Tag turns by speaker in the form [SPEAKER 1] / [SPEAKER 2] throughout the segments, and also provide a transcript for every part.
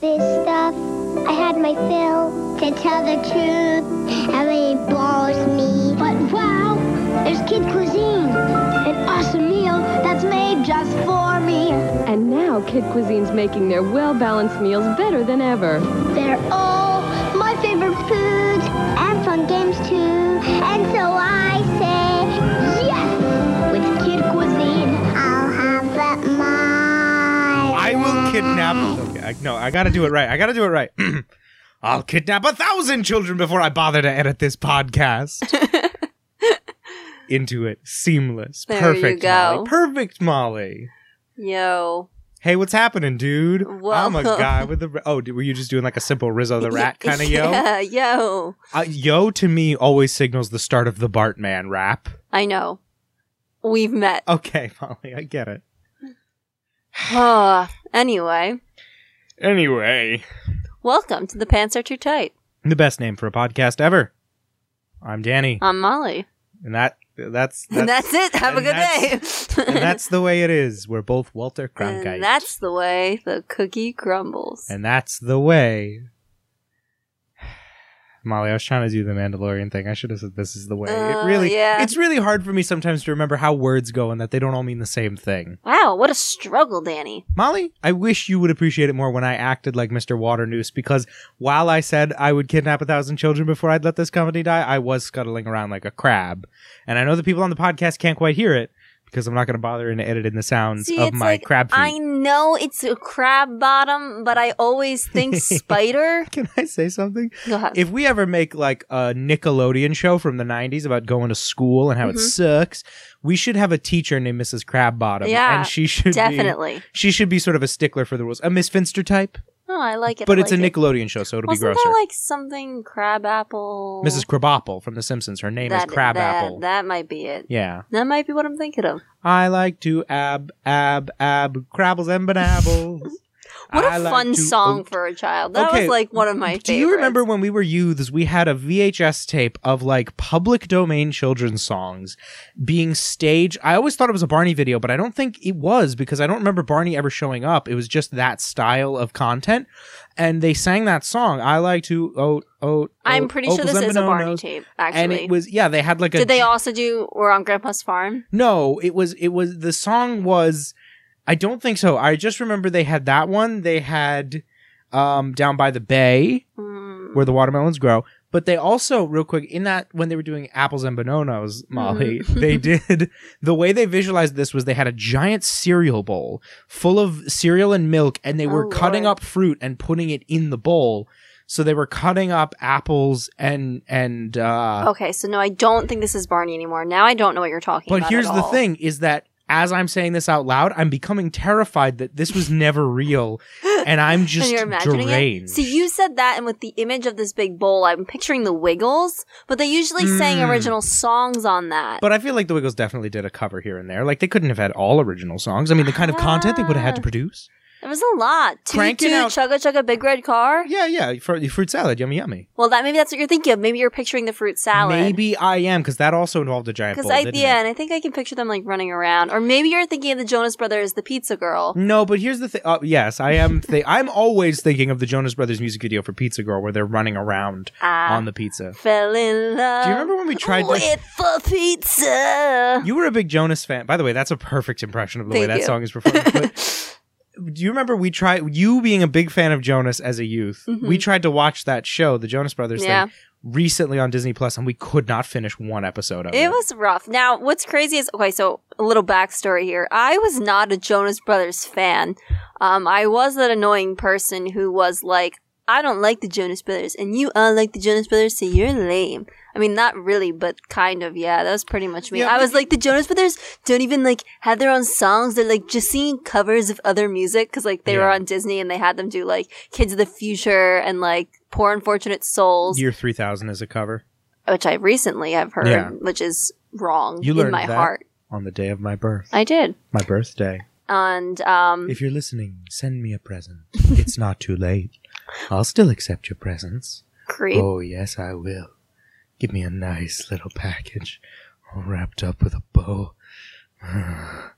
[SPEAKER 1] this stuff. I had my fill. To tell the truth, it really bores me. But wow, there's kid cuisine. An awesome meal that's made just for me.
[SPEAKER 2] And now Kid Cuisine's making their well-balanced meals better than ever.
[SPEAKER 1] They're all my favorite foods and fun games too. And so I say yes with Kid Cuisine. I'll have it mine.
[SPEAKER 3] I will kidnap. Okay, I, no, I gotta do it right. I gotta do it right. I'll kidnap a thousand children before I bother to edit this podcast. Into it, seamless,
[SPEAKER 4] There you
[SPEAKER 3] perfect,
[SPEAKER 4] go.
[SPEAKER 3] Molly. perfect, Molly.
[SPEAKER 4] Yo.
[SPEAKER 3] Hey, what's happening, dude? I'm a
[SPEAKER 4] Welcome.
[SPEAKER 3] guy with a. Oh, d- were you just doing like a simple Rizzo the Rat kind of yo?
[SPEAKER 4] Yeah, yo.
[SPEAKER 3] Uh, yo to me always signals the start of the Bartman rap.
[SPEAKER 4] I know. We've met.
[SPEAKER 3] Okay, Molly, I get it.
[SPEAKER 4] Ah, anyway,
[SPEAKER 3] Anyway,
[SPEAKER 4] welcome to The Pants Are Too Tight.
[SPEAKER 3] the best name for a podcast ever. I'm Danny,
[SPEAKER 4] I'm Molly.
[SPEAKER 3] and that that's
[SPEAKER 4] and
[SPEAKER 3] that's
[SPEAKER 4] that's it. Have a
[SPEAKER 3] and
[SPEAKER 4] good day.
[SPEAKER 3] and that's the way it is. We're both Walter Cronkite,
[SPEAKER 4] and that's the way the cookie crumbles.
[SPEAKER 3] And that's the way. Molly, I was trying to do the Mandalorian thing. I should have said this is the way.
[SPEAKER 4] Oh,
[SPEAKER 3] it really,
[SPEAKER 4] yeah.
[SPEAKER 3] it's really hard for me sometimes to remember how words go and that they don't all mean the same thing.
[SPEAKER 4] wow, what a struggle, Danny.
[SPEAKER 3] Molly, I wish you would appreciate it more when I acted like Mr. Waternoose because while I said I would kidnap a thousand children before I'd let this company die, I was scuttling around like a crab. And I know the people on the podcast can't quite hear it because I'm not going to bother in editing the sounds
[SPEAKER 4] See,
[SPEAKER 3] of
[SPEAKER 4] it's
[SPEAKER 3] my
[SPEAKER 4] like,
[SPEAKER 3] crab feet.
[SPEAKER 4] I know it's a crab bottom, but I always think spider.
[SPEAKER 3] Can I say something?
[SPEAKER 4] Go ahead.
[SPEAKER 3] If we ever make like a Nickelodeon show from the 90s about going to school and how it
[SPEAKER 4] Mhm.
[SPEAKER 3] sucks, we should have a teacher named Mrs. Crabbottom.
[SPEAKER 4] Yeah,
[SPEAKER 3] And she should Be,
[SPEAKER 4] Definitely.
[SPEAKER 3] she should be sort of a stickler for the rules. A Miss Finster type.
[SPEAKER 4] Oh, I like it.
[SPEAKER 3] but
[SPEAKER 4] I
[SPEAKER 3] it's
[SPEAKER 4] like
[SPEAKER 3] a
[SPEAKER 4] it.
[SPEAKER 3] Nickelodeon show, so it'll
[SPEAKER 4] Wasn't
[SPEAKER 3] be grosser.
[SPEAKER 4] there like something crab apple?
[SPEAKER 3] Mrs. Crabapple from The Simpsons. Her name is
[SPEAKER 4] That- That,
[SPEAKER 3] Crabapple.
[SPEAKER 4] that might be it.
[SPEAKER 3] Yeah.
[SPEAKER 4] That might be what I'm thinking of.
[SPEAKER 3] I like to ab, ab, ab, crabbles and banabbles.
[SPEAKER 4] What a
[SPEAKER 3] I like
[SPEAKER 4] fun
[SPEAKER 3] to
[SPEAKER 4] song
[SPEAKER 3] oat-
[SPEAKER 4] for a child. That
[SPEAKER 3] Okay,
[SPEAKER 4] was like one of my
[SPEAKER 3] Do you
[SPEAKER 4] favorites.
[SPEAKER 3] remember when we were youths, we had a VHS tape of like public domain children's songs being staged? I always thought it was a Barney video, but I don't think it was because I don't remember Barney ever showing up. It was just that style of content. And they sang that song. I like to oat, oat.
[SPEAKER 4] I'm
[SPEAKER 3] oat,
[SPEAKER 4] pretty sure
[SPEAKER 3] opals
[SPEAKER 4] this
[SPEAKER 3] and
[SPEAKER 4] is a Barney
[SPEAKER 3] bananas.
[SPEAKER 4] tape,
[SPEAKER 3] And
[SPEAKER 4] actually.
[SPEAKER 3] it was, yeah, they had like a.
[SPEAKER 4] Did they also do We're on Grandpa's Farm?
[SPEAKER 3] No, it was it was the song was I don't think so. I just remember they had that one. They had um down by the bay
[SPEAKER 4] Mm,
[SPEAKER 3] where the watermelons grow. But they also real quick in that when they were doing apples and bananas,
[SPEAKER 4] Mm-hmm.
[SPEAKER 3] Molly, they did the way they visualized this was they had a giant cereal bowl full of cereal and milk and they were
[SPEAKER 4] Oh,
[SPEAKER 3] cutting
[SPEAKER 4] Lord.
[SPEAKER 3] up fruit and putting it in the bowl. So they were cutting up apples and and uh
[SPEAKER 4] Oh, Okay, so no, I don't think this is Barney anymore. Now I don't know what you're talking about.
[SPEAKER 3] But
[SPEAKER 4] at
[SPEAKER 3] here's the
[SPEAKER 4] all.
[SPEAKER 3] thing is that as I'm saying this out loud, I'm becoming terrified that this was never real and I'm just
[SPEAKER 4] and you're imagining it.
[SPEAKER 3] deranged.
[SPEAKER 4] See, you said that, and with the image of this big bowl, I'm picturing the Wiggles, but they usually sang
[SPEAKER 3] Mm.
[SPEAKER 4] original songs on that.
[SPEAKER 3] But I feel like the Wiggles definitely did a cover here and there. Like they couldn't have had all original songs. I mean, the kind of content they would have had
[SPEAKER 4] Ah.
[SPEAKER 3] to produce.
[SPEAKER 4] it was a lot. Two,
[SPEAKER 3] Cranking
[SPEAKER 4] two,
[SPEAKER 3] out-
[SPEAKER 4] chugga chugga, big red car.
[SPEAKER 3] Yeah, yeah, fr- fruit salad, yummy, yummy.
[SPEAKER 4] Well, that maybe that's what you're thinking of. Maybe you're picturing the fruit salad.
[SPEAKER 3] Maybe I am because that also involved a giant
[SPEAKER 4] Because
[SPEAKER 3] bowl.
[SPEAKER 4] I
[SPEAKER 3] didn't
[SPEAKER 4] yeah,
[SPEAKER 3] it?
[SPEAKER 4] and I think I can picture them like running around, or maybe you're thinking of the Jonas Brothers, the Pizza Girl.
[SPEAKER 3] No, but here's the thing. Uh, yes, I am. Th- I'm always thinking of the Jonas Brothers music video for Pizza Girl, where they're running around
[SPEAKER 4] I
[SPEAKER 3] on the pizza.
[SPEAKER 4] fell in love.
[SPEAKER 3] Do you remember when we tried to-
[SPEAKER 4] with the pizza?
[SPEAKER 3] You were a big Jonas fan. By the way, that's a perfect impression of the way
[SPEAKER 4] Thank
[SPEAKER 3] that
[SPEAKER 4] you.
[SPEAKER 3] song is performed. But do you remember we tried you being a big fan of Jonas as a youth?
[SPEAKER 4] Mhm.
[SPEAKER 3] We tried to watch that show, the Jonas Brothers
[SPEAKER 4] Yeah.
[SPEAKER 3] thing, recently on Disney Plus, and we could not finish one episode of it.
[SPEAKER 4] It was rough. Now, what's crazy is okay. So, a little backstory here. I was not a Jonas Brothers fan. Um, I was that annoying person who was like, "I don't like the Jonas Brothers, and you are like the Jonas Brothers, so you're lame." I mean, not really, but kind of. Yeah, that was pretty much me.
[SPEAKER 3] Yeah,
[SPEAKER 4] I
[SPEAKER 3] but
[SPEAKER 4] was like, the Jonas Brothers don't even like have their own songs. They're like just singing covers of other music because like they were
[SPEAKER 3] Yeah.
[SPEAKER 4] on Disney and they had them do like Kids of the Future and like Poor Unfortunate Souls
[SPEAKER 3] Year three thousand is a cover.
[SPEAKER 4] which I recently have heard,
[SPEAKER 3] Yeah.
[SPEAKER 4] which is wrong
[SPEAKER 3] You
[SPEAKER 4] in
[SPEAKER 3] learned
[SPEAKER 4] my
[SPEAKER 3] that?
[SPEAKER 4] heart.
[SPEAKER 3] On the day of my birth.
[SPEAKER 4] I did,
[SPEAKER 3] My birthday.
[SPEAKER 4] and um,
[SPEAKER 3] If you're listening, send me a present. it's not too late. I'll still accept your presents.
[SPEAKER 4] creep.
[SPEAKER 3] Oh, yes, I will. Give me a nice little package, all wrapped up with a bow.
[SPEAKER 4] I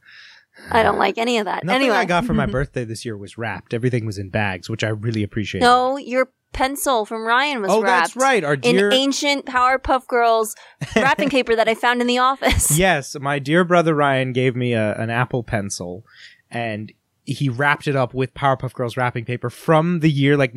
[SPEAKER 4] don't like any of that.
[SPEAKER 3] Nothing
[SPEAKER 4] anyway, Mm-hmm.
[SPEAKER 3] I got for my birthday this year was wrapped. Everything was in bags, which I really appreciate.
[SPEAKER 4] no, your pencil from Ryan was
[SPEAKER 3] oh,
[SPEAKER 4] wrapped
[SPEAKER 3] that's right. Our
[SPEAKER 4] in
[SPEAKER 3] dear
[SPEAKER 4] ancient Powerpuff Girls wrapping paper that I found in the office.
[SPEAKER 3] yes, my dear brother Ryan gave me a, an Apple pencil, and he wrapped it up with Powerpuff Girls wrapping paper from the year like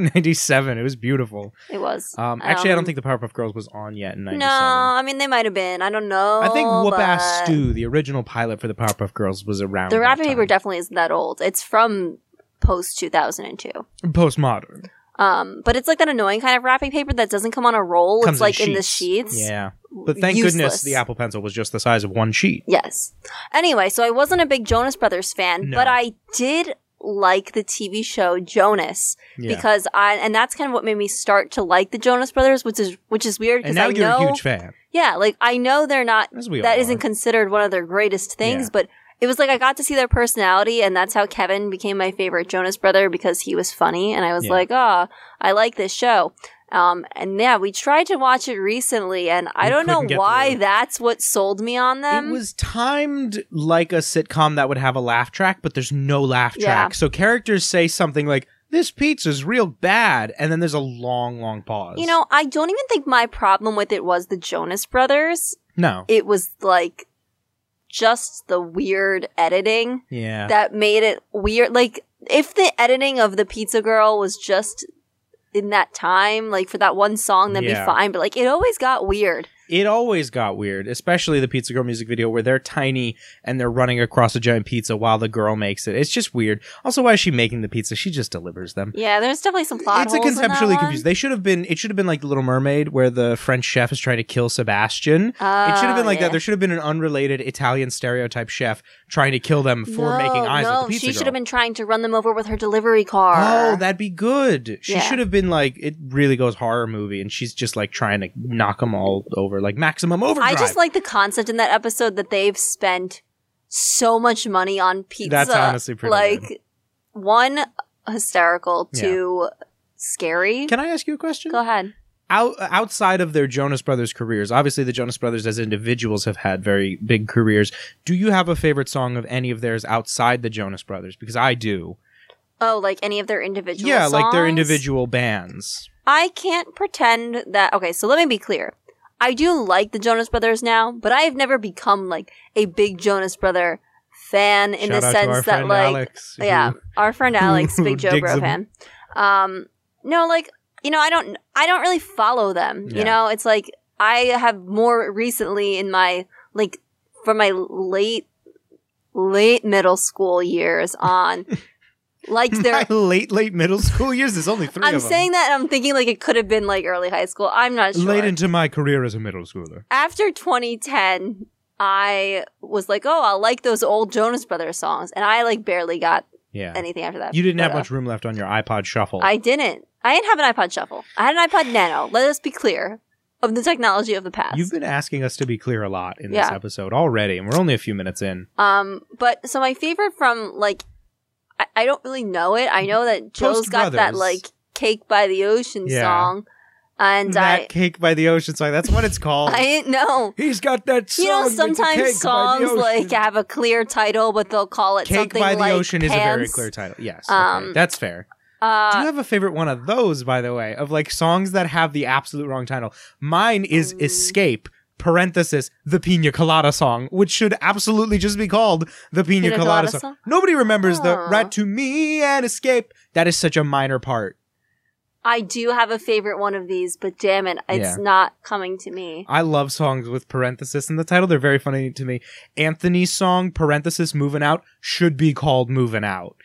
[SPEAKER 3] 1997. It was beautiful.
[SPEAKER 4] It was.
[SPEAKER 3] Um, actually, I don't
[SPEAKER 4] Um,
[SPEAKER 3] think the Powerpuff Girls was on yet in 97.
[SPEAKER 4] No, I mean they might have been. I don't know.
[SPEAKER 3] I think Whoop Ass
[SPEAKER 4] but
[SPEAKER 3] Stew, the original pilot for the Powerpuff Girls, was around.
[SPEAKER 4] The
[SPEAKER 3] that
[SPEAKER 4] wrapping paper
[SPEAKER 3] time.
[SPEAKER 4] definitely isn't that old. It's from post two thousand and two.
[SPEAKER 3] postmodern
[SPEAKER 4] Um, but it's like that annoying kind of wrapping paper that doesn't come on a roll.
[SPEAKER 3] comes
[SPEAKER 4] it's like in,
[SPEAKER 3] in
[SPEAKER 4] the sheets.
[SPEAKER 3] Yeah, but thank goodness
[SPEAKER 4] Useless.
[SPEAKER 3] the Apple Pencil was just the size of one sheet.
[SPEAKER 4] Yes. Anyway, so I wasn't a big Jonas Brothers fan,
[SPEAKER 3] No.
[SPEAKER 4] but I did like the TV show Jonas
[SPEAKER 3] Yeah.
[SPEAKER 4] because I and that's kind of what made me start to like the Jonas Brothers, which is which is weird because
[SPEAKER 3] and now
[SPEAKER 4] I
[SPEAKER 3] you're
[SPEAKER 4] know
[SPEAKER 3] a huge fan.
[SPEAKER 4] yeah, like I know they're not
[SPEAKER 3] As we all
[SPEAKER 4] that
[SPEAKER 3] are.
[SPEAKER 4] isn't considered one of their greatest things,
[SPEAKER 3] Yeah.
[SPEAKER 4] but it was like I got to see their personality, and that's how Kevin became my favorite Jonas brother because he was funny, and I was
[SPEAKER 3] Yeah.
[SPEAKER 4] like, oh, I like this show. Um, and yeah, we tried to watch it recently, and I
[SPEAKER 3] We
[SPEAKER 4] don't know
[SPEAKER 3] couldn't get
[SPEAKER 4] why
[SPEAKER 3] through.
[SPEAKER 4] that's what sold me on them.
[SPEAKER 3] it was timed like a sitcom that would have a laugh track, but there's no laugh
[SPEAKER 4] Yeah.
[SPEAKER 3] track. So characters say something like, "This pizza's real bad," and then there's a long, long pause.
[SPEAKER 4] you know, I don't even think my problem with it was the Jonas brothers.
[SPEAKER 3] no,
[SPEAKER 4] It was like just the weird editing.
[SPEAKER 3] yeah,
[SPEAKER 4] that made it weird. Like, if the editing of the Pizza Girl was just in that time, like for that one song, that'd
[SPEAKER 3] Yeah.
[SPEAKER 4] be fine. But like, it always got weird.
[SPEAKER 3] it always got weird, especially the Pizza Girl music video where they're tiny and they're running across a giant pizza while the girl makes it. It's just weird. Also, why is she making the pizza? She just delivers them.
[SPEAKER 4] Yeah, there's definitely some plot.
[SPEAKER 3] it's a
[SPEAKER 4] holes in that
[SPEAKER 3] conceptually
[SPEAKER 4] one.
[SPEAKER 3] confused. They should have been. It should have been like The Little Mermaid, where the French chef is trying to kill Sebastian. it should have
[SPEAKER 4] Oh,
[SPEAKER 3] been like
[SPEAKER 4] yeah.
[SPEAKER 3] that. There should have been an unrelated Italian stereotype chef trying to kill them for
[SPEAKER 4] no,
[SPEAKER 3] making eyes
[SPEAKER 4] no,
[SPEAKER 3] at the pizza
[SPEAKER 4] she
[SPEAKER 3] girl.
[SPEAKER 4] should have been trying to run them over with her delivery car.
[SPEAKER 3] Oh, that'd be good. She
[SPEAKER 4] Yeah.
[SPEAKER 3] should have been like, it really goes horror movie, and she's just like trying to knock them all over, like maximum overdrive.
[SPEAKER 4] I just like the concept in that episode that they've spent so much money on pizza.
[SPEAKER 3] That's honestly pretty
[SPEAKER 4] like
[SPEAKER 3] good.
[SPEAKER 4] one hysterical,
[SPEAKER 3] Yeah.
[SPEAKER 4] two scary.
[SPEAKER 3] Can I ask you a question?
[SPEAKER 4] Go ahead.
[SPEAKER 3] Out, outside of their Jonas Brothers careers, obviously the Jonas Brothers as individuals have had very big careers. Do you have a favorite song of any of theirs outside the Jonas Brothers? Because I do.
[SPEAKER 4] Oh, like any of their individual
[SPEAKER 3] yeah, like their
[SPEAKER 4] songs?
[SPEAKER 3] individual bands.
[SPEAKER 4] I can't pretend that. Okay, so let me be clear. I do like the Jonas Brothers now, but I have never become like a big Jonas Brother fan in
[SPEAKER 3] Shout
[SPEAKER 4] the
[SPEAKER 3] out
[SPEAKER 4] sense
[SPEAKER 3] to our
[SPEAKER 4] that
[SPEAKER 3] friend
[SPEAKER 4] like
[SPEAKER 3] Alex, who-
[SPEAKER 4] yeah, our friend Alex,
[SPEAKER 3] who
[SPEAKER 4] big Joe
[SPEAKER 3] digs
[SPEAKER 4] Bro fan.
[SPEAKER 3] them.
[SPEAKER 4] Um, no, like you know, I don't, I don't really follow them.
[SPEAKER 3] Yeah.
[SPEAKER 4] You know, it's like I have more recently in my like from my late late middle school years on liked their
[SPEAKER 3] my late late middle school years. There's only 3
[SPEAKER 4] I'm
[SPEAKER 3] of them.
[SPEAKER 4] saying that and I'm thinking like it could have been like early high school. I'm not sure.
[SPEAKER 3] late into my career as a middle schooler.
[SPEAKER 4] After 2010, I was like, oh, I like those old Jonas Brothers songs, and I like barely got
[SPEAKER 3] Yeah,
[SPEAKER 4] anything after that.
[SPEAKER 3] you didn't have
[SPEAKER 4] But, uh,
[SPEAKER 3] much room left on your iPod shuffle.
[SPEAKER 4] I didn't. I didn't have an iPod Shuffle. I had an iPod Nano. Let us be clear of the technology of the past.
[SPEAKER 3] You've been asking us to be clear a lot in this
[SPEAKER 4] Yeah.
[SPEAKER 3] episode already, and we're only a few minutes in.
[SPEAKER 4] um, but so my favorite from like, I, I don't really know it. I know that Joe's
[SPEAKER 3] Toast
[SPEAKER 4] got that
[SPEAKER 3] Brothers.
[SPEAKER 4] like "Cake by the Ocean"
[SPEAKER 3] Yeah.
[SPEAKER 4] song, and
[SPEAKER 3] that
[SPEAKER 4] I
[SPEAKER 3] cake by the ocean song. That's what it's called.
[SPEAKER 4] I didn't know.
[SPEAKER 3] He's got that song.
[SPEAKER 4] You know,
[SPEAKER 3] with the cake by the
[SPEAKER 4] sometimes songs
[SPEAKER 3] ocean.
[SPEAKER 4] like have a clear title, but they'll call it
[SPEAKER 3] Cake
[SPEAKER 4] something
[SPEAKER 3] by the
[SPEAKER 4] like
[SPEAKER 3] Ocean is a very
[SPEAKER 4] Pants.
[SPEAKER 3] clear title. Yes. okay.
[SPEAKER 4] Um,
[SPEAKER 3] That's fair. Do you
[SPEAKER 4] Uh,
[SPEAKER 3] have a favorite one of those, by the way, of like songs that have the absolute wrong title? Mine is Escape, parenthesis, the Pina Colada song, which should absolutely just be called the Pina,
[SPEAKER 4] Pina
[SPEAKER 3] Colada,
[SPEAKER 4] Colada
[SPEAKER 3] song.
[SPEAKER 4] song?
[SPEAKER 3] Nobody remembers the
[SPEAKER 4] Huh.
[SPEAKER 3] Rat to Me and Escape. That is such a minor part.
[SPEAKER 4] I do have a favorite one of these, but damn it, it's
[SPEAKER 3] Yeah. Uh,
[SPEAKER 4] not coming to me.
[SPEAKER 3] I love songs with parenthesis in the title. They're very funny to me. Anthony's song, parenthesis, Moving Out, should be called Moving Out.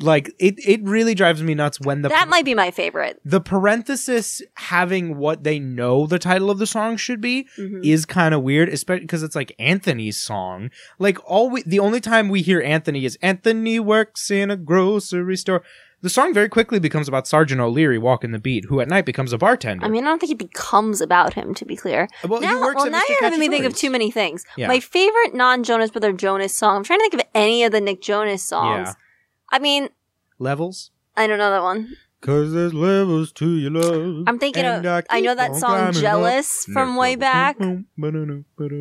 [SPEAKER 3] Like, it, it really drives me nuts when the
[SPEAKER 4] that might be my favorite.
[SPEAKER 3] the parenthesis having what they know the title of the song should be
[SPEAKER 4] Mhm.
[SPEAKER 3] is kind of weird, especially because it's like Anthony's song. Like all we, the only time we hear Anthony is Anthony works in a grocery store. The song very quickly becomes about Sergeant O'Leary walking the beat, who at night becomes a bartender.
[SPEAKER 4] I mean, I don't think it becomes about him, to be clear.
[SPEAKER 3] well, he
[SPEAKER 4] now,
[SPEAKER 3] works
[SPEAKER 4] well,
[SPEAKER 3] at
[SPEAKER 4] now
[SPEAKER 3] Mr.
[SPEAKER 4] you're having me think of
[SPEAKER 3] Cacciatore's.
[SPEAKER 4] too many things.
[SPEAKER 3] Yeah.
[SPEAKER 4] My favorite non-Jonas Brother Jonas song. I'm trying to think of any of the Nick Jonas songs.
[SPEAKER 3] Yeah.
[SPEAKER 4] I mean,
[SPEAKER 3] levels.
[SPEAKER 4] I don't know that one.
[SPEAKER 3] Cause there's levels to your love.
[SPEAKER 4] I'm thinking
[SPEAKER 3] and
[SPEAKER 4] of- I
[SPEAKER 3] keep
[SPEAKER 4] know that
[SPEAKER 3] on
[SPEAKER 4] song
[SPEAKER 3] climbing
[SPEAKER 4] Jealous
[SPEAKER 3] up. Mm-hmm.
[SPEAKER 4] from way back.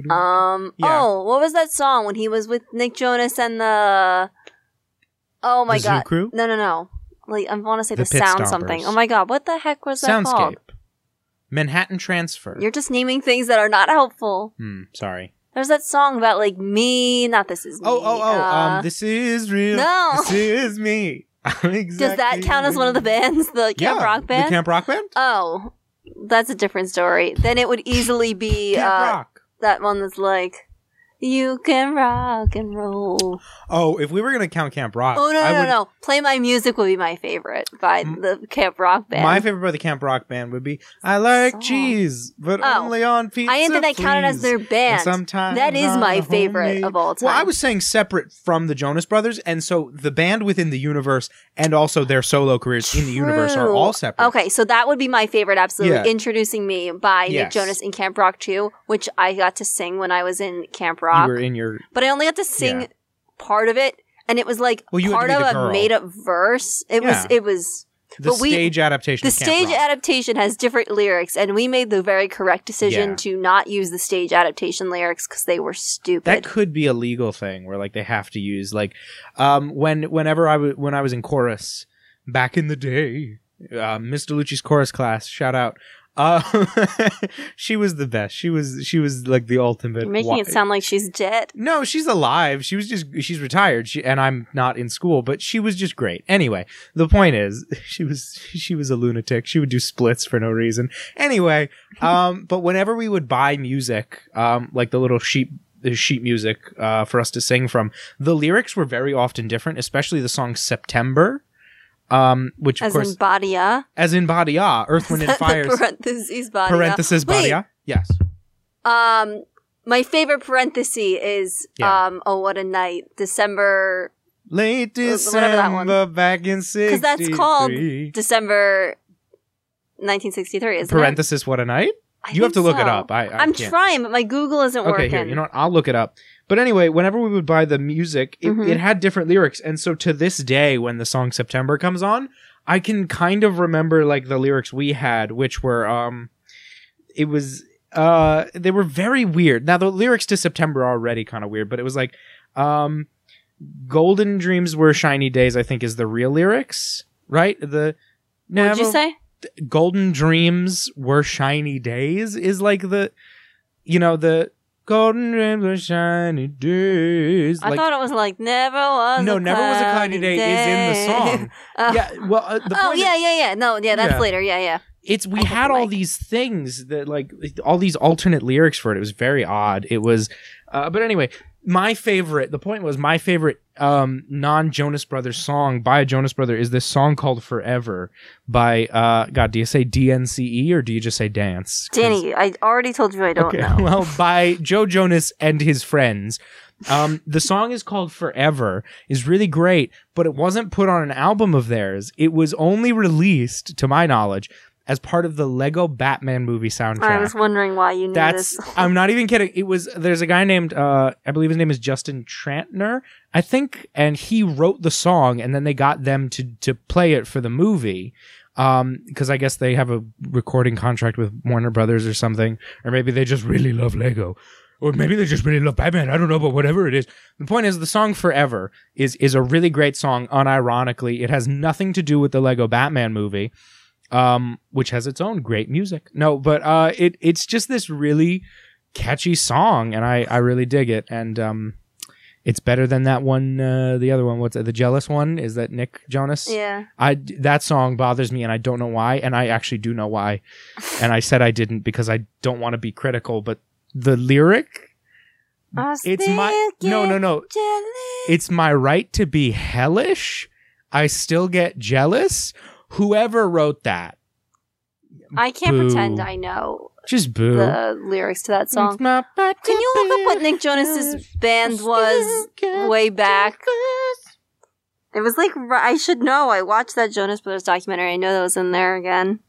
[SPEAKER 4] Um.
[SPEAKER 3] Yeah.
[SPEAKER 4] Oh, what was that song when he was with Nick Jonas and the? Oh my
[SPEAKER 3] The Zoo
[SPEAKER 4] god!
[SPEAKER 3] Crew?
[SPEAKER 4] No, no, no. Like I want to say
[SPEAKER 3] The
[SPEAKER 4] the,
[SPEAKER 3] Pit
[SPEAKER 4] sound something.
[SPEAKER 3] Stompers.
[SPEAKER 4] Oh my god! What the heck was that
[SPEAKER 3] Soundscape.
[SPEAKER 4] called?
[SPEAKER 3] Manhattan Transfer.
[SPEAKER 4] You're just naming things that are not helpful.
[SPEAKER 3] Hmm, sorry.
[SPEAKER 4] There's that song about like me. Not this is me.
[SPEAKER 3] Oh, oh, oh.
[SPEAKER 4] uh,
[SPEAKER 3] um, this is real.
[SPEAKER 4] no.
[SPEAKER 3] This is me. I'm
[SPEAKER 4] does that
[SPEAKER 3] exactly
[SPEAKER 4] count as one of the
[SPEAKER 3] me.
[SPEAKER 4] bands? The Camp
[SPEAKER 3] yeah,
[SPEAKER 4] Rock band.
[SPEAKER 3] The Camp Rock band?
[SPEAKER 4] oh, that's a different story. Then it would easily be
[SPEAKER 3] Camp
[SPEAKER 4] uh,
[SPEAKER 3] Rock.
[SPEAKER 4] that one that's like, you can rock and roll.
[SPEAKER 3] Oh, if we were going to count Camp Rock.
[SPEAKER 4] Oh no
[SPEAKER 3] I
[SPEAKER 4] no
[SPEAKER 3] would-
[SPEAKER 4] no! Play my music will be my favorite by
[SPEAKER 3] M-
[SPEAKER 4] the Camp Rock Band.
[SPEAKER 3] My favorite by the Camp Rock band would be I like
[SPEAKER 4] Song.
[SPEAKER 3] cheese, but
[SPEAKER 4] Oh.
[SPEAKER 3] only on pizza.
[SPEAKER 4] I didn't think I counted as
[SPEAKER 3] please.
[SPEAKER 4] their band.
[SPEAKER 3] Sometimes
[SPEAKER 4] That is
[SPEAKER 3] I'm
[SPEAKER 4] my
[SPEAKER 3] a
[SPEAKER 4] favorite of all time.
[SPEAKER 3] Well, I was saying separate from the Jonas Brothers, and so the band within the universe and also their solo careers in the universe are
[SPEAKER 4] True.
[SPEAKER 3] all separate.
[SPEAKER 4] Okay, so that would be my favorite. Absolutely,
[SPEAKER 3] Yeah.
[SPEAKER 4] introducing me by Nick
[SPEAKER 3] Yes.
[SPEAKER 4] Jonas in Camp Rock Two, which I got to sing when I was in Camp
[SPEAKER 3] You
[SPEAKER 4] Rock,
[SPEAKER 3] were in your
[SPEAKER 4] but I only got to sing
[SPEAKER 3] Yeah.
[SPEAKER 4] part of it, and it was like
[SPEAKER 3] Well, you had to
[SPEAKER 4] part
[SPEAKER 3] be
[SPEAKER 4] of
[SPEAKER 3] the
[SPEAKER 4] a
[SPEAKER 3] girl.
[SPEAKER 4] made-up verse. It was.
[SPEAKER 3] Yeah.
[SPEAKER 4] It was.
[SPEAKER 3] the
[SPEAKER 4] But we-
[SPEAKER 3] stage adaptation.
[SPEAKER 4] The
[SPEAKER 3] of Camp
[SPEAKER 4] stage
[SPEAKER 3] Rock.
[SPEAKER 4] adaptation has different lyrics, and we made the very correct decision
[SPEAKER 3] Yeah.
[SPEAKER 4] to not use the stage adaptation lyrics because they were stupid.
[SPEAKER 3] that could be a legal thing where like they have to use like um when whenever I wa- when I was in chorus back in the day uh, Miss DeLucci's chorus class shout out uh, she was the best she was she was like the ultimate
[SPEAKER 4] You're making
[SPEAKER 3] wa-
[SPEAKER 4] it sound like she's dead.
[SPEAKER 3] no, she's alive. She was just she's retired. She and I'm not in school, but she was just great. Anyway, the point is she was she was a lunatic. She would do splits for no reason. Anyway, um, but whenever we would buy music, um, like the little sheep the sheet music uh, for us to sing from, the lyrics were very often different, especially the song September, um, which of
[SPEAKER 4] As
[SPEAKER 3] course
[SPEAKER 4] in Badia.
[SPEAKER 3] as in Badia, Earth, Wind, and Fire's
[SPEAKER 4] parentheses Badia.
[SPEAKER 3] parenthesis
[SPEAKER 4] Wait,
[SPEAKER 3] Badia. Yes.
[SPEAKER 4] Um, my favorite parenthesis is
[SPEAKER 3] Yeah.
[SPEAKER 4] um, oh what a night, December,
[SPEAKER 3] Late
[SPEAKER 4] Whatever that one.
[SPEAKER 3] December back in 63.
[SPEAKER 4] because that's called December, 1963. Isn't it?
[SPEAKER 3] parenthesis what a night
[SPEAKER 4] I
[SPEAKER 3] you have to
[SPEAKER 4] think
[SPEAKER 3] look it
[SPEAKER 4] so.
[SPEAKER 3] up i, I
[SPEAKER 4] I'm
[SPEAKER 3] can't.
[SPEAKER 4] trying, but my Google isn't
[SPEAKER 3] okay
[SPEAKER 4] working.
[SPEAKER 3] here you know what i'll look it up but anyway whenever we would buy the music it,
[SPEAKER 4] Mhm.
[SPEAKER 3] it had different lyrics and so to this day when the song september comes on i can kind of remember like the lyrics we had which were um it was uh they were very weird now the lyrics to september are already kind of weird but it was like um golden dreams were shiny days i think is the real lyrics right the
[SPEAKER 4] What'd you
[SPEAKER 3] Never
[SPEAKER 4] say?
[SPEAKER 3] golden dreams were shiny days is like the you know the golden dreams were shiny days
[SPEAKER 4] I
[SPEAKER 3] like
[SPEAKER 4] thought it was like never was.
[SPEAKER 3] no
[SPEAKER 4] a
[SPEAKER 3] never was a cloudy day, is in the
[SPEAKER 4] day.
[SPEAKER 3] song
[SPEAKER 4] Oh.
[SPEAKER 3] yeah well uh, the
[SPEAKER 4] oh
[SPEAKER 3] point is-
[SPEAKER 4] yeah, yeah, yeah. No, yeah, that's
[SPEAKER 3] Yeah.
[SPEAKER 4] later. Yeah, yeah.
[SPEAKER 3] it's we
[SPEAKER 4] I
[SPEAKER 3] had all
[SPEAKER 4] like-
[SPEAKER 3] these things that like all these alternate lyrics for it it was very odd it was uh, but anyway my favorite the point was my favorite um, non jonas brothers song by a jonas brother is this song called forever by uh, god do you say dnce E or do you just say dance 'Cause-
[SPEAKER 4] Danny, I already told you I don't know.
[SPEAKER 3] well, by Joe Jonas and his friends. Um, the song is called Forever, is really great, but it wasn't put on an album of theirs. It was only released, to my knowledge, as part of the Lego Batman movie soundtrack.
[SPEAKER 4] I was wondering why you knew
[SPEAKER 3] That's
[SPEAKER 4] this.
[SPEAKER 3] I'm not even kidding. It was there's a guy named uh I believe his name is Justin Trantner, I think, and he wrote the song and then they got them to to play it for the movie. Um, because I guess they have a recording contract with Warner Brothers or something, or maybe they just really love Lego. Or maybe they just really love Batman. I don't know, but whatever it is. The point is the song Forever is is a really great song, unironically. It has nothing to do with the Lego Batman movie um, which has its own great music. No, but uh, it it's just this really catchy song, and I I really dig it, and um, it's better than that one, uh, the other one. What's that? the jealous one? Is that Nick Jonas?
[SPEAKER 4] Yeah.
[SPEAKER 3] I that song bothers me, and I don't know why, and I actually do know why, and I said I didn't because I don't want to be critical, but the lyric,
[SPEAKER 4] I
[SPEAKER 3] it's my no no no, it's my right to be hellish. I still get jealous. Whoever wrote that,
[SPEAKER 4] I can't
[SPEAKER 3] Boo.
[SPEAKER 4] pretend I know
[SPEAKER 3] just boo.
[SPEAKER 4] the lyrics to that song.
[SPEAKER 3] It's my right
[SPEAKER 4] Can
[SPEAKER 3] to
[SPEAKER 4] you look
[SPEAKER 3] be
[SPEAKER 4] up what Nick Jonas's band was way back? It was like ri- I should know. I watched that Jonas Brothers documentary. I know that was in there again.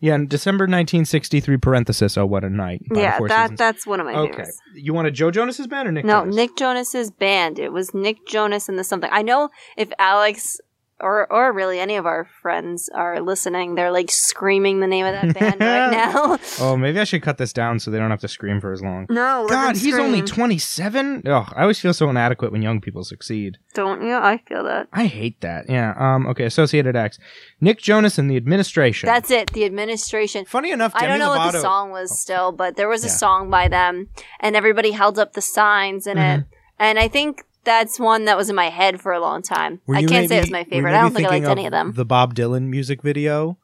[SPEAKER 3] Yeah, in December 1963, parenthesis, oh, what a night. by the
[SPEAKER 4] yeah,
[SPEAKER 3] Four
[SPEAKER 4] that
[SPEAKER 3] Seasons.
[SPEAKER 4] that's one of my
[SPEAKER 3] Okay.
[SPEAKER 4] favorites.
[SPEAKER 3] You want a Joe Jonas's band or Nick
[SPEAKER 4] No,
[SPEAKER 3] Jonas?
[SPEAKER 4] Nick Jonas's band. It was Nick Jonas and the something. I know if Alex or or really any of our friends are listening, they're like screaming the name of that band right now.
[SPEAKER 3] Oh, maybe I should cut this down so they don't have to scream for as long.
[SPEAKER 4] no, let
[SPEAKER 3] God,
[SPEAKER 4] them
[SPEAKER 3] he's only
[SPEAKER 4] scream.
[SPEAKER 3] 27. Oh, I always feel so inadequate when young people succeed.
[SPEAKER 4] Don't you? I feel that.
[SPEAKER 3] I hate that. Yeah. Um. Okay. Associated X. Nick Jonas and the administration.
[SPEAKER 4] That's it. The administration.
[SPEAKER 3] funny enough.
[SPEAKER 4] I don't
[SPEAKER 3] Demi
[SPEAKER 4] know what
[SPEAKER 3] Lovato, Oh.
[SPEAKER 4] the song was still, but there was a
[SPEAKER 3] Yeah.
[SPEAKER 4] song by them, and everybody held up the signs in it.
[SPEAKER 3] Mm-hmm.
[SPEAKER 4] And I think that's one that was in my head for a long time.
[SPEAKER 3] Were
[SPEAKER 4] I
[SPEAKER 3] you
[SPEAKER 4] can't say it was
[SPEAKER 3] maybe-
[SPEAKER 4] my
[SPEAKER 3] were you
[SPEAKER 4] favorite. I don't
[SPEAKER 3] maybe
[SPEAKER 4] think I liked
[SPEAKER 3] thinking
[SPEAKER 4] any of them.
[SPEAKER 3] The Bob Dylan music video,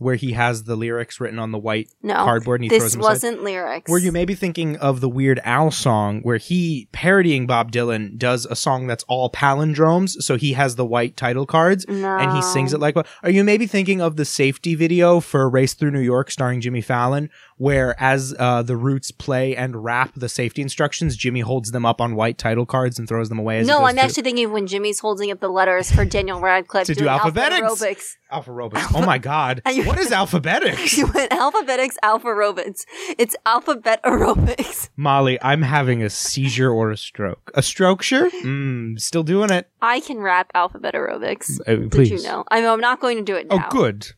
[SPEAKER 3] where he has the lyrics written on the white
[SPEAKER 4] No,
[SPEAKER 3] cardboard and he throws
[SPEAKER 4] Oh, this
[SPEAKER 3] them aside.
[SPEAKER 4] wasn't lyrics.
[SPEAKER 3] Were you maybe thinking of the Weird Al song where he parodying Bob Dylan does a song that's all palindromes, so he has the white title cards
[SPEAKER 4] No.
[SPEAKER 3] and he sings it like Are you maybe thinking of the safety video for Race Through New York starring Jimmy Fallon, where as uh, the Roots play and rap the safety instructions, Jimmy holds them up on white title cards and throws them away as he
[SPEAKER 4] No,
[SPEAKER 3] goes
[SPEAKER 4] I'm
[SPEAKER 3] through-
[SPEAKER 4] actually thinking of when Jimmy's holding up the letters for Daniel Radcliffe
[SPEAKER 3] To do
[SPEAKER 4] doing
[SPEAKER 3] alphabetics.
[SPEAKER 4] aerobics.
[SPEAKER 3] Alpha Robots. Oh my god.
[SPEAKER 4] Are you-
[SPEAKER 3] what is alphabetics?
[SPEAKER 4] You went alphabetics, alpha aerobics. It's alphabet aerobics.
[SPEAKER 3] Molly, I'm having a seizure or a stroke. A stroke sure? Mm, still doing it.
[SPEAKER 4] I can rap alphabet aerobics.
[SPEAKER 3] Uh,
[SPEAKER 4] Did
[SPEAKER 3] please.
[SPEAKER 4] you know? I mean, I'm not going to do it
[SPEAKER 3] Oh
[SPEAKER 4] now.
[SPEAKER 3] good.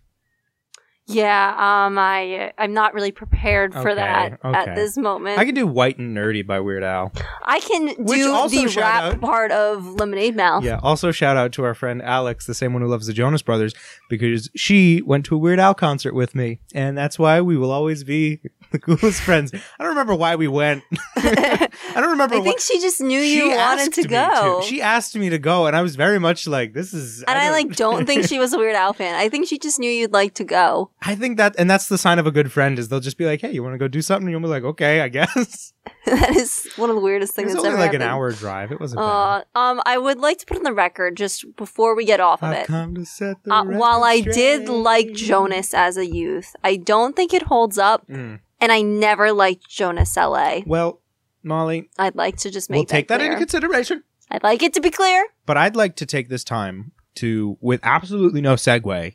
[SPEAKER 4] Yeah, um, I I'm not really prepared for
[SPEAKER 3] Okay,
[SPEAKER 4] that
[SPEAKER 3] okay.
[SPEAKER 4] at this moment.
[SPEAKER 3] I can do White and Nerdy by Weird Al.
[SPEAKER 4] I can
[SPEAKER 3] Which
[SPEAKER 4] do
[SPEAKER 3] also
[SPEAKER 4] the
[SPEAKER 3] shout
[SPEAKER 4] rap
[SPEAKER 3] out-
[SPEAKER 4] part of Lemonade Mouth.
[SPEAKER 3] Yeah. Also, shout out to our friend Alex, the same one who loves the Jonas Brothers, because she went to a Weird Al concert with me, and that's why we will always be the coolest friends. I don't remember why we went. I don't remember.
[SPEAKER 4] I think
[SPEAKER 3] what,
[SPEAKER 4] she just knew you wanted
[SPEAKER 3] asked
[SPEAKER 4] to
[SPEAKER 3] me
[SPEAKER 4] go.
[SPEAKER 3] She asked me to go, and I was very much like, "This is."
[SPEAKER 4] and I, like don't think she was a Weird Al fan. I think she just knew you'd like to go.
[SPEAKER 3] I think that, and that's the sign of a good friend is they'll just be like, "Hey, you want to go do something?" And you'll be like, "Okay, I guess."
[SPEAKER 4] that is one of the weirdest
[SPEAKER 3] It
[SPEAKER 4] things
[SPEAKER 3] was
[SPEAKER 4] that's
[SPEAKER 3] only
[SPEAKER 4] ever
[SPEAKER 3] like an
[SPEAKER 4] happened.
[SPEAKER 3] hour drive. It wasn't. bad.
[SPEAKER 4] Uh, um, I would like to put on the record just before we get off of
[SPEAKER 3] I've
[SPEAKER 4] it.
[SPEAKER 3] come to set the
[SPEAKER 4] Uh, while I
[SPEAKER 3] record
[SPEAKER 4] did
[SPEAKER 3] straight.
[SPEAKER 4] like Jonas as a youth, I don't think it holds up,
[SPEAKER 3] Mm.
[SPEAKER 4] and I never liked Jonas LA.
[SPEAKER 3] Well, Molly,
[SPEAKER 4] I'd like to just make
[SPEAKER 3] we'll take that
[SPEAKER 4] clear.
[SPEAKER 3] into consideration.
[SPEAKER 4] I'd like it to be clear.
[SPEAKER 3] But I'd like to take this time to, with absolutely no segue,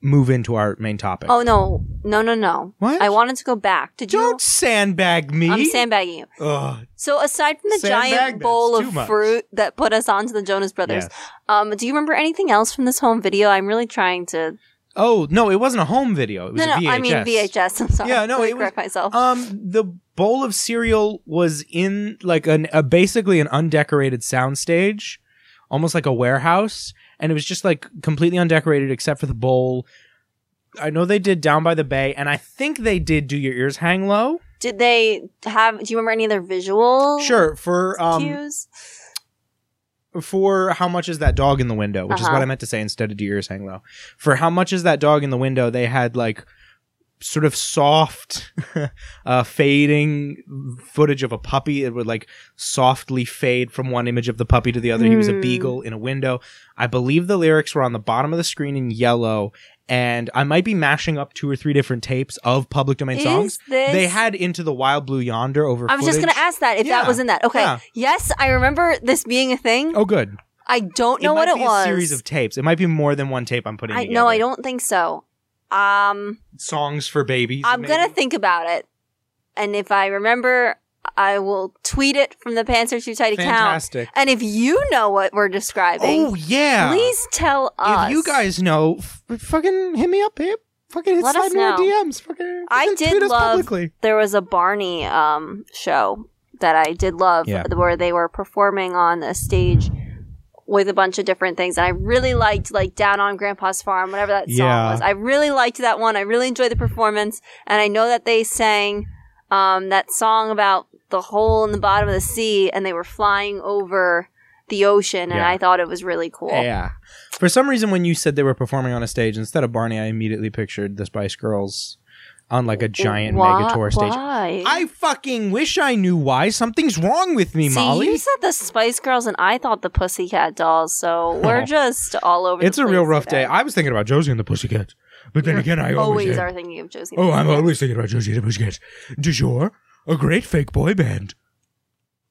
[SPEAKER 3] move into our main topic.
[SPEAKER 4] Oh no, no, no, no!
[SPEAKER 3] what?
[SPEAKER 4] I wanted to go back. Did
[SPEAKER 3] Don't sandbag me.
[SPEAKER 4] you? I'm sandbagging you.
[SPEAKER 3] Ugh,
[SPEAKER 4] So aside from the
[SPEAKER 3] Sandbag,
[SPEAKER 4] giant
[SPEAKER 3] that's
[SPEAKER 4] bowl
[SPEAKER 3] too
[SPEAKER 4] of
[SPEAKER 3] much.
[SPEAKER 4] fruit that put us onto the Jonas Brothers,
[SPEAKER 3] yes.
[SPEAKER 4] um, do you remember anything else from this home video? I'm really trying to.
[SPEAKER 3] Oh no, it wasn't a home video. It was
[SPEAKER 4] No, no,
[SPEAKER 3] a VHS.
[SPEAKER 4] I mean VHS. I'm sorry.
[SPEAKER 3] Yeah, no,
[SPEAKER 4] Let me
[SPEAKER 3] it was-
[SPEAKER 4] correct myself.
[SPEAKER 3] Um, the bowl of cereal was in like an a, basically an undecorated soundstage, almost like a warehouse, and it was just like completely undecorated except for the bowl. I know they did Down by the Bay, and I think they did Do Your Ears Hang Low.
[SPEAKER 4] Did they have? Do you remember any of their visual?
[SPEAKER 3] Sure, for um,
[SPEAKER 4] cues?
[SPEAKER 3] for how much is that dog in the window, which is
[SPEAKER 4] Uh-huh.
[SPEAKER 3] what I meant to say instead of do yours hang low. For how much is that dog in the window, they had like sort of soft, uh, fading footage of a puppy. It would like softly fade from one image of the puppy to the other. He was a
[SPEAKER 4] Hmm.
[SPEAKER 3] beagle in a window. I believe the lyrics were on the bottom of the screen in yellow. And I might be mashing up two or three different tapes of public domain songs.
[SPEAKER 4] Is this?
[SPEAKER 3] They had Into the Wild Blue Yonder over
[SPEAKER 4] I was just
[SPEAKER 3] footage.
[SPEAKER 4] gonna ask that if
[SPEAKER 3] Yeah,
[SPEAKER 4] that was in that. Okay.
[SPEAKER 3] yeah.
[SPEAKER 4] Yes, I remember this being a thing.
[SPEAKER 3] Oh, good.
[SPEAKER 4] I don't know
[SPEAKER 3] it might
[SPEAKER 4] what it
[SPEAKER 3] be
[SPEAKER 4] was.
[SPEAKER 3] a series of tapes. It might be more than one tape I'm putting
[SPEAKER 4] I
[SPEAKER 3] together.
[SPEAKER 4] no, I don't think so. Um,
[SPEAKER 3] songs for babies.
[SPEAKER 4] I'm
[SPEAKER 3] maybe?
[SPEAKER 4] gonna think about it, and if I remember, I will tweet it from the Pants Are Too Tight account.
[SPEAKER 3] Fantastic.
[SPEAKER 4] And if you know what we're describing,
[SPEAKER 3] Oh yeah.
[SPEAKER 4] please tell us.
[SPEAKER 3] if you guys know, f- fucking hit me up, babe. Fucking hit
[SPEAKER 4] Let
[SPEAKER 3] slide
[SPEAKER 4] us
[SPEAKER 3] me
[SPEAKER 4] know.
[SPEAKER 3] our DMs. Fucking,
[SPEAKER 4] I
[SPEAKER 3] fucking
[SPEAKER 4] did
[SPEAKER 3] tweet us
[SPEAKER 4] love-
[SPEAKER 3] publicly.
[SPEAKER 4] there was a Barney um, show that I did love
[SPEAKER 3] Yeah.
[SPEAKER 4] where they were performing on a stage with a bunch of different things. And I really liked like Down on Grandpa's Farm, whatever that song
[SPEAKER 3] Yeah.
[SPEAKER 4] was. I really liked that one. I really enjoyed the performance. And I know that they sang um, that song about the hole in the bottom of the sea and they were flying over the ocean. And
[SPEAKER 3] Yeah.
[SPEAKER 4] I thought it was really cool.
[SPEAKER 3] Yeah. For some reason, when you said they were performing on a stage instead of Barney, I immediately pictured the Spice Girls on like a giant
[SPEAKER 4] Why-
[SPEAKER 3] megator stage.
[SPEAKER 4] Why?
[SPEAKER 3] I fucking wish I knew why. Something's wrong with me,
[SPEAKER 4] See,
[SPEAKER 3] Molly.
[SPEAKER 4] you said the Spice Girls, and I thought the Pussycat Dolls. So we're just all over. the
[SPEAKER 3] Oh. it's a real
[SPEAKER 4] place
[SPEAKER 3] rough
[SPEAKER 4] today.
[SPEAKER 3] day. I was thinking about Josie and the Pussycats, but then again, I always,
[SPEAKER 4] always
[SPEAKER 3] am.
[SPEAKER 4] are thinking of Josie.
[SPEAKER 3] Oh, I'm always thinking about Josie and the Pussycats. Du jour, a great fake boy band.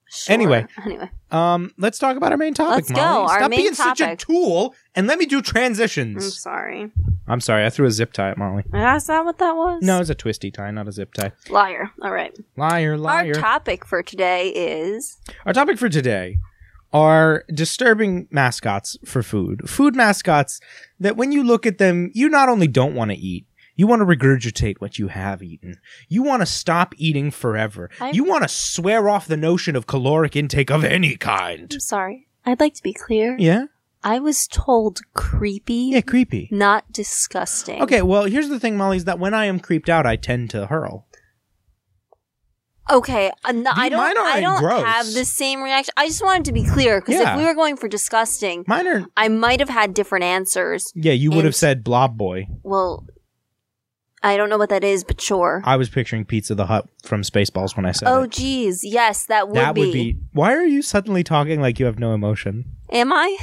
[SPEAKER 4] Sure.
[SPEAKER 3] Anyway.
[SPEAKER 4] Anyway,
[SPEAKER 3] Um, let's talk about our main topic.
[SPEAKER 4] Let's go,
[SPEAKER 3] Molly.
[SPEAKER 4] our
[SPEAKER 3] Stop
[SPEAKER 4] main
[SPEAKER 3] being such a
[SPEAKER 4] topic. Mm.
[SPEAKER 3] tool and let me do
[SPEAKER 4] I'm
[SPEAKER 3] transitions.
[SPEAKER 4] sorry.
[SPEAKER 3] I'm sorry, I threw a zip tie at Molly.
[SPEAKER 4] Is that what that was?
[SPEAKER 3] No, it's a twisty tie, not a zip tie.
[SPEAKER 4] liar. All right.
[SPEAKER 3] Liar, liar.
[SPEAKER 4] Our topic for today is
[SPEAKER 3] Our topic for today are disturbing mascots for food. Food mascots that when you look at them, you not only don't want to eat, you want to regurgitate what you have eaten. You want to stop eating forever.
[SPEAKER 4] I'm-
[SPEAKER 3] you want to swear off the notion of caloric intake of any kind.
[SPEAKER 4] I'm sorry. I'd like to be clear.
[SPEAKER 3] Yeah?
[SPEAKER 4] I was told creepy,
[SPEAKER 3] Yeah, creepy.
[SPEAKER 4] not disgusting.
[SPEAKER 3] Okay, well, here's the thing, Molly, is that when I am creeped out, I tend to hurl.
[SPEAKER 4] Okay, I'm not-
[SPEAKER 3] Dude,
[SPEAKER 4] I don't.
[SPEAKER 3] mine aren't
[SPEAKER 4] I don't
[SPEAKER 3] gross.
[SPEAKER 4] have the same reaction. I just wanted to be clear because
[SPEAKER 3] Yeah.
[SPEAKER 4] if we were going for disgusting,
[SPEAKER 3] Mine are.
[SPEAKER 4] I might have had different answers.
[SPEAKER 3] Yeah, you would have
[SPEAKER 4] And-
[SPEAKER 3] said blob boy.
[SPEAKER 4] Well, I don't know what that is, but sure.
[SPEAKER 3] I was picturing Pizza the Hut from Spaceballs when I said
[SPEAKER 4] Oh,
[SPEAKER 3] it.
[SPEAKER 4] geez, yes, that would,
[SPEAKER 3] that
[SPEAKER 4] be.
[SPEAKER 3] would be. Why are you suddenly talking like you have no emotion?
[SPEAKER 4] Am I?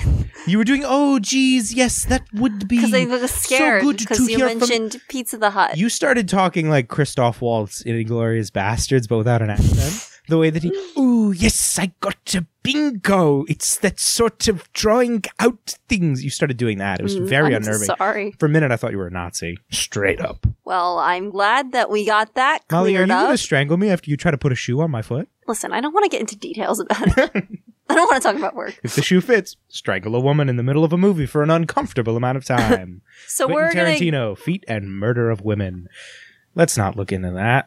[SPEAKER 3] You were doing, oh, geez, yes, that would be.
[SPEAKER 4] Because I was scared
[SPEAKER 3] So good
[SPEAKER 4] because
[SPEAKER 3] to
[SPEAKER 4] you
[SPEAKER 3] hear from-
[SPEAKER 4] mentioned Pizza the Hut.
[SPEAKER 3] You started talking like Christoph Waltz in Inglorious Bastards, but without an accent. the way that he, ooh, yes, I got a bingo. It's that sort of drawing out things. You started doing that. It was
[SPEAKER 4] Mm,
[SPEAKER 3] very
[SPEAKER 4] I'm
[SPEAKER 3] unnerving.
[SPEAKER 4] Sorry.
[SPEAKER 3] For a minute, I thought you were a Nazi. Straight up.
[SPEAKER 4] Well, I'm glad that we got that
[SPEAKER 3] Molly, are you
[SPEAKER 4] cleared up.
[SPEAKER 3] going to strangle me after you try to put a shoe on my foot?
[SPEAKER 4] Listen, I don't want to get into details about it. I don't want to talk about work.
[SPEAKER 3] If the shoe fits, strangle a woman in the middle of a movie for an uncomfortable amount of time.
[SPEAKER 4] So
[SPEAKER 3] Quentin
[SPEAKER 4] we're
[SPEAKER 3] Tarantino, feet and murder of women. Let's not look into that.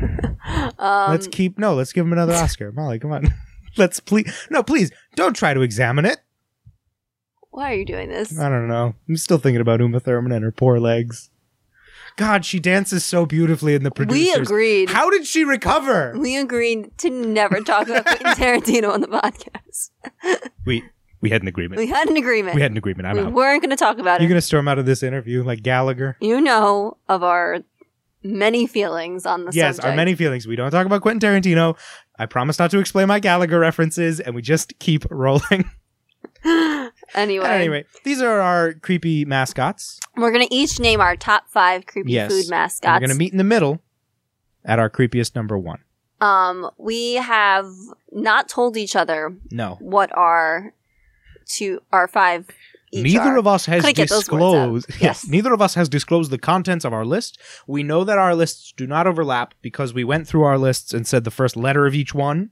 [SPEAKER 4] gonna. Um,
[SPEAKER 3] let's keep no. Let's give him another Oscar, Molly. Come on. let's please no, please don't try to examine it.
[SPEAKER 4] Why are you doing this?
[SPEAKER 3] I don't know. I'm still thinking about Uma Thurman and her poor legs. God, she dances so beautifully in the
[SPEAKER 4] We
[SPEAKER 3] producers.
[SPEAKER 4] agreed.
[SPEAKER 3] How did she recover?
[SPEAKER 4] we agreed to never talk about Quentin Tarantino on the podcast.
[SPEAKER 3] We we had an agreement.
[SPEAKER 4] We had an agreement.
[SPEAKER 3] We had an agreement. I'm
[SPEAKER 4] We
[SPEAKER 3] out.
[SPEAKER 4] weren't going to talk about
[SPEAKER 3] You're
[SPEAKER 4] it.
[SPEAKER 3] gonna storm out of this interview like Gallagher.
[SPEAKER 4] You know of our many feelings on the
[SPEAKER 3] yes,
[SPEAKER 4] subject.
[SPEAKER 3] our many feelings. We don't talk about Quentin Tarantino. I promise not to explain my Gallagher references, and we just keep rolling.
[SPEAKER 4] anyway,
[SPEAKER 3] anyway, these are our creepy mascots.
[SPEAKER 4] we're going to each name our top five creepy
[SPEAKER 3] Yes.
[SPEAKER 4] food
[SPEAKER 3] And
[SPEAKER 4] mascots.
[SPEAKER 3] We're going to meet in the middle at our creepiest number one.
[SPEAKER 4] um, we have not told each other
[SPEAKER 3] No.
[SPEAKER 4] what our two our five. Each
[SPEAKER 3] Neither
[SPEAKER 4] are.
[SPEAKER 3] of us has
[SPEAKER 4] Couldn't get those words out.
[SPEAKER 3] disclosed. Yes.
[SPEAKER 4] Yes.
[SPEAKER 3] neither of us has disclosed the contents of our list. We know that our lists do not overlap because we went through our lists and said the first letter of each one,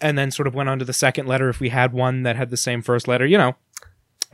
[SPEAKER 3] and then sort of went on to the second letter if we had one that had the same first letter. You know,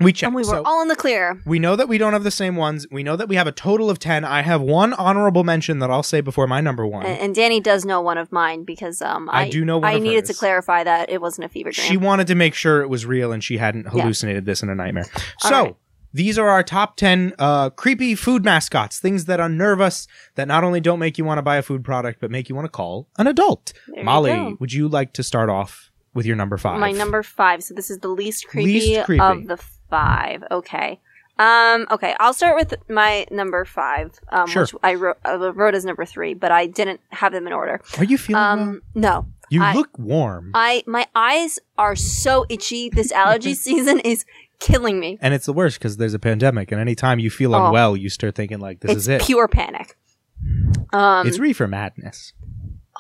[SPEAKER 3] we checked.
[SPEAKER 4] and we were
[SPEAKER 3] So-
[SPEAKER 4] all in the clear.
[SPEAKER 3] We know that we don't have the same ones. We know that we have a total of 10. I have one honorable mention that I'll say before my number one.
[SPEAKER 4] And, and Danny does know one of mine because um,
[SPEAKER 3] I
[SPEAKER 4] I,
[SPEAKER 3] do know one
[SPEAKER 4] I
[SPEAKER 3] of
[SPEAKER 4] needed to
[SPEAKER 3] hers.
[SPEAKER 4] clarify that it wasn't a fever dream.
[SPEAKER 3] she wanted to make sure it was real and she hadn't hallucinated this in a nightmare. So,
[SPEAKER 4] right.
[SPEAKER 3] these are our top 10 uh, creepy food mascots, things that unnerve us, that not only don't make you want to buy a food product, but make you want to call an adult.
[SPEAKER 4] There you
[SPEAKER 3] Molly,
[SPEAKER 4] go.
[SPEAKER 3] would you like to start off with your number five?
[SPEAKER 4] My number five. So this is the least creepy,
[SPEAKER 3] Least creepy.
[SPEAKER 4] of the five. Okay. Um, okay, I'll start with my number five, um,
[SPEAKER 3] Sure.
[SPEAKER 4] which I wrote, I wrote as number three, but I didn't have them in order.
[SPEAKER 3] Are you feeling well?
[SPEAKER 4] Um, no,
[SPEAKER 3] You
[SPEAKER 4] I-
[SPEAKER 3] look warm.
[SPEAKER 4] I my eyes are so itchy. This allergy season is killing me.
[SPEAKER 3] and it's the worst because there's a pandemic, and anytime you feel
[SPEAKER 4] Oh.
[SPEAKER 3] unwell, you start thinking like, "This
[SPEAKER 4] it's
[SPEAKER 3] is it.
[SPEAKER 4] pure panic. Um,
[SPEAKER 3] it's reefer madness."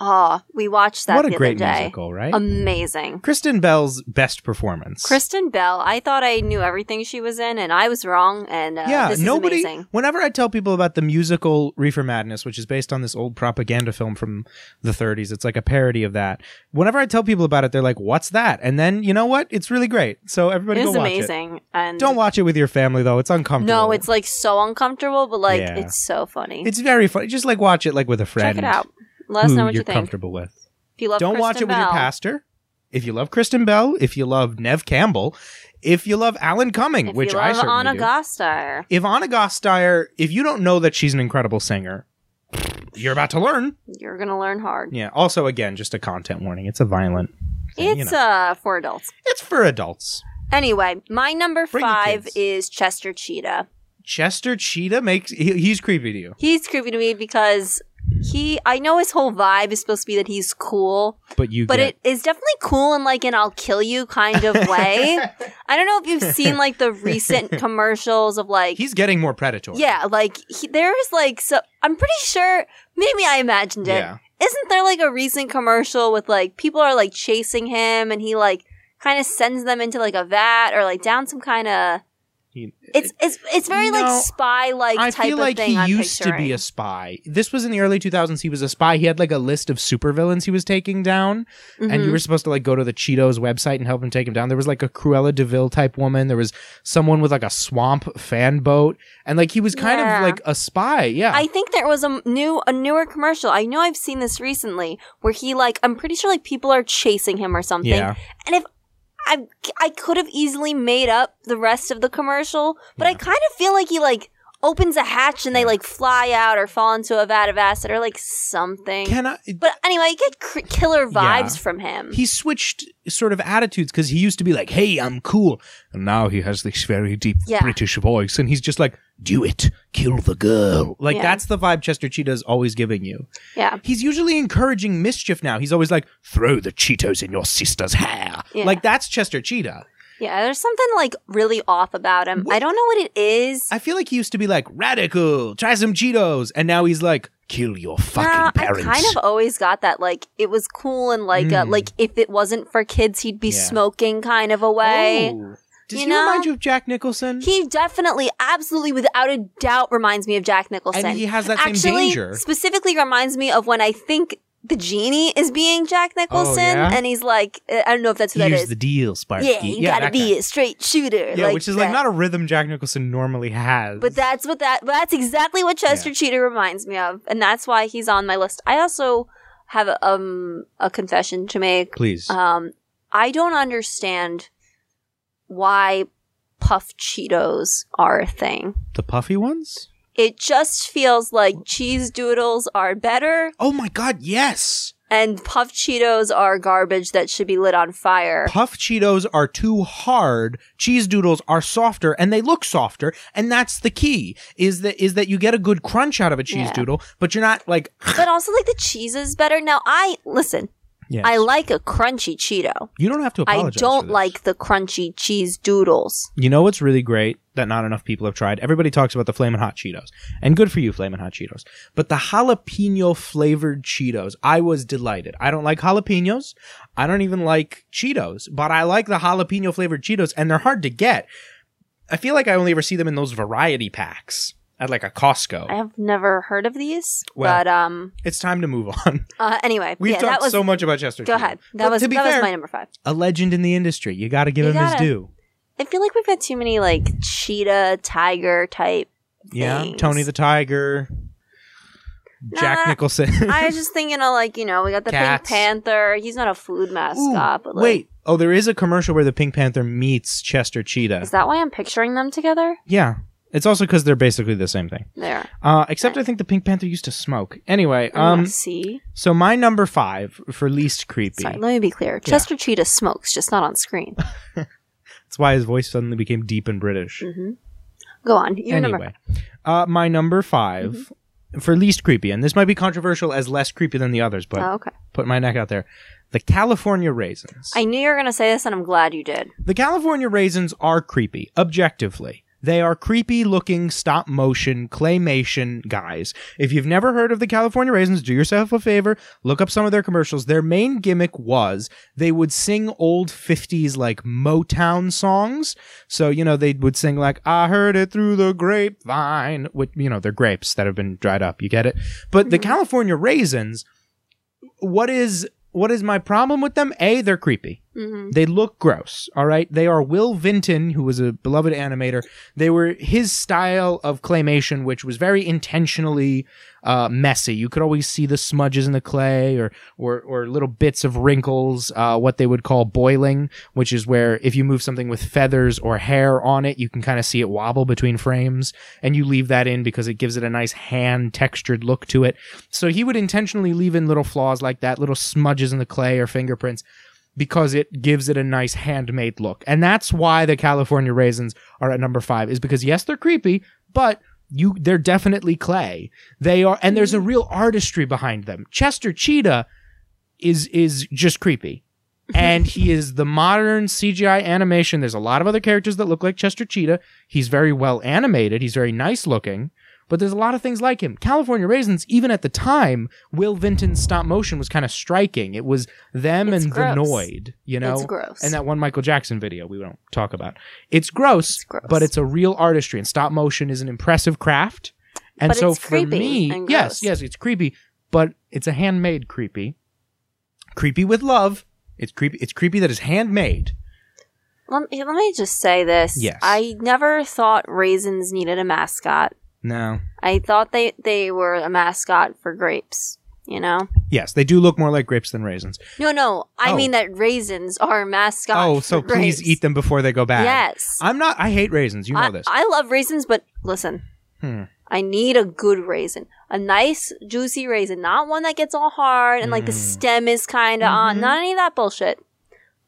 [SPEAKER 4] oh, we watched that.
[SPEAKER 3] What a
[SPEAKER 4] the
[SPEAKER 3] great
[SPEAKER 4] other day.
[SPEAKER 3] musical, right?
[SPEAKER 4] Amazing.
[SPEAKER 3] Kristen Bell's best performance.
[SPEAKER 4] Kristen Bell. I thought I knew everything she was in, and I was wrong. And uh,
[SPEAKER 3] yeah,
[SPEAKER 4] this is
[SPEAKER 3] nobody.
[SPEAKER 4] amazing.
[SPEAKER 3] Whenever I tell people about the musical Reefer Madness, which is based on this old propaganda film from the 30s, it's like a parody of that. Whenever I tell people about it, they're like, "What's that?" And then you know what? It's really great. So everybody
[SPEAKER 4] It
[SPEAKER 3] go
[SPEAKER 4] was
[SPEAKER 3] watch it.
[SPEAKER 4] amazing. And
[SPEAKER 3] Don't watch it with your family though; it's uncomfortable.
[SPEAKER 4] No, it's like so uncomfortable, but like
[SPEAKER 3] Yeah.
[SPEAKER 4] it's so funny.
[SPEAKER 3] it's very funny. Just like watch it like with a friend.
[SPEAKER 4] Check it out. Let us
[SPEAKER 3] who
[SPEAKER 4] know what
[SPEAKER 3] you're
[SPEAKER 4] you think.
[SPEAKER 3] comfortable with.
[SPEAKER 4] If you love
[SPEAKER 3] don't
[SPEAKER 4] Kristen
[SPEAKER 3] watch it with your
[SPEAKER 4] Bell-
[SPEAKER 3] pastor. If you love Kristen Bell, if you love Nev Campbell, if you love Alan Cumming,
[SPEAKER 4] If
[SPEAKER 3] which
[SPEAKER 4] you
[SPEAKER 3] I
[SPEAKER 4] love
[SPEAKER 3] certainly
[SPEAKER 4] Anna
[SPEAKER 3] do.
[SPEAKER 4] Gasteyer,
[SPEAKER 3] if Anna Gasteyer, if you don't know that she's an incredible singer, you're about to learn.
[SPEAKER 4] you're gonna learn hard.
[SPEAKER 3] Yeah. Also, again, just a content warning. It's a violent. thing, you
[SPEAKER 4] it's
[SPEAKER 3] know.
[SPEAKER 4] uh for adults.
[SPEAKER 3] it's for adults.
[SPEAKER 4] Anyway, my number
[SPEAKER 3] Bring the
[SPEAKER 4] five
[SPEAKER 3] kids.
[SPEAKER 4] is Chester Cheetah.
[SPEAKER 3] Chester Cheetah makes he, he's creepy to you,
[SPEAKER 4] He's creepy to me because he I know his whole vibe is supposed to be that he's cool,
[SPEAKER 3] but you
[SPEAKER 4] but
[SPEAKER 3] get
[SPEAKER 4] it is definitely cool in like an I'll kill you kind of way. I don't know if you've seen like the recent commercials of like
[SPEAKER 3] he's getting more predatory.
[SPEAKER 4] Yeah, like he, there is like so. I'm pretty sure. Maybe I imagined it.
[SPEAKER 3] Yeah.
[SPEAKER 4] not there like a recent commercial with like people are like chasing him and he like kind of sends them into like a vat or like down some kind of
[SPEAKER 3] He-
[SPEAKER 4] It's it's it's very
[SPEAKER 3] No,
[SPEAKER 4] like spy like
[SPEAKER 3] I
[SPEAKER 4] type
[SPEAKER 3] feel
[SPEAKER 4] of
[SPEAKER 3] like
[SPEAKER 4] thing.
[SPEAKER 3] he
[SPEAKER 4] I'm
[SPEAKER 3] used to be
[SPEAKER 4] picturing.
[SPEAKER 3] a spy. This was in the early 2000s. He was a spy. He had like a list of supervillains he was taking down, and you
[SPEAKER 4] Mhm.
[SPEAKER 3] were supposed to like go to the Cheetos website and help him take him down. There was like a Cruella Deville type woman. There was someone with like a swamp fan boat, and like he was kind
[SPEAKER 4] Yeah.
[SPEAKER 3] of like a spy. Yeah,
[SPEAKER 4] I think there was a m- new a newer commercial. I know I've seen this recently where he like I'm pretty sure like people are chasing him or something.
[SPEAKER 3] yeah.
[SPEAKER 4] I I could have easily made up the rest of the commercial, but I kind of feel like he like opens a hatch and they like fly out or fall into a vat of acid or like something.
[SPEAKER 3] Can I?
[SPEAKER 4] but anyway, I get cr- killer
[SPEAKER 3] Yeah.
[SPEAKER 4] vibes from him.
[SPEAKER 3] He switched sort of attitudes because he used to be like, "Hey, I'm cool," and now he has this very deep
[SPEAKER 4] Yeah.
[SPEAKER 3] British voice, and he's just like, "Do it, kill the girl." Like
[SPEAKER 4] Yeah.
[SPEAKER 3] that's the vibe Chester Cheetah's always giving you.
[SPEAKER 4] yeah.
[SPEAKER 3] He's usually encouraging mischief now. He's always like, throw the Cheetos in your sister's hair.
[SPEAKER 4] Yeah.
[SPEAKER 3] Like, that's Chester Cheetah.
[SPEAKER 4] Yeah, there's something like really off about him. I don't know what it is.
[SPEAKER 3] I feel like he used to be like, radical, try some Cheetos. And now he's like, kill your fucking
[SPEAKER 4] Nah,
[SPEAKER 3] parents.
[SPEAKER 4] I kind of always got that like it was cool and like uh,
[SPEAKER 3] Mm.
[SPEAKER 4] like if it wasn't for kids, he'd be
[SPEAKER 3] Yeah.
[SPEAKER 4] smoking kind of a way.
[SPEAKER 3] Oh. Does
[SPEAKER 4] You
[SPEAKER 3] he remind
[SPEAKER 4] know?
[SPEAKER 3] you of Jack Nicholson?
[SPEAKER 4] He definitely, absolutely, without a doubt, reminds me of Jack Nicholson.
[SPEAKER 3] and he has that
[SPEAKER 4] Actually,
[SPEAKER 3] same danger.
[SPEAKER 4] specifically reminds me of when I think the genie is being Jack Nicholson,
[SPEAKER 3] Oh, yeah?
[SPEAKER 4] and he's like, uh, I don't know if that's who that
[SPEAKER 3] Here's
[SPEAKER 4] is.
[SPEAKER 3] the deal, Sparky.
[SPEAKER 4] yeah, you gotta
[SPEAKER 3] that
[SPEAKER 4] be
[SPEAKER 3] guy.
[SPEAKER 4] a straight shooter.
[SPEAKER 3] Yeah,
[SPEAKER 4] like
[SPEAKER 3] which is
[SPEAKER 4] that.
[SPEAKER 3] like not a rhythm Jack Nicholson normally has.
[SPEAKER 4] But that's what that. But that's exactly what Chester Cheetah reminds me of, and that's why he's on my list. I also have um a confession to make.
[SPEAKER 3] Please.
[SPEAKER 4] Um, I don't understand why puff Cheetos are a thing.
[SPEAKER 3] the puffy ones?
[SPEAKER 4] It just feels like cheese doodles are better,
[SPEAKER 3] Oh my god, yes!
[SPEAKER 4] and puff Cheetos are garbage that should be lit on fire.
[SPEAKER 3] Puff Cheetos are too hard. Cheese doodles are softer and they look softer. And that's the key is that, is that you get a good crunch out of a cheese
[SPEAKER 4] Yeah.
[SPEAKER 3] doodle, but you're not like,
[SPEAKER 4] But also, like the cheese is better. Now, I listen.
[SPEAKER 3] Yes.
[SPEAKER 4] I like a crunchy Cheeto.
[SPEAKER 3] you don't have to
[SPEAKER 4] I
[SPEAKER 3] apologize. for
[SPEAKER 4] don't
[SPEAKER 3] this.
[SPEAKER 4] like the crunchy cheese doodles.
[SPEAKER 3] You know what's really great that not enough people have tried? Everybody talks about the Flamin' Hot Cheetos. And good for you, Flamin' Hot Cheetos. But the jalapeno flavored Cheetos, I was delighted. I don't like jalapenos. I don't even like Cheetos, but I like the jalapeno flavored Cheetos, and they're hard to get. I feel like I only ever see them in those variety packs at like a Costco.
[SPEAKER 4] I have never heard of these,
[SPEAKER 3] Well-
[SPEAKER 4] but um.
[SPEAKER 3] It's time to move on.
[SPEAKER 4] Uh, anyway,
[SPEAKER 3] We've
[SPEAKER 4] yeah, that
[SPEAKER 3] talked
[SPEAKER 4] was.
[SPEAKER 3] so much about Chester.
[SPEAKER 4] go
[SPEAKER 3] Cheetah.
[SPEAKER 4] ahead. That
[SPEAKER 3] But
[SPEAKER 4] was
[SPEAKER 3] to be
[SPEAKER 4] that
[SPEAKER 3] fair,
[SPEAKER 4] was my number five.
[SPEAKER 3] a legend in the industry. You got to give
[SPEAKER 4] You
[SPEAKER 3] him his
[SPEAKER 4] gotta.
[SPEAKER 3] due.
[SPEAKER 4] I feel like we've had too many like cheetah, tiger type.
[SPEAKER 3] Yeah,
[SPEAKER 4] things.
[SPEAKER 3] Tony the Tiger, Jack
[SPEAKER 4] Nah,
[SPEAKER 3] Nicholson.
[SPEAKER 4] I was just thinking of like you know we got the
[SPEAKER 3] Cats.
[SPEAKER 4] Pink Panther. He's not a food
[SPEAKER 3] Ooh,
[SPEAKER 4] mascot, but like,
[SPEAKER 3] wait. Oh, there is a commercial where the Pink Panther meets Chester Cheetah.
[SPEAKER 4] is that why I'm picturing them together?
[SPEAKER 3] yeah. It's also because they're basically the same thing.
[SPEAKER 4] There,
[SPEAKER 3] Uh, except I think the Pink Panther used to smoke. Anyway,
[SPEAKER 4] um,
[SPEAKER 3] um,
[SPEAKER 4] see.
[SPEAKER 3] so my number five for least creepy.
[SPEAKER 4] Sorry, let me be clear. Chester Cheetah smokes, just not on screen.
[SPEAKER 3] That's why his voice suddenly became deep and British.
[SPEAKER 4] hmm Go on. Your number. Mm-hmm.
[SPEAKER 3] anyway, uh, my number 5 for least creepy, and this might be controversial as less creepy than the others, but
[SPEAKER 4] Oh, okay.
[SPEAKER 3] put my neck out there. The California raisins.
[SPEAKER 4] I knew you were gonna say this, and I'm glad you did.
[SPEAKER 3] The California raisins are creepy, objectively. They are creepy looking stop motion claymation guys. If you've never heard of the California Raisins, do yourself a favor, look up some of their commercials. Their main gimmick was they would sing old 50s like Motown songs. So, you know, they would sing like, I heard it through the grapevine, with, you know, they're grapes that have been dried up. You get it? But the California Raisins, what is, what is my problem with them? A, they're creepy.
[SPEAKER 4] hmm
[SPEAKER 3] They look gross. All right. They are Will Vinton, who was a beloved animator. They were his style of claymation, which was very intentionally uh, messy. You could always see the smudges in the clay or or, or little bits of wrinkles, uh, what they would call boiling, which is where if you move something with feathers or hair on it, you can kind of see it wobble between frames. And you leave that in because it gives it a nice hand textured look to it. So he would intentionally leave in little flaws like that, little smudges in the clay or fingerprints because it gives it a nice handmade look. And that's why the California raisins are at number 5 is because yes, they're creepy, but you they're definitely clay. They are and
[SPEAKER 4] Mm-hmm.
[SPEAKER 3] there's a real artistry behind them. Chester Cheetah is is just creepy. and he is the modern CGI animation. There's a lot of other characters that look like Chester Cheetah. He's very well animated. He's very nice looking. But there's a lot of things like him. California Raisins, even at the time, Will Vinton's stop motion was kind of striking. It was them
[SPEAKER 4] It's
[SPEAKER 3] and
[SPEAKER 4] gross.
[SPEAKER 3] the Noid, you know?
[SPEAKER 4] It's gross.
[SPEAKER 3] And that one Michael Jackson video we don't talk about. It's gross,
[SPEAKER 4] It's gross.
[SPEAKER 3] but it's a real artistry, and stop motion is an impressive craft. And
[SPEAKER 4] But
[SPEAKER 3] so
[SPEAKER 4] it's
[SPEAKER 3] for
[SPEAKER 4] creepy
[SPEAKER 3] me,
[SPEAKER 4] and
[SPEAKER 3] yes,
[SPEAKER 4] gross.
[SPEAKER 3] yes, it's creepy, but it's a handmade creepy. Creepy with love. It's creepy. It's creepy that it's handmade.
[SPEAKER 4] Let me, let me just say this.
[SPEAKER 3] Yes.
[SPEAKER 4] I never thought raisins needed a mascot.
[SPEAKER 3] No.
[SPEAKER 4] I thought they, they were a mascot for grapes, you know?
[SPEAKER 3] Yes, they do look more like grapes than raisins.
[SPEAKER 4] No, no. I
[SPEAKER 3] Oh.
[SPEAKER 4] mean that raisins are a mascot.
[SPEAKER 3] oh,
[SPEAKER 4] for
[SPEAKER 3] so please
[SPEAKER 4] grapes.
[SPEAKER 3] eat them before they go bad.
[SPEAKER 4] Yes.
[SPEAKER 3] I'm not. I hate raisins. You know
[SPEAKER 4] I,
[SPEAKER 3] this.
[SPEAKER 4] I love raisins, but listen,
[SPEAKER 3] Hmm.
[SPEAKER 4] I need a good raisin. A nice, juicy raisin, not one that gets all hard and like
[SPEAKER 3] Hmm.
[SPEAKER 4] the stem is kind of on. Not any of that bullshit.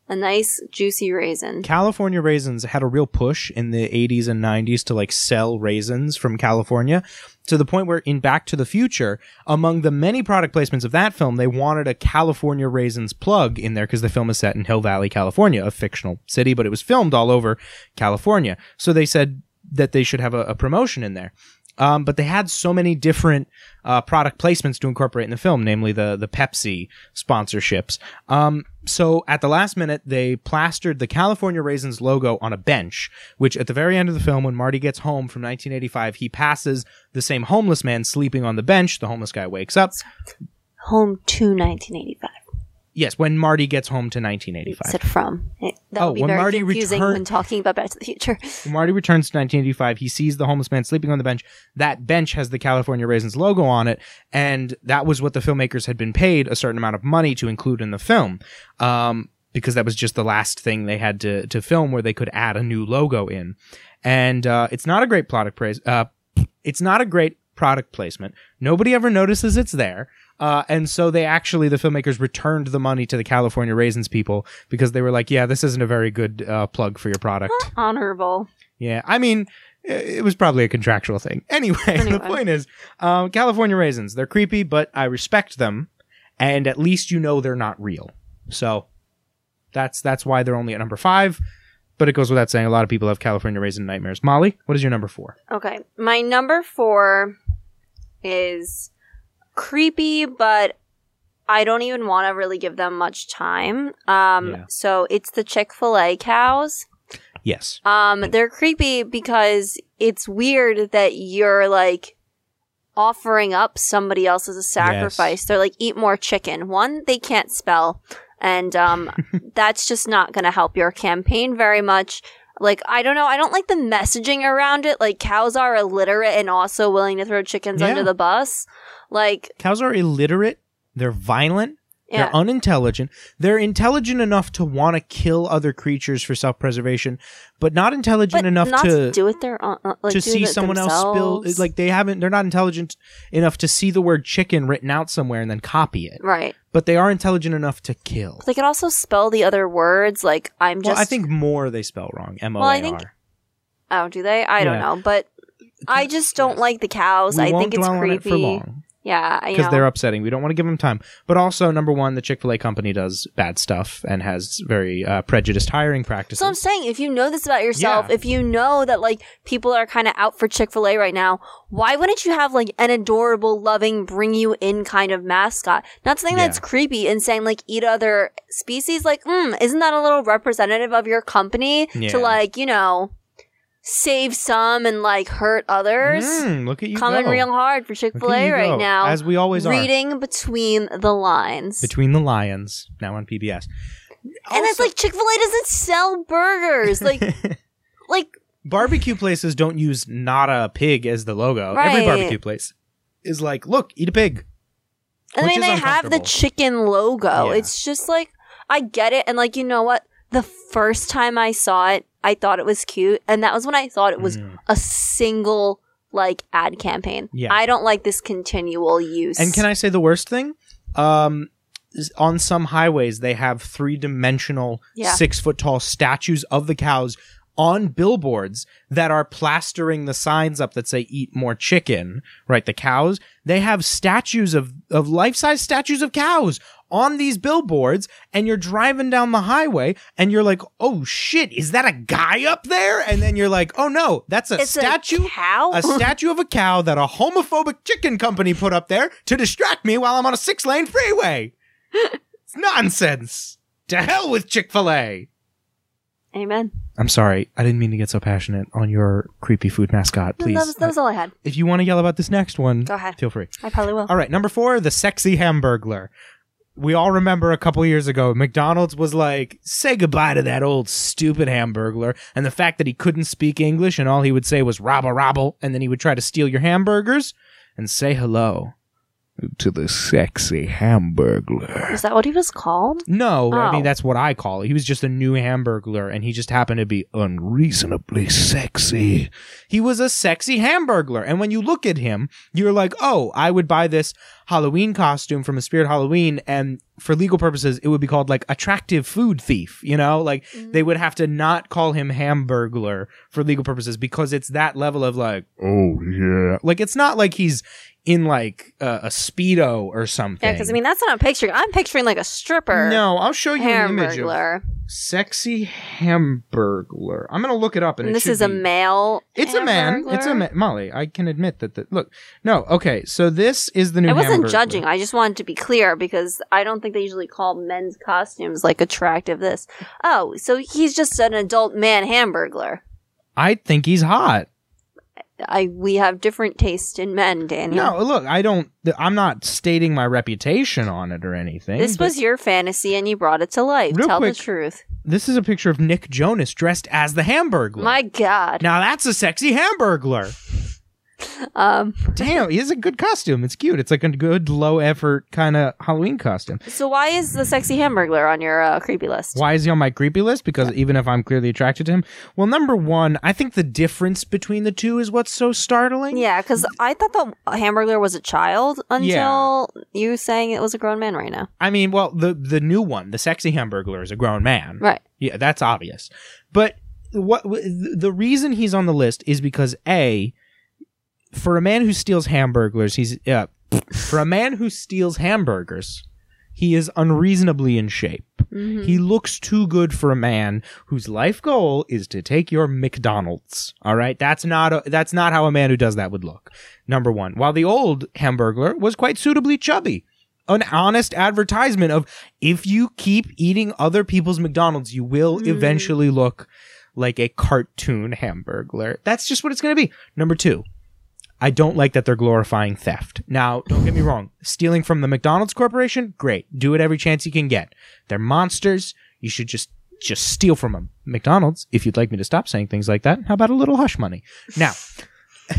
[SPEAKER 4] A nice, juicy raisin.
[SPEAKER 3] California raisins had a real push in the 80s and 90s to like sell raisins from California to the point where in Back to the Future, among the many product placements of that film, they wanted a California raisins plug in there because the film is set in Hill Valley, California, a fictional city, but it was filmed all over California. So they said that they should have a, a promotion in there. Um, but they had so many different uh, product placements to incorporate in the film, namely the the Pepsi sponsorships. Um, so at the last minute, they plastered the California Raisins logo on a bench, which at the very end of the film, when Marty gets home from 1985, he passes the same homeless man sleeping on the bench. The homeless guy wakes up.
[SPEAKER 4] Home to 1985.
[SPEAKER 3] Yes, when Marty gets home to
[SPEAKER 4] It
[SPEAKER 3] 1985.
[SPEAKER 4] Said from. It, that
[SPEAKER 3] Oh,
[SPEAKER 4] would be
[SPEAKER 3] when
[SPEAKER 4] very
[SPEAKER 3] Marty
[SPEAKER 4] confusing
[SPEAKER 3] returned-
[SPEAKER 4] when talking about Back to the Future.
[SPEAKER 3] When Marty returns to 1985. He sees the homeless man sleeping on the bench. That bench has the California Raisins logo on it, and that was what the filmmakers had been paid a certain amount of money to include in the film, um, because that was just the last thing they had to to film where they could add a new logo in. And uh, it's not a great product praise. Uh, it's not a great product placement. Nobody ever notices it's there. Uh, and so they actually, the filmmakers returned the money to the California Raisins people because they were like, yeah, this isn't a very good uh, plug for your product.
[SPEAKER 4] Honorable.
[SPEAKER 3] Yeah, I mean, i- it was probably a contractual thing. Anyway, the
[SPEAKER 4] Anyway.
[SPEAKER 3] point is, um, California raisins, they're creepy, but I respect them, and at least you know they're not real. So that's that's why they're only at number five. But it goes without saying, a lot of people have California raisin nightmares. Molly, what is your number four?
[SPEAKER 4] Okay. My number four is creepy, but I don't even want to really give them much time. Um,
[SPEAKER 3] Yeah.
[SPEAKER 4] So it's the Chick fil A cows.
[SPEAKER 3] Yes,
[SPEAKER 4] Um, they're creepy because it's weird that you're like offering up somebody else as a sacrifice. They're like, eat more chicken. One, they can't spell. And um, that's just not going to help your campaign very much. Like, I don't know. I don't like the messaging around it. Like, cows are illiterate and also willing to throw chickens
[SPEAKER 3] Yeah.
[SPEAKER 4] under the bus. Like,
[SPEAKER 3] cows are illiterate. They're violent.
[SPEAKER 4] yeah.
[SPEAKER 3] They're unintelligent. They're intelligent enough to want to kill other creatures for self-preservation, but not intelligent
[SPEAKER 4] but
[SPEAKER 3] enough
[SPEAKER 4] not
[SPEAKER 3] to
[SPEAKER 4] do it their own. uh, Like, do
[SPEAKER 3] to see
[SPEAKER 4] it
[SPEAKER 3] someone else
[SPEAKER 4] themselves.
[SPEAKER 3] spill like they haven't they're not intelligent enough to see the word chicken written out somewhere and then copy it
[SPEAKER 4] right.
[SPEAKER 3] but they are intelligent enough to kill
[SPEAKER 4] They could also spell the other words. Like, I'm just.
[SPEAKER 3] well i think more they spell wrong m-o-a-r
[SPEAKER 4] I think- Oh, do they? I don't
[SPEAKER 3] Yeah.
[SPEAKER 4] know, but I just don't like the cows.
[SPEAKER 3] we
[SPEAKER 4] I
[SPEAKER 3] won't
[SPEAKER 4] think it's
[SPEAKER 3] dwell on
[SPEAKER 4] creepy.
[SPEAKER 3] it for long
[SPEAKER 4] Yeah, I
[SPEAKER 3] because
[SPEAKER 4] know.
[SPEAKER 3] they're upsetting we don't want to give them time but also number one the chick-fil-a company does bad stuff and has very uh, prejudiced hiring practices
[SPEAKER 4] so I'm saying, if you know this about yourself,
[SPEAKER 3] Yeah.
[SPEAKER 4] if you know that like people are kind of out for Chick Fil A right now, why wouldn't you have like an adorable, loving, bring you in kind of mascot? Not something that's
[SPEAKER 3] Yeah.
[SPEAKER 4] creepy and saying like eat other species. Like, mm, isn't that a little representative of your company
[SPEAKER 3] Yeah.
[SPEAKER 4] to like you know save some and like hurt others?
[SPEAKER 3] Mm, look at you
[SPEAKER 4] Coming
[SPEAKER 3] go.
[SPEAKER 4] real hard for Chick
[SPEAKER 3] Look at
[SPEAKER 4] Fil A
[SPEAKER 3] you
[SPEAKER 4] right
[SPEAKER 3] go.
[SPEAKER 4] now.
[SPEAKER 3] as we always are
[SPEAKER 4] reading between the lines.
[SPEAKER 3] between the lions now on pbs
[SPEAKER 4] and it's
[SPEAKER 3] Also-
[SPEAKER 4] like Chick Fil A doesn't sell burgers. Like, like
[SPEAKER 3] barbecue places don't use not a pig as the logo. Every
[SPEAKER 4] Right.
[SPEAKER 3] barbecue place is like, look, eat a pig.
[SPEAKER 4] I
[SPEAKER 3] Which
[SPEAKER 4] mean,
[SPEAKER 3] is
[SPEAKER 4] they have the
[SPEAKER 3] uncomfortable.
[SPEAKER 4] chicken logo.
[SPEAKER 3] Yeah.
[SPEAKER 4] It's just like I get it, and like you know what? The first time I saw it, I thought it was cute, and that was when I thought it was
[SPEAKER 3] Mm.
[SPEAKER 4] a single like ad campaign.
[SPEAKER 3] Yeah.
[SPEAKER 4] I don't like this continual use.
[SPEAKER 3] And can I say the worst thing? Um, is on some highways, they have three dimensional,
[SPEAKER 4] Yeah.
[SPEAKER 3] six foot tall statues of the cows on billboards that are plastering the signs up that say eat more chicken right the cows they have statues of of life-size statues of cows on these billboards and you're driving down the highway and you're like, oh shit, is that a guy up there? And then you're like, oh no, that's a
[SPEAKER 4] It's a
[SPEAKER 3] statue.
[SPEAKER 4] cow?
[SPEAKER 3] a statue of a cow that a homophobic chicken company put up there to distract me while I'm on a six lane freeway. it's nonsense. To hell with Chick fil A.
[SPEAKER 4] Amen.
[SPEAKER 3] I'm sorry. I didn't mean to get so passionate on your creepy food mascot.
[SPEAKER 4] No,
[SPEAKER 3] Please.
[SPEAKER 4] that was, that was all I had.
[SPEAKER 3] if you want to yell about this next one,
[SPEAKER 4] Go ahead.
[SPEAKER 3] feel free.
[SPEAKER 4] I probably will.
[SPEAKER 3] All right, number four, the sexy hamburglar. We all remember a couple years ago, McDonald's was like, say goodbye to that old stupid hamburglar. And the fact that he couldn't speak English and all he would say was robble robble, and then he would try to steal your hamburgers and say hello to the sexy hamburglar.
[SPEAKER 4] Is that what he was called?
[SPEAKER 3] No, I
[SPEAKER 4] Oh.
[SPEAKER 3] mean, that's what I call it. He was just a new hamburglar and he just happened to be unreasonably sexy. He was a sexy hamburglar. And when you look at him, you're like, oh, I would buy this Halloween costume from a Spirit Halloween. And for legal purposes, it would be called like attractive food thief. You know, like
[SPEAKER 4] Mm-hmm.
[SPEAKER 3] they would have to not call him hamburglar for legal purposes because it's that level of like, oh, yeah. Like it's not like he's in like a a Speedo or something.
[SPEAKER 4] Yeah, because I mean that's not a picture. I'm picturing like a stripper.
[SPEAKER 3] no, I'll show you an image of
[SPEAKER 4] Hamburglar.
[SPEAKER 3] Sexy Hamburglar. I'm gonna look it up, and,
[SPEAKER 4] And
[SPEAKER 3] it
[SPEAKER 4] this
[SPEAKER 3] should
[SPEAKER 4] is a
[SPEAKER 3] be-
[SPEAKER 4] male.
[SPEAKER 3] It's a man. It's a
[SPEAKER 4] hamburglar?
[SPEAKER 3] man. Molly, I can admit that. The- look, no, okay. So this is the new.
[SPEAKER 4] I wasn't
[SPEAKER 3] Hamburglar.
[SPEAKER 4] judging. I just wanted to be clear because I don't think they usually call men's costumes like attractive this. Oh, so he's just an adult man hamburglar.
[SPEAKER 3] I think he's hot.
[SPEAKER 4] I we have different taste in men, Daniel.
[SPEAKER 3] No, look, I don't. th- I'm not stating my reputation on it or anything.
[SPEAKER 4] this
[SPEAKER 3] but
[SPEAKER 4] was your fantasy and you brought it to life.
[SPEAKER 3] Real
[SPEAKER 4] Tell
[SPEAKER 3] quick,
[SPEAKER 4] the truth.
[SPEAKER 3] This is a picture of Nick Jonas dressed as the Hamburglar.
[SPEAKER 4] My God.
[SPEAKER 3] now that's a sexy Hamburglar.
[SPEAKER 4] Um
[SPEAKER 3] Damn, he has a good costume. It's cute. It's like a good low effort kind of Halloween costume.
[SPEAKER 4] so why is the sexy hamburglar on your uh, creepy list?
[SPEAKER 3] Why is he on my creepy list? Because even if I'm clearly attracted to him, well, number one, I think the difference between the two is what's so startling.
[SPEAKER 4] Yeah, because I thought the hamburglar was a child
[SPEAKER 3] Yeah.
[SPEAKER 4] until you saying it was a grown man right now.
[SPEAKER 3] I mean, well, the the new one, the sexy hamburglar, is a grown man.
[SPEAKER 4] Right.
[SPEAKER 3] Yeah, that's obvious. But what w- the reason he's on the list is because a for a man who steals hamburgers, he's uh, for a man who steals hamburgers, he is unreasonably in shape. He looks too good for a man whose life goal is to take your McDonald's. All right, that's not a, that's not how a man who does that would look. Number one, while the old hamburglar was quite suitably chubby, an honest advertisement of if you keep eating other people's McDonald's, you will eventually look like a cartoon hamburglar. That's just what it's going to be. Number two. I don't like that they're glorifying theft. Now, don't get me wrong. Stealing from the McDonald's Corporation, great. Do it every chance you can get. They're monsters. You should just just steal from them. McDonald's, if you'd like me to stop saying things like that, how about a little hush money? Now,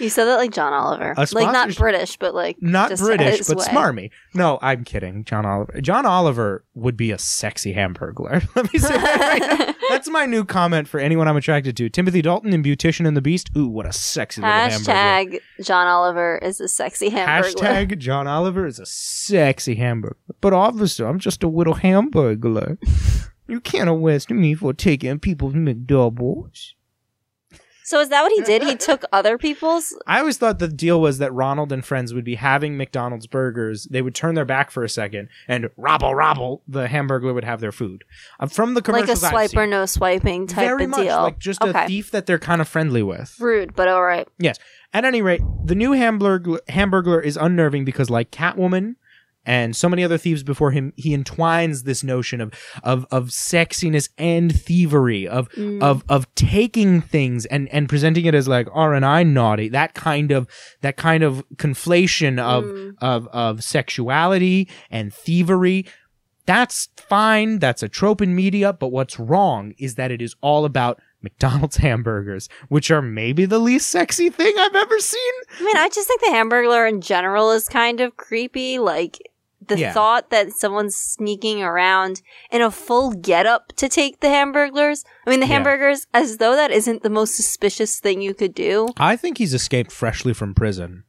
[SPEAKER 4] You said that like John Oliver,
[SPEAKER 3] A
[SPEAKER 4] like not
[SPEAKER 3] sponsorship-
[SPEAKER 4] British, but like
[SPEAKER 3] not
[SPEAKER 4] just
[SPEAKER 3] British,
[SPEAKER 4] his
[SPEAKER 3] but
[SPEAKER 4] way.
[SPEAKER 3] smarmy. No, I'm kidding. John Oliver. John Oliver would be a sexy hamburglar. Let me say that right now. That's my new comment for anyone I'm attracted to. Timothy Dalton in Beautician and the Beast. Ooh, what a sexy little hamburger.
[SPEAKER 4] Hashtag John Oliver is a sexy hamburglar.
[SPEAKER 3] Hashtag John Oliver is a sexy hamburger. But officer, I'm just a little hamburglar. you can't arrest me for taking people's McDoubles.
[SPEAKER 4] So is that what he did? He took other people's.
[SPEAKER 3] I always thought the deal was that Ronald and friends would be having McDonald's burgers. They would turn their back for a second and robble robble. The hamburger would have their food uh, from the
[SPEAKER 4] Like a
[SPEAKER 3] commercials. I've
[SPEAKER 4] swipe or
[SPEAKER 3] seen,
[SPEAKER 4] no swiping type
[SPEAKER 3] very
[SPEAKER 4] of
[SPEAKER 3] much
[SPEAKER 4] deal.
[SPEAKER 3] like just
[SPEAKER 4] okay.
[SPEAKER 3] a thief that they're kind of friendly with.
[SPEAKER 4] Rude, but all right.
[SPEAKER 3] Yes. At any rate, the new hamburger hamburglar is unnerving because, like Catwoman and so many other thieves before him, he entwines this notion of of of sexiness and thievery, of
[SPEAKER 4] Mm.
[SPEAKER 3] of of taking things and and presenting it as like R and I naughty. That kind of that kind of conflation of
[SPEAKER 4] Mm.
[SPEAKER 3] of of sexuality and thievery. That's fine. That's a trope in media. But what's wrong is that it is all about McDonald's hamburgers, which are maybe the least sexy thing I've ever seen.
[SPEAKER 4] I mean, I just think the hamburglar in general is kind of creepy. Like the
[SPEAKER 3] Yeah.
[SPEAKER 4] thought that someone's sneaking around in a full getup to take the hamburglers. I mean, the
[SPEAKER 3] Yeah.
[SPEAKER 4] hamburgers, as though that isn't the most suspicious thing you could do.
[SPEAKER 3] I think he's escaped freshly from prison.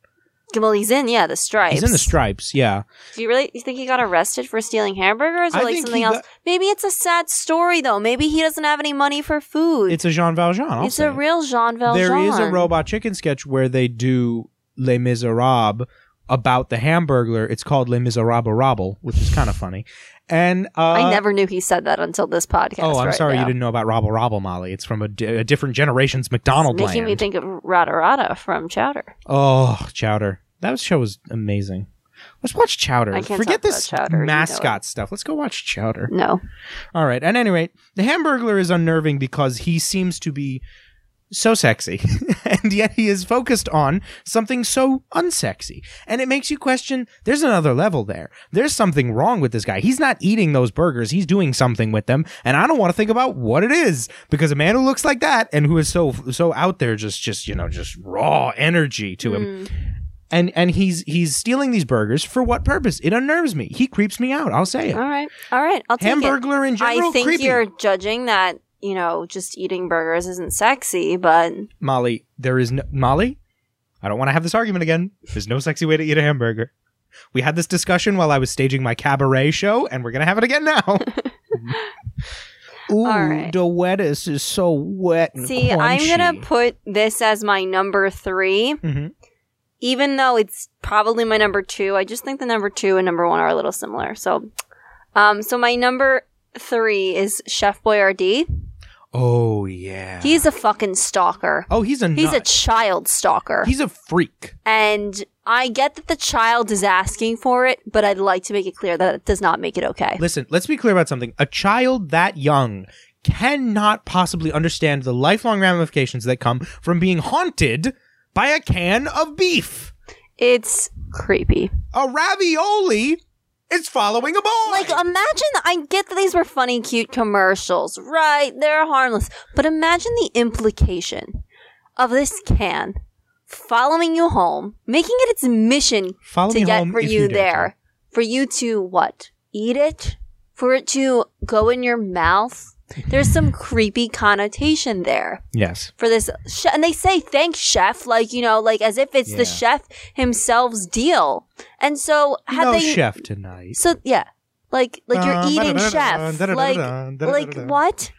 [SPEAKER 4] Well, he's in, yeah, the stripes.
[SPEAKER 3] He's in the stripes, yeah.
[SPEAKER 4] Do you really you think he got arrested for stealing hamburgers or
[SPEAKER 3] I
[SPEAKER 4] like
[SPEAKER 3] think
[SPEAKER 4] something
[SPEAKER 3] he
[SPEAKER 4] else?
[SPEAKER 3] got-
[SPEAKER 4] Maybe it's a sad story though. Maybe he doesn't have any money for food.
[SPEAKER 3] It's a Jean Valjean. I'll
[SPEAKER 4] It's
[SPEAKER 3] say
[SPEAKER 4] a
[SPEAKER 3] it.
[SPEAKER 4] real Jean Valjean.
[SPEAKER 3] There is a robot chicken sketch where they do Les Miserables about the Hamburglar. It's called Les Miserables Robble, which is kind of funny. And uh,
[SPEAKER 4] I never knew he said that until this podcast.
[SPEAKER 3] Oh, I'm
[SPEAKER 4] right
[SPEAKER 3] sorry
[SPEAKER 4] now.
[SPEAKER 3] you didn't know about Robble Robble Molly. It's from a, di- a different generation's McDonald
[SPEAKER 4] Making
[SPEAKER 3] land.
[SPEAKER 4] me think of Rada Rada from Chowder.
[SPEAKER 3] oh, Chowder. That show was amazing. Let's watch Chowder.
[SPEAKER 4] I can't talk about
[SPEAKER 3] Forget this
[SPEAKER 4] Chowder, you know
[SPEAKER 3] mascot stuff. Let's go watch Chowder.
[SPEAKER 4] No,
[SPEAKER 3] All right. And anyway, the Hamburglar is unnerving because he seems to be so sexy, and yet he is focused on something so unsexy. And it makes you question there's another level there. There's something wrong with this guy. He's not eating those burgers, he's doing something with them. And I don't want to think about what it is because a man who looks like that and who is so, so out there, just, just, you know, just raw energy to
[SPEAKER 4] Mm.
[SPEAKER 3] him
[SPEAKER 4] Hmm.
[SPEAKER 3] and and he's he's stealing these burgers for what purpose? It unnerves me. He creeps me out. I'll say
[SPEAKER 4] all
[SPEAKER 3] it.
[SPEAKER 4] right, all right. I'll take it.
[SPEAKER 3] Hamburglar in general,
[SPEAKER 4] I think
[SPEAKER 3] creepy.
[SPEAKER 4] you're judging that you know just eating burgers isn't sexy, but
[SPEAKER 3] Molly, there is no Molly. I don't want to have this argument again. There's no sexy way to eat a hamburger. We had this discussion while I was staging my cabaret show, and we're gonna have it again now. Ooh,
[SPEAKER 4] right.
[SPEAKER 3] the lettuce is so wet. And
[SPEAKER 4] see, I'm gonna put this as my number three,
[SPEAKER 3] Mhm.
[SPEAKER 4] even though it's probably my number two. I just think the number two and number one are a little similar. So, um, so my number three is Chef Boyardee.
[SPEAKER 3] Oh yeah.
[SPEAKER 4] He's a fucking stalker.
[SPEAKER 3] oh he's a
[SPEAKER 4] He's a
[SPEAKER 3] nut.
[SPEAKER 4] child stalker.
[SPEAKER 3] he's a freak.
[SPEAKER 4] And I get that the child is asking for it, but I'd like to make it clear that it does not make it okay.
[SPEAKER 3] Listen, let's be clear about something. A child that young cannot possibly understand the lifelong ramifications that come from being haunted by a can of beef.
[SPEAKER 4] It's creepy.
[SPEAKER 3] A ravioli is following a ball.
[SPEAKER 4] Like, imagine, I get that these were funny, cute commercials, right? They're harmless. But imagine the implication of this can following you home, making it its mission
[SPEAKER 3] Follow
[SPEAKER 4] to
[SPEAKER 3] me
[SPEAKER 4] get
[SPEAKER 3] home
[SPEAKER 4] for
[SPEAKER 3] if
[SPEAKER 4] you
[SPEAKER 3] dare to.
[SPEAKER 4] there. For you to what? Eat it? For it to go in your mouth? There's some creepy connotation there.
[SPEAKER 3] Yes.
[SPEAKER 4] for this sh- and they say thanks chef like you know like as if it's
[SPEAKER 3] Yeah.
[SPEAKER 4] the chef himself's deal and so had
[SPEAKER 3] no
[SPEAKER 4] they
[SPEAKER 3] chef tonight. Uh,
[SPEAKER 4] so yeah like like
[SPEAKER 3] Dun,
[SPEAKER 4] you're eating
[SPEAKER 3] da-da-da-da,
[SPEAKER 4] chef
[SPEAKER 3] da-da-da-da,
[SPEAKER 4] like
[SPEAKER 3] da-da-da-da.
[SPEAKER 4] like what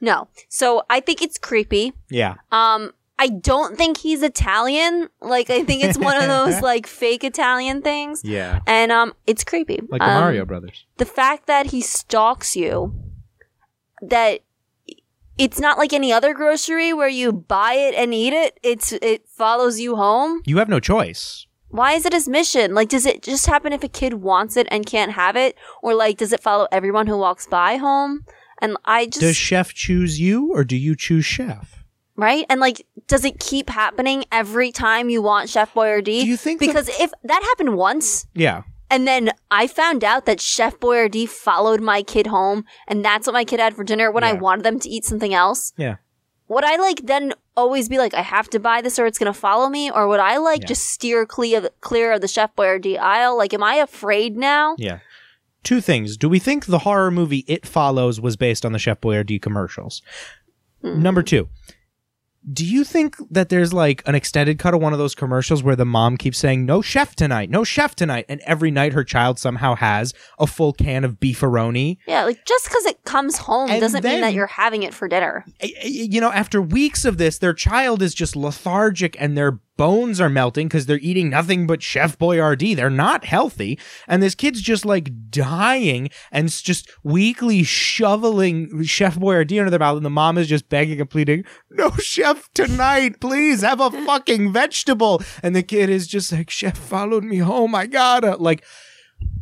[SPEAKER 4] no so i think it's creepy
[SPEAKER 3] Yeah.
[SPEAKER 4] um i don't think he's italian like i think it's one of those like fake italian things
[SPEAKER 3] Yeah.
[SPEAKER 4] and um it's creepy
[SPEAKER 3] Like the
[SPEAKER 4] Um,
[SPEAKER 3] Mario Brothers.
[SPEAKER 4] the fact that he stalks you that it's not like any other grocery where you buy it and eat it it's it follows you home
[SPEAKER 3] You have no choice.
[SPEAKER 4] why is it his mission like does it just happen if a kid wants it and can't have it or like does it follow everyone who walks by home and i just
[SPEAKER 3] Does chef choose you or do you choose chef?
[SPEAKER 4] right and like does it keep happening every time you want chef boyardee
[SPEAKER 3] Do you think that-
[SPEAKER 4] because if that happened once
[SPEAKER 3] Yeah.
[SPEAKER 4] And then I found out that Chef Boyardee followed my kid home, and that's what my kid had for dinner when I
[SPEAKER 3] Yeah.
[SPEAKER 4] wanted them to eat something else.
[SPEAKER 3] Yeah.
[SPEAKER 4] Would I like then always be like, I have to buy this or it's going to follow me? Or would I like
[SPEAKER 3] Yeah.
[SPEAKER 4] just steer clear of, clear of the Chef Boyardee aisle? Like, am I afraid now?
[SPEAKER 3] Yeah. Two things. Do we think the horror movie It Follows was based on the Chef Boyardee commercials? Number two, do you think that there's like an extended cut of one of those commercials where the mom keeps saying, no chef tonight, no chef tonight, and every night her child somehow has a full can of beefaroni?
[SPEAKER 4] Yeah, like just because it comes home
[SPEAKER 3] And
[SPEAKER 4] doesn't mean
[SPEAKER 3] then-
[SPEAKER 4] that you're having it for dinner.
[SPEAKER 3] I- I- You know, after weeks of this, their child is just lethargic and their bones are melting because they're eating nothing but Chef Boyardee. They're not healthy. And this kid's just like dying and s- just weakly shoveling Chef Boyardee under their mouth. And the mom is just begging and pleading, No, Chef, tonight, please have a fucking vegetable. And the kid is just like, Chef followed me home. I gotta. Like,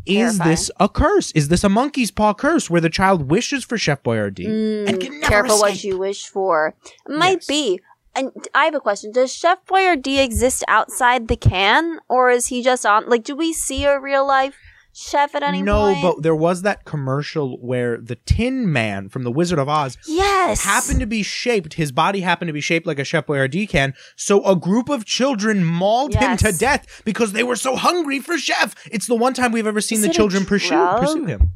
[SPEAKER 3] is
[SPEAKER 4] Terrifying.
[SPEAKER 3] this a curse? Is this a monkey's paw curse where the child wishes for Chef Boyardee and can never
[SPEAKER 4] Mm, Careful what
[SPEAKER 3] escape?
[SPEAKER 4] you wish for. It might
[SPEAKER 3] Yes.
[SPEAKER 4] be. And I have a question. Does Chef Boyardee exist outside the can, or is he just on? Like, do we see a real life chef at any
[SPEAKER 3] no,
[SPEAKER 4] point?
[SPEAKER 3] but there was that commercial where the Tin Man from The Wizard of Oz
[SPEAKER 4] yes,
[SPEAKER 3] happened to be shaped. His body happened to be shaped like a Chef Boyardee can. So a group of children mauled
[SPEAKER 4] Yes.
[SPEAKER 3] him to death because they were so hungry for Chef. It's the one time we've ever seen
[SPEAKER 4] Is
[SPEAKER 3] the
[SPEAKER 4] it a
[SPEAKER 3] children pursue
[SPEAKER 4] drug?
[SPEAKER 3] pursue him.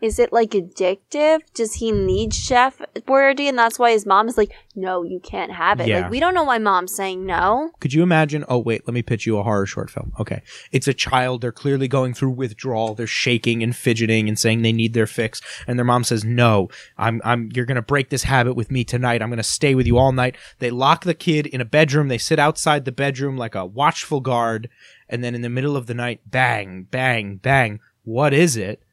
[SPEAKER 4] Is it like addictive? Does he need Chef Boyardee, and that's why his mom is like, "No, you can't have it."
[SPEAKER 3] Yeah.
[SPEAKER 4] Like we don't know why mom's saying no.
[SPEAKER 3] Could you imagine? Oh, wait, let me pitch you a horror short film. Okay. It's a child. They're clearly going through withdrawal. They're shaking and fidgeting and saying they need their fix. And their mom says, No, I'm, I'm, you're going to break this habit with me tonight. I'm going to stay with you all night. They lock the kid in a bedroom. They sit outside the bedroom like a watchful guard. And then in the middle of the night, bang, bang, bang. What is it?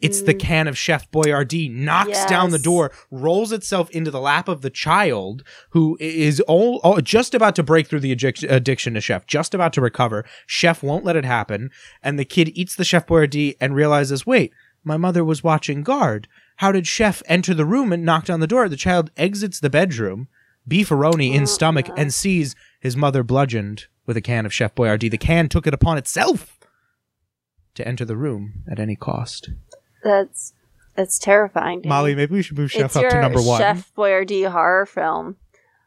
[SPEAKER 3] It's the can of Chef Boyardee knocks down the
[SPEAKER 4] Yes.
[SPEAKER 3] door, rolls itself into the lap of the child who i- is all, all- just about to break through the addic- addiction to Chef, just about to recover. Chef won't let it happen, and the kid eats the Chef Boyardee and realizes, wait, my mother was watching guard. How did Chef enter the room and knock on the door? The child exits the bedroom, beefaroni in stomach, and sees his mother bludgeoned with a can of Chef Boyardee. The can took it upon itself to enter the room at any cost.
[SPEAKER 4] That's that's terrifying. Danny.
[SPEAKER 3] Molly, maybe we should move Chef
[SPEAKER 4] it's
[SPEAKER 3] up
[SPEAKER 4] your
[SPEAKER 3] to number one.
[SPEAKER 4] Chef Boyardee horror film.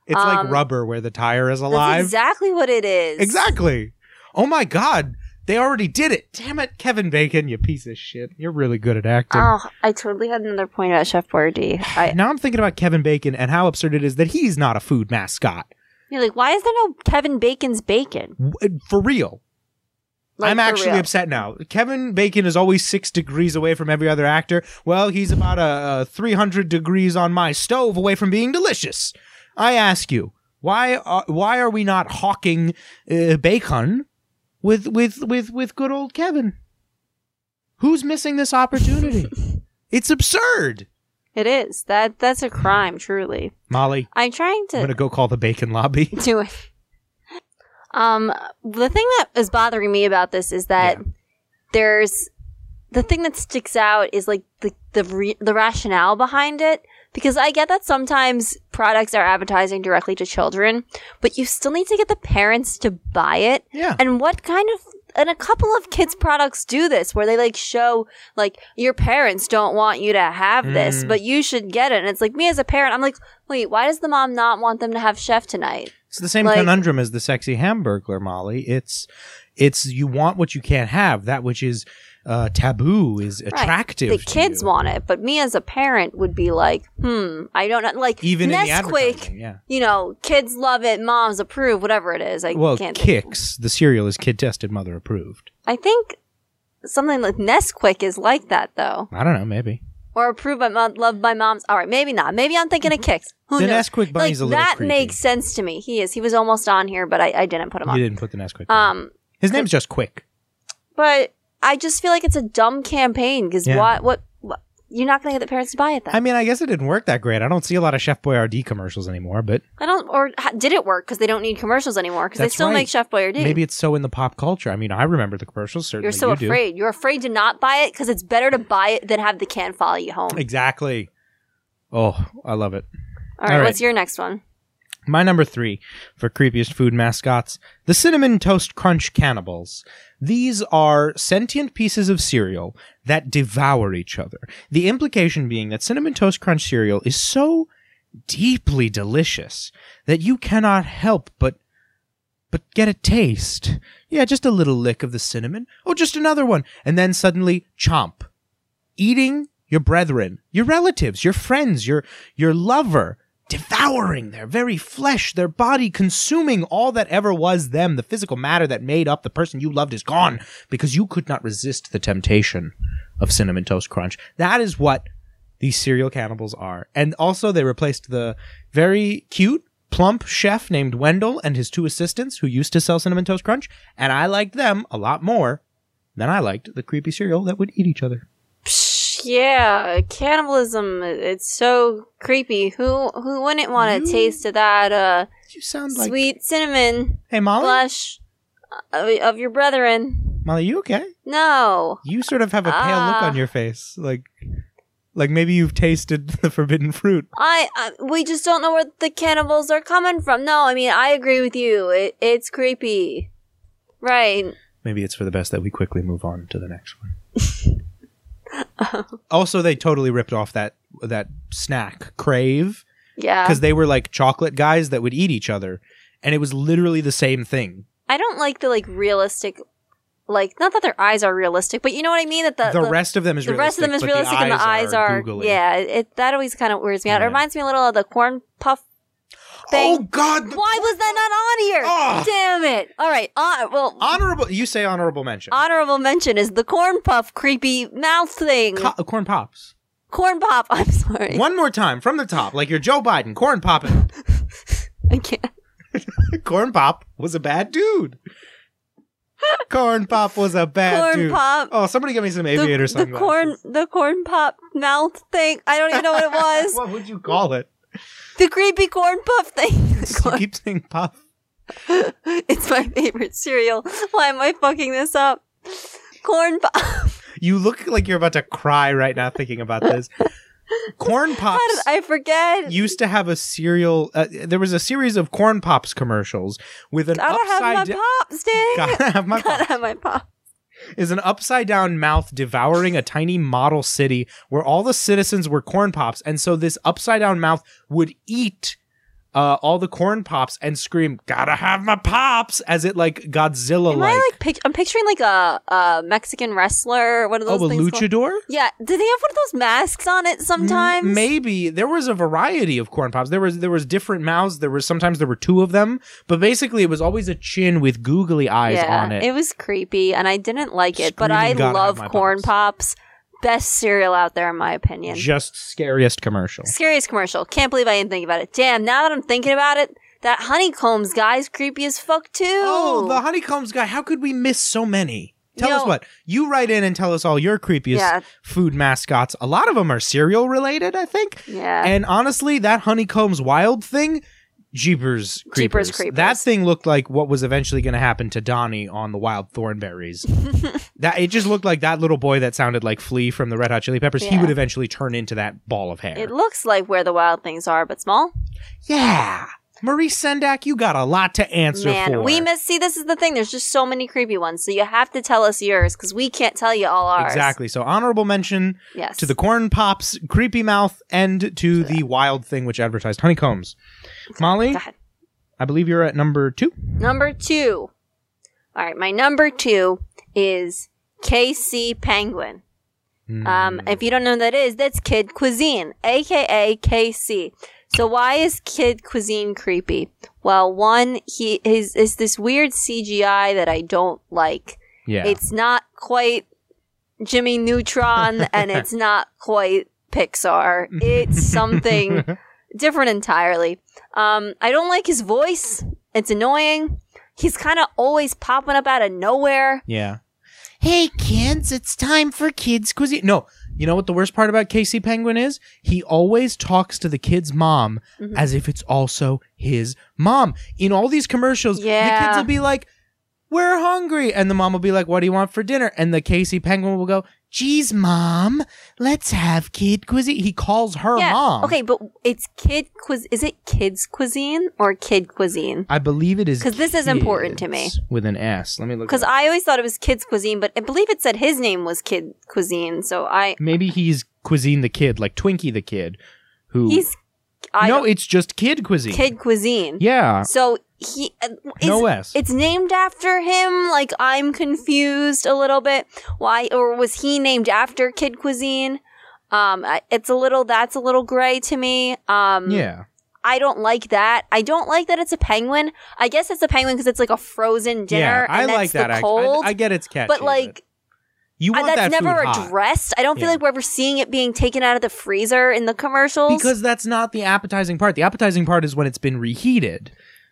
[SPEAKER 3] it's like
[SPEAKER 4] um,
[SPEAKER 3] rubber where the tire is
[SPEAKER 4] That's
[SPEAKER 3] alive.
[SPEAKER 4] exactly what it is.
[SPEAKER 3] exactly. Oh my God. They already did it. Damn it, Kevin Bacon, you piece of shit. You're really good at acting.
[SPEAKER 4] Oh, I totally had another point about Chef Boyardee. I
[SPEAKER 3] now I'm thinking about Kevin Bacon and how absurd it is that he's not a food mascot.
[SPEAKER 4] you're like, why is there no Kevin Bacon's bacon?
[SPEAKER 3] W- For real.
[SPEAKER 4] Like,
[SPEAKER 3] I'm
[SPEAKER 4] for
[SPEAKER 3] actually
[SPEAKER 4] real.
[SPEAKER 3] upset now. Kevin Bacon is always six degrees away from every other actor. Well, he's about a, uh 300 degrees on my stove away from being delicious. I ask you, why are, why are we not hawking uh, bacon with with with with good old Kevin? Who's missing this opportunity? it's absurd,
[SPEAKER 4] It is that that's a crime, truly.
[SPEAKER 3] Molly.
[SPEAKER 4] I'm trying to
[SPEAKER 3] I'm gonna go call the bacon lobby.
[SPEAKER 4] do it. Um, the thing that is bothering me about this is that there's the thing that sticks out is like the the re- the rationale behind it. Because I get that sometimes products are advertising directly to children, but you still need to get the parents to buy it.
[SPEAKER 3] Yeah.
[SPEAKER 4] And what kind of and a couple of kids products do this where they like show like your parents don't want you to have this, but you should get it. And it's like me as a parent, I'm like, wait, why does the mom not want them to have chef tonight?
[SPEAKER 3] It's the same
[SPEAKER 4] Like-
[SPEAKER 3] conundrum as the sexy hamburger, Molly. It's it's you want what you can't have. That which is uh, taboo is
[SPEAKER 4] Right.
[SPEAKER 3] attractive.
[SPEAKER 4] The
[SPEAKER 3] to
[SPEAKER 4] kids
[SPEAKER 3] you.
[SPEAKER 4] want it, but me as a parent would be like, hmm, I don't know. Like
[SPEAKER 3] even in the
[SPEAKER 4] Nesquik,
[SPEAKER 3] advertising. Yeah.
[SPEAKER 4] you know, kids love it, moms approve, whatever it is. I
[SPEAKER 3] Well,
[SPEAKER 4] can't. think-
[SPEAKER 3] Kix, the cereal is kid tested, mother approved.
[SPEAKER 4] I think something like Nesquik is like that though,
[SPEAKER 3] I don't know, maybe.
[SPEAKER 4] or approved by mom, loved by moms. All right, maybe not. Maybe I'm thinking of Kicks. Who
[SPEAKER 3] Mm-hmm. The
[SPEAKER 4] knows?
[SPEAKER 3] Nesquik bunny's
[SPEAKER 4] like,
[SPEAKER 3] a little
[SPEAKER 4] that
[SPEAKER 3] creepy.
[SPEAKER 4] makes sense to me. He is. He was almost on here, but I, I didn't put him
[SPEAKER 3] You
[SPEAKER 4] on.
[SPEAKER 3] didn't put the Nesquik. Um,
[SPEAKER 4] Um,
[SPEAKER 3] His name's just Quick.
[SPEAKER 4] but I just feel like it's a dumb campaign because
[SPEAKER 3] Yeah.
[SPEAKER 4] what, what what you're not going to get the parents to buy it then.
[SPEAKER 3] I mean, I guess it didn't work that great. I don't see a lot of Chef Boyardee commercials anymore, but
[SPEAKER 4] I don't, or ha- did it work? Because they don't need commercials anymore. Because they
[SPEAKER 3] That's
[SPEAKER 4] still
[SPEAKER 3] right.
[SPEAKER 4] make Chef Boyardee.
[SPEAKER 3] maybe it's so in the pop culture. I mean, I remember the commercials. Certainly,
[SPEAKER 4] you're so
[SPEAKER 3] you do.
[SPEAKER 4] afraid. You're afraid to not buy it because it's better to buy it than have the can follow you home.
[SPEAKER 3] Exactly. Oh, I love it.
[SPEAKER 4] all, right,
[SPEAKER 3] all right.
[SPEAKER 4] what's your next one?
[SPEAKER 3] My number three for creepiest food mascots the Cinnamon Toast Crunch Cannibals. These are sentient pieces of cereal that devour each other. The implication being that Cinnamon Toast Crunch cereal is so deeply delicious that you cannot help but but get a taste. Yeah, just a little lick of the cinnamon. Oh, just another one. And then suddenly chomp eating your brethren, your relatives, your friends, your your lover, devouring their very flesh, their body, consuming all that ever was them, the physical matter that made up the person you loved is gone because you could not resist the temptation of cinnamon toast crunch. That is what these serial cannibals are. And also they replaced the very cute plump chef named Wendell and his two assistants who used to sell cinnamon toast crunch and I liked them a lot more than I liked the creepy cereal that would eat each other.
[SPEAKER 4] Psh, Yeah, cannibalism. It's so creepy. Who who wouldn't want a
[SPEAKER 3] You-
[SPEAKER 4] taste of that uh,
[SPEAKER 3] You sound like
[SPEAKER 4] sweet cinnamon
[SPEAKER 3] Hey Molly,
[SPEAKER 4] flesh of, of your brethren?
[SPEAKER 3] Molly, you okay?
[SPEAKER 4] No,
[SPEAKER 3] You sort of have a pale look
[SPEAKER 4] Ah.
[SPEAKER 3] on your face, like, like maybe you've tasted the forbidden fruit.
[SPEAKER 4] I, I we just don't know where the cannibals are coming from. No, I mean I agree with you. It, it's creepy, right?
[SPEAKER 3] Maybe it's for the best that we quickly move on to the next one. also, they totally ripped off that that snack crave
[SPEAKER 4] Yeah,
[SPEAKER 3] because they were like chocolate guys that would eat each other, and it was literally the same thing.
[SPEAKER 4] I don't like the like realistic like not that their eyes are realistic, but you know what I mean. That Uh, the,
[SPEAKER 3] the, rest of them is
[SPEAKER 4] the rest of them is realistic,
[SPEAKER 3] but
[SPEAKER 4] and the eyes are,
[SPEAKER 3] googly.
[SPEAKER 4] yeah. It that always kind of weirds me out. It
[SPEAKER 3] Yeah.
[SPEAKER 4] reminds me a little of the corn puff
[SPEAKER 3] Oh
[SPEAKER 4] thing.
[SPEAKER 3] God! the-
[SPEAKER 4] Why was that
[SPEAKER 3] Ah.
[SPEAKER 4] not on here? Damn it! All right, uh, well,
[SPEAKER 3] Honorable, you say honorable mention.
[SPEAKER 4] honorable mention is the corn puff creepy mouth thing.
[SPEAKER 3] Co- corn pops.
[SPEAKER 4] corn pop. I'm sorry,
[SPEAKER 3] One more time from the top, like you're Joe Biden. Corn popping.
[SPEAKER 4] I can't.
[SPEAKER 3] corn pop was a bad dude. Corn pop was a bad
[SPEAKER 4] Corn
[SPEAKER 3] dude.
[SPEAKER 4] Pop.
[SPEAKER 3] Oh, somebody get me some
[SPEAKER 4] The,
[SPEAKER 3] aviator
[SPEAKER 4] the
[SPEAKER 3] sunglasses.
[SPEAKER 4] corn, the corn pop mouth thing. I don't even know what it was.
[SPEAKER 3] What would you call it?
[SPEAKER 4] the creepy corn puff thing. The
[SPEAKER 3] You
[SPEAKER 4] corn-
[SPEAKER 3] keep saying pop.
[SPEAKER 4] it's my favorite cereal. Why am I fucking this up? Corn pop.
[SPEAKER 3] You look like you're about to cry right now thinking about this. Corn pops.
[SPEAKER 4] How did I forget?
[SPEAKER 3] used to have a cereal. Uh, there was a series of corn pops commercials with an
[SPEAKER 4] I don't have my
[SPEAKER 3] upside down.
[SPEAKER 4] pops, dang. it.
[SPEAKER 3] Gotta have my
[SPEAKER 4] Gotta
[SPEAKER 3] pops.
[SPEAKER 4] have my pop.
[SPEAKER 3] Is an upside down mouth devouring a tiny model city where all the citizens were corn pops, and so this upside down mouth would eat. Uh, all the corn pops and scream, "Gotta have my pops!" as it like Godzilla
[SPEAKER 4] Am I
[SPEAKER 3] like.
[SPEAKER 4] like? Pic- I'm picturing like a, a Mexican wrestler. One of those
[SPEAKER 3] Oh, a
[SPEAKER 4] things. called-
[SPEAKER 3] luchador?
[SPEAKER 4] Yeah. Do they have one of those masks on it sometimes?
[SPEAKER 3] Maybe there was a variety of corn pops. There was there was different mouths. There was sometimes there were two of them, but basically it was always a chin with googly eyes
[SPEAKER 4] yeah,
[SPEAKER 3] on it.
[SPEAKER 4] was creepy, and I didn't like it, but I
[SPEAKER 3] Screaming, "Gotta have
[SPEAKER 4] love
[SPEAKER 3] my
[SPEAKER 4] corn pops. Best cereal out there, in my opinion.
[SPEAKER 3] just scariest commercial.
[SPEAKER 4] Scariest commercial. Can't believe I didn't think about it. Damn. Now that I'm thinking about it, that honeycombs guy's creepy as fuck too.
[SPEAKER 3] Oh, the honeycombs guy. How could we miss so many? Tell
[SPEAKER 4] You
[SPEAKER 3] us
[SPEAKER 4] know-
[SPEAKER 3] what. You write in and tell us all your creepiest
[SPEAKER 4] Yeah.
[SPEAKER 3] food mascots. A lot of them are cereal related, I think.
[SPEAKER 4] yeah.
[SPEAKER 3] And honestly, that honeycombs wild thing, jeepers creepers.
[SPEAKER 4] Jeepers creepers.
[SPEAKER 3] That thing looked like what was eventually going to happen to Donnie on the wild thornberries. that it just looked like that little boy that sounded like Flea from the Red Hot Chili Peppers. He
[SPEAKER 4] Yeah.
[SPEAKER 3] would eventually turn into that ball of hair.
[SPEAKER 4] it looks like where the wild things are, but small.
[SPEAKER 3] yeah. Marie Sendak, you got a lot to answer
[SPEAKER 4] Man,
[SPEAKER 3] for.
[SPEAKER 4] we miss. See, this is the thing. There's just so many creepy ones, so you have to tell us yours because we can't tell you all ours.
[SPEAKER 3] Exactly. So honorable mention
[SPEAKER 4] Yes.
[SPEAKER 3] to the corn pops, creepy mouth, and to the wild thing which advertised honeycombs. Molly,
[SPEAKER 4] Go ahead.
[SPEAKER 3] I believe you're at number two.
[SPEAKER 4] Number two. All right, my number two is KC Penguin.
[SPEAKER 3] Mm,
[SPEAKER 4] Um, if you don't know who that is, that's Kid Cuisine, aka KC. So why is Kid Cuisine creepy? Well, one, he is is this weird CGI that I don't like.
[SPEAKER 3] Yeah.
[SPEAKER 4] It's not quite Jimmy Neutron and it's not quite Pixar. It's something different entirely. Um, I don't like his voice. It's annoying. He's kind of always popping up out of nowhere.
[SPEAKER 3] yeah. Hey kids, it's time for kids cuisine. No, you know what the worst part about Casey Penguin is? He always talks to the kid's mom
[SPEAKER 4] Mm-hmm.
[SPEAKER 3] as if it's also his mom. In all these commercials, the kids
[SPEAKER 4] Yeah.
[SPEAKER 3] will be like, "We're hungry," and the mom will be like, "What do you want for dinner?" And the Casey Penguin will go, "Geez, mom, let's have kid cuisine." He calls her
[SPEAKER 4] yeah.
[SPEAKER 3] mom.
[SPEAKER 4] Okay, but it's kid quiz. Is it kids cuisine or kid cuisine?
[SPEAKER 3] I believe it is
[SPEAKER 4] 'Cause this is important to me.
[SPEAKER 3] kids With an S. Let me look.
[SPEAKER 4] Because
[SPEAKER 3] Because
[SPEAKER 4] I always thought it was kids cuisine, but I believe it said his name was kid cuisine. So I
[SPEAKER 3] maybe he's cuisine the kid, like Twinkie the kid, who
[SPEAKER 4] he's I
[SPEAKER 3] no,
[SPEAKER 4] don't-
[SPEAKER 3] it's just kid cuisine.
[SPEAKER 4] kid cuisine.
[SPEAKER 3] Yeah.
[SPEAKER 4] So he uh, is,
[SPEAKER 3] No S.
[SPEAKER 4] It's named after him. Like I'm confused a little bit. Why or was he named after Kid Cuisine? Um, I- it's a little that's a little gray to me. Um,
[SPEAKER 3] Yeah.
[SPEAKER 4] I don't like that. I don't like that it's a penguin. I guess it's a penguin because it's like a frozen dinner.
[SPEAKER 3] yeah. I
[SPEAKER 4] and that's
[SPEAKER 3] like that.
[SPEAKER 4] The
[SPEAKER 3] act-
[SPEAKER 4] cold,
[SPEAKER 3] I, I get it's catchy,
[SPEAKER 4] but like
[SPEAKER 3] you
[SPEAKER 4] I-
[SPEAKER 3] want
[SPEAKER 4] that's
[SPEAKER 3] that
[SPEAKER 4] never
[SPEAKER 3] food hot.
[SPEAKER 4] addressed. I don't feel
[SPEAKER 3] Yeah.
[SPEAKER 4] like we're ever seeing it being taken out of the freezer in the commercials.
[SPEAKER 3] because that's not the appetizing part. The appetizing part is when it's been reheated.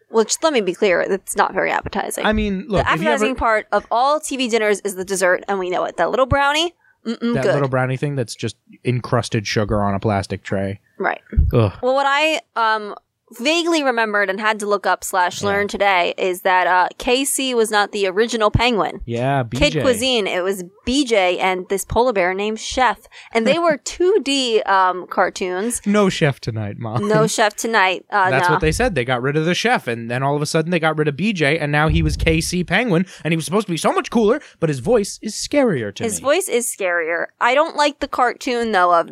[SPEAKER 4] which let me be clear, that's not very appetizing.
[SPEAKER 3] I mean, look,
[SPEAKER 4] the
[SPEAKER 3] if you ever,
[SPEAKER 4] appetizing part of all TV dinners is the dessert, and we know it. That little brownie, mm-mm,
[SPEAKER 3] that
[SPEAKER 4] good.
[SPEAKER 3] little brownie thing that's just encrusted sugar on a plastic tray.
[SPEAKER 4] right.
[SPEAKER 3] Ugh.
[SPEAKER 4] Well, what I um vaguely remembered and had to look up slash learn today is that uh, KC was not the original penguin.
[SPEAKER 3] Yeah, BJ.
[SPEAKER 4] Kid Cuisine, it was BJ and this polar bear named Chef, and they were 2D um, cartoons.
[SPEAKER 3] No chef tonight, mom.
[SPEAKER 4] No Chef Tonight. Uh,
[SPEAKER 3] That's
[SPEAKER 4] no.
[SPEAKER 3] what they said. They got rid of the chef, and then all of a sudden they got rid of BJ, and now he was KC Penguin, and he was supposed to be so much cooler, but his voice is scarier to
[SPEAKER 4] His
[SPEAKER 3] me.
[SPEAKER 4] voice is scarier. I don't like the cartoon though of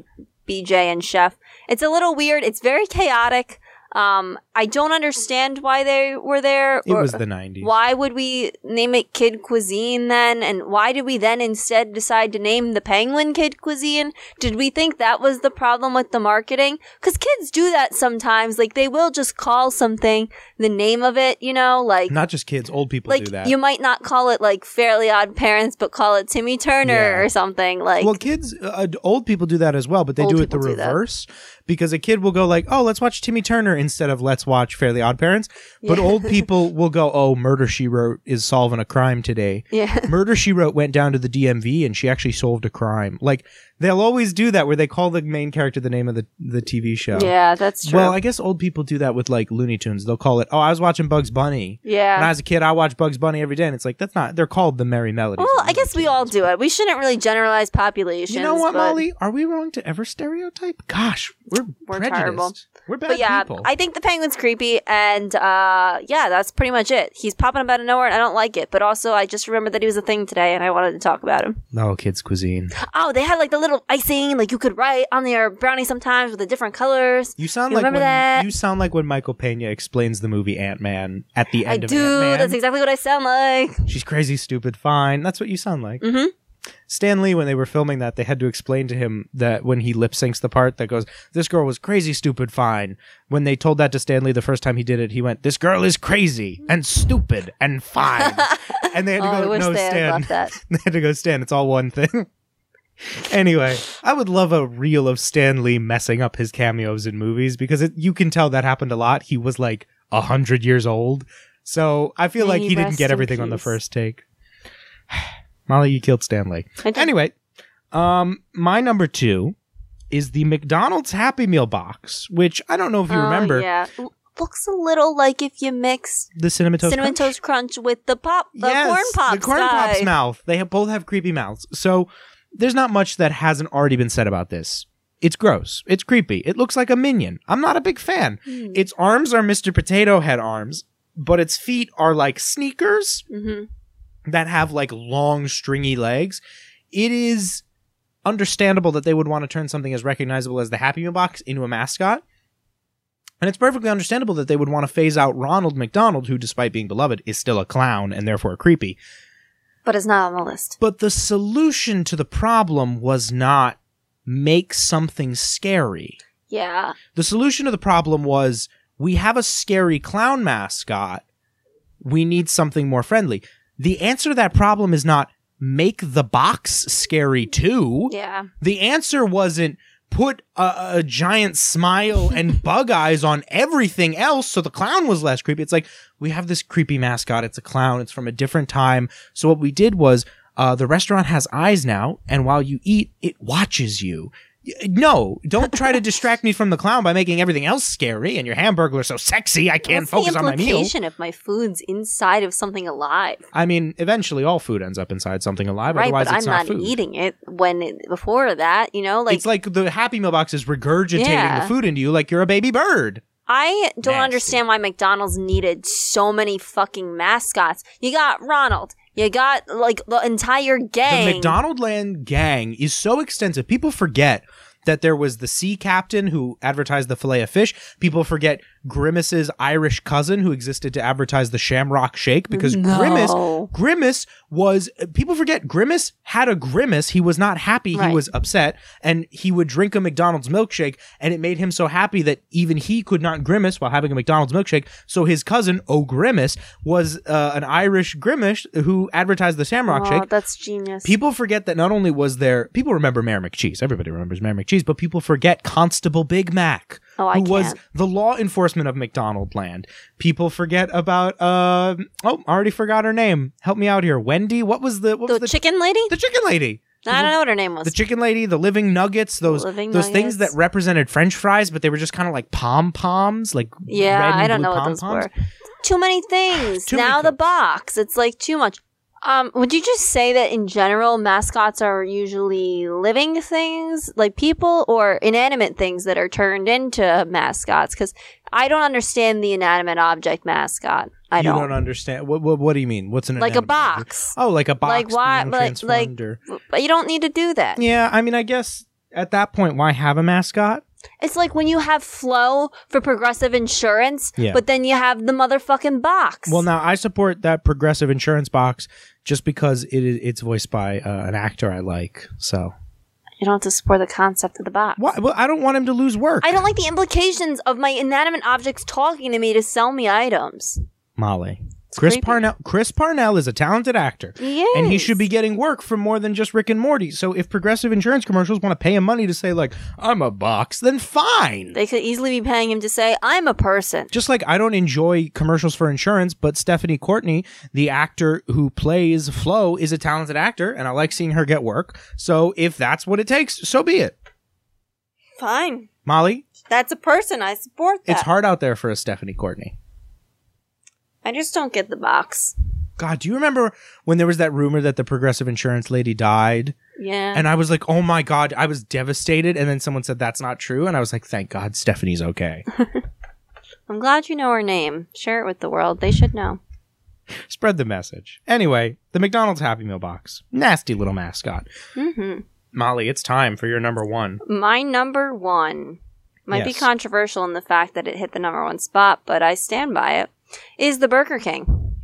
[SPEAKER 4] BJ and Chef. It's a little weird. It's very chaotic. Um, I don't understand why they were there.
[SPEAKER 3] It
[SPEAKER 4] or-
[SPEAKER 3] was the 90s.
[SPEAKER 4] why would we name it Kid Cuisine then? And why did we then instead decide to name the Penguin Kid Cuisine? Did we think that was the problem with the marketing? Because kids do that sometimes. Like they will just call something the name of it, you know? Like,
[SPEAKER 3] Not just kids, old people
[SPEAKER 4] like
[SPEAKER 3] do that.
[SPEAKER 4] you might not call it like Fairly Odd Parents, but call it Timmy Turner
[SPEAKER 3] Yeah.
[SPEAKER 4] or something. Like,
[SPEAKER 3] well, kids, uh, old people do that as well, but they
[SPEAKER 4] Old
[SPEAKER 3] do it the
[SPEAKER 4] people do that.
[SPEAKER 3] reverse because a kid will go like, "Oh, let's watch Timmy Turner" instead of "Let's watch Fairly Odd Parents." But
[SPEAKER 4] Yeah.
[SPEAKER 3] old people will go, "Oh, Murder She Wrote is solving a crime today."
[SPEAKER 4] yeah.
[SPEAKER 3] Murder She Wrote went down to the DMV and she actually solved a crime. Like they'll always do that where they call the main character the name of the the TV show.
[SPEAKER 4] Yeah, that's true.
[SPEAKER 3] Well, I guess old people do that with like Looney Tunes. They'll call it, "Oh, I was watching Bugs Bunny." When I
[SPEAKER 4] yeah.
[SPEAKER 3] was a kid, I watched Bugs Bunny every day, and it's like that's not. They're called the Merry Melodies.
[SPEAKER 4] Well,
[SPEAKER 3] of
[SPEAKER 4] I
[SPEAKER 3] Looney
[SPEAKER 4] guess we
[SPEAKER 3] Tunes.
[SPEAKER 4] all do it. We shouldn't really generalize populations.
[SPEAKER 3] You know what,
[SPEAKER 4] but-
[SPEAKER 3] Molly? Are we wrong to ever stereotype? Gosh, we're
[SPEAKER 4] We're
[SPEAKER 3] prejudiced.
[SPEAKER 4] terrible.
[SPEAKER 3] We're bad
[SPEAKER 4] but yeah,
[SPEAKER 3] people.
[SPEAKER 4] I think the penguin's creepy, and uh, yeah, that's pretty much it. He's popping up out of nowhere, and I don't like it. But also, I just remembered that he was a thing today, and I wanted to talk about him.
[SPEAKER 3] no kids cuisine.
[SPEAKER 4] Oh, they had like the little icing, like you could write on their brownie sometimes with the different colors.
[SPEAKER 3] You sound
[SPEAKER 4] You
[SPEAKER 3] like
[SPEAKER 4] remember
[SPEAKER 3] when,
[SPEAKER 4] that?
[SPEAKER 3] you sound like when Michael Pena explains the movie Ant Man at the
[SPEAKER 4] I
[SPEAKER 3] end of
[SPEAKER 4] do.
[SPEAKER 3] Ant Man.
[SPEAKER 4] That's exactly what I sound like.
[SPEAKER 3] She's crazy, stupid, fine. That's what you sound like.
[SPEAKER 4] Mhm.
[SPEAKER 3] Stan Lee, when they were filming that, they had to explain to him that when he lip syncs the part that goes, "This girl was crazy, stupid, fine." When they told that to Stan Lee the first time he did it, he went, "This girl is crazy and stupid and fine." and they had to
[SPEAKER 4] Oh, I
[SPEAKER 3] go,
[SPEAKER 4] wish
[SPEAKER 3] "No,
[SPEAKER 4] they had
[SPEAKER 3] Stan."
[SPEAKER 4] left that.
[SPEAKER 3] they had to go Stan. It's all one thing. anyway, I would love a reel of Stan Lee messing up his cameos in movies because it, you can tell that happened a lot. He was like a hundred years old, so I feel
[SPEAKER 4] May
[SPEAKER 3] like
[SPEAKER 4] he
[SPEAKER 3] he didn't
[SPEAKER 4] rest
[SPEAKER 3] get
[SPEAKER 4] in
[SPEAKER 3] everything on the
[SPEAKER 4] peace.
[SPEAKER 3] first take. Molly, you killed Stanley.
[SPEAKER 4] I did.
[SPEAKER 3] Anyway, um, my number two is the McDonald's Happy Meal box, which I don't know if you
[SPEAKER 4] Oh,
[SPEAKER 3] remember
[SPEAKER 4] yeah, L- looks a little like if you mix
[SPEAKER 3] the cinnamon toast.
[SPEAKER 4] cinnamon
[SPEAKER 3] Crunch?
[SPEAKER 4] toast crunch with the pop, the corn pops,
[SPEAKER 3] the corn
[SPEAKER 4] guy.
[SPEAKER 3] pop's mouth. They have, both have creepy mouths. So there's not much that hasn't already been said about this. It's gross. It's creepy. It looks like a minion. I'm not a big fan.
[SPEAKER 4] Hmm.
[SPEAKER 3] Its arms are Mr. Potato Head arms, but its feet are like sneakers
[SPEAKER 4] Mhm.
[SPEAKER 3] that have like long stringy legs. It is understandable that they would want to turn something as recognizable as the Happy Meal box into a mascot. And it's perfectly understandable that they would want to phase out Ronald McDonald, who, despite being beloved, is still a clown and therefore creepy.
[SPEAKER 4] But it's not on the list.
[SPEAKER 3] But the solution to the problem was not make something scary.
[SPEAKER 4] Yeah.
[SPEAKER 3] The solution to the problem was we have a scary clown mascot. We need something more friendly. The answer to that problem is not make the box scary too.
[SPEAKER 4] Yeah.
[SPEAKER 3] The answer wasn't put a, a giant smile and bug eyes on everything else so the clown was less creepy. It's like we have this creepy mascot. It's a clown. It's from a different time. So what we did was uh, the restaurant has eyes now, and while you eat, it watches you. Y- No, don't try to distract me from the clown by making everything else scary and your hamburger so sexy I can't
[SPEAKER 4] What's
[SPEAKER 3] focus
[SPEAKER 4] the
[SPEAKER 3] on my meal.
[SPEAKER 4] implication if my food's inside of something alive?
[SPEAKER 3] I mean, eventually all food ends up inside something alive,
[SPEAKER 4] right,
[SPEAKER 3] otherwise
[SPEAKER 4] but I'm
[SPEAKER 3] it's
[SPEAKER 4] not,
[SPEAKER 3] not food.
[SPEAKER 4] eating it when it, before that, you know, like,
[SPEAKER 3] it's like the Happy Meal box is regurgitating
[SPEAKER 4] Yeah.
[SPEAKER 3] the food into you like you're a baby bird.
[SPEAKER 4] I don't
[SPEAKER 3] nasty.
[SPEAKER 4] understand why McDonald's needed so many fucking mascots. You got Ronald, you got like the entire gang.
[SPEAKER 3] The McDonaldland gang is so extensive. People forget that there was the sea captain who advertised the fillet of fish. People forget Grimace's Irish cousin who existed to advertise the Shamrock Shake because
[SPEAKER 4] No.
[SPEAKER 3] Grimace Grimace was people forget Grimace had a grimace. He was not happy.
[SPEAKER 4] Right.
[SPEAKER 3] He was upset, and he would drink a McDonald's milkshake, and it made him so happy that even he could not grimace while having a McDonald's milkshake. So his cousin, O Grimace, was uh, an Irish grimace who advertised the Shamrock
[SPEAKER 4] Oh,
[SPEAKER 3] Shake.
[SPEAKER 4] that's genius.
[SPEAKER 3] People forget that not only was there people remember Mayor McCheese, everybody remembers Mayor McCheese, but people forget Constable Big Mac,
[SPEAKER 4] Oh, I
[SPEAKER 3] who was
[SPEAKER 4] can't.
[SPEAKER 3] the law enforcement of McDonald Land. People forget about uh oh, I already forgot her name. Help me out here, Wendy. What was the what
[SPEAKER 4] the,
[SPEAKER 3] was the
[SPEAKER 4] chicken lady?
[SPEAKER 3] the chicken lady?
[SPEAKER 4] I don't know what her name was.
[SPEAKER 3] The chicken lady, the living nuggets, those
[SPEAKER 4] Living
[SPEAKER 3] those things that
[SPEAKER 4] nuggets.
[SPEAKER 3] represented French fries, but they were just kind of like pom poms, like
[SPEAKER 4] yeah,
[SPEAKER 3] red and
[SPEAKER 4] I don't
[SPEAKER 3] blue
[SPEAKER 4] know what those
[SPEAKER 3] pom-poms.
[SPEAKER 4] were. Too many things.
[SPEAKER 3] Too many
[SPEAKER 4] now the
[SPEAKER 3] cookies.
[SPEAKER 4] box. It's like too much. Um, would you just say that in general mascots are usually living things like people or inanimate things that are turned into mascots? Because I don't understand the inanimate object mascot. I
[SPEAKER 3] You
[SPEAKER 4] don't.
[SPEAKER 3] don't understand. What, what what do you mean? What's an
[SPEAKER 4] like a
[SPEAKER 3] inanimate object?
[SPEAKER 4] box.
[SPEAKER 3] Oh, like a box.
[SPEAKER 4] Like, why-
[SPEAKER 3] being
[SPEAKER 4] like- like-
[SPEAKER 3] transformed or-
[SPEAKER 4] But you don't need to do that.
[SPEAKER 3] Yeah, I mean, I guess at that point, why have a mascot?
[SPEAKER 4] It's like when you have flow for progressive insurance,
[SPEAKER 3] Yeah.
[SPEAKER 4] but then you have the motherfucking box.
[SPEAKER 3] Well, now I support that progressive insurance box just because it is it's voiced by uh, an actor I like. So
[SPEAKER 4] you don't have to support the concept of the box.
[SPEAKER 3] why? Well, I don't want him to lose work.
[SPEAKER 4] I don't like the implications of my inanimate objects talking to me to sell me items.
[SPEAKER 3] Molly. Chris
[SPEAKER 4] creepy.
[SPEAKER 3] Parnell. Chris Parnell is a talented actor,
[SPEAKER 4] He
[SPEAKER 3] and he
[SPEAKER 4] is.
[SPEAKER 3] should be getting work from more than just Rick and Morty. So if progressive insurance commercials want to pay him money to say like I'm a box, then fine.
[SPEAKER 4] They could easily be paying him to say, I'm a person.
[SPEAKER 3] just like I don't enjoy commercials for insurance, but Stephanie Courtney, the actor who plays Flo, is a talented actor, and I like seeing her get work. So if that's what it takes, so be it.
[SPEAKER 4] Fine.
[SPEAKER 3] Molly,
[SPEAKER 4] That's a person. I support that.
[SPEAKER 3] it's hard out there for a Stephanie Courtney.
[SPEAKER 4] I just don't get the box.
[SPEAKER 3] God, do you remember when there was that rumor that the progressive insurance lady died?
[SPEAKER 4] Yeah.
[SPEAKER 3] And I was like, oh my God, I was devastated. And then someone said, that's not true. And I was like, thank God Stephanie's okay.
[SPEAKER 4] I'm glad you know her name. Share it with the world. They should know.
[SPEAKER 3] Spread the message. Anyway, the McDonald's Happy Meal box. Nasty little mascot.
[SPEAKER 4] hmm
[SPEAKER 3] Molly, it's time for your number one.
[SPEAKER 4] My number one might be
[SPEAKER 3] Yes.
[SPEAKER 4] controversial in the fact that it hit the number one spot, but I stand by it. Is the Burger King?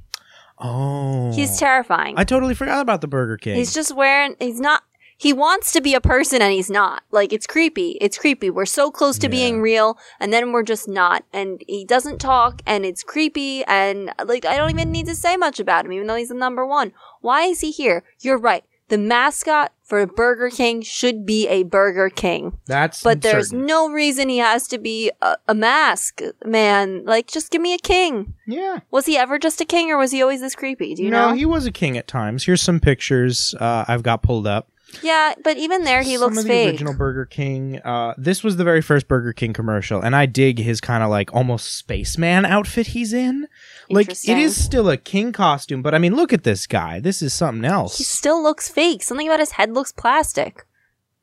[SPEAKER 3] Oh.
[SPEAKER 4] He's terrifying.
[SPEAKER 3] I totally forgot about the Burger King.
[SPEAKER 4] He's just wearing. He's not. He wants to be a person and he's not. Like it's creepy. It's creepy. We're so close to
[SPEAKER 3] Yeah.
[SPEAKER 4] being real and then we're just not. And he doesn't talk and it's creepy and like I don't even need to say much about him even though he's the number 1. Why is he here? You're right. The mascot for Burger King should be a Burger King.
[SPEAKER 3] That's
[SPEAKER 4] But there's
[SPEAKER 3] certain.
[SPEAKER 4] no reason he has to be a, a mask, man. Like just give me a king.
[SPEAKER 3] yeah.
[SPEAKER 4] Was he ever just a king or was he always this creepy? Do you
[SPEAKER 3] no,
[SPEAKER 4] know?
[SPEAKER 3] he was a king at times. Here's some pictures uh, I've got pulled up.
[SPEAKER 4] yeah, but even there he
[SPEAKER 3] Some
[SPEAKER 4] looks
[SPEAKER 3] of the
[SPEAKER 4] fake.
[SPEAKER 3] original Burger King. Uh, this was the very first Burger King commercial, and I dig his kind of like almost spaceman outfit he's in. Like it
[SPEAKER 4] Interesting.
[SPEAKER 3] is still a king costume, but I mean, look at this guy. This is something
[SPEAKER 4] He
[SPEAKER 3] else.
[SPEAKER 4] still looks fake. Something about his head looks plastic.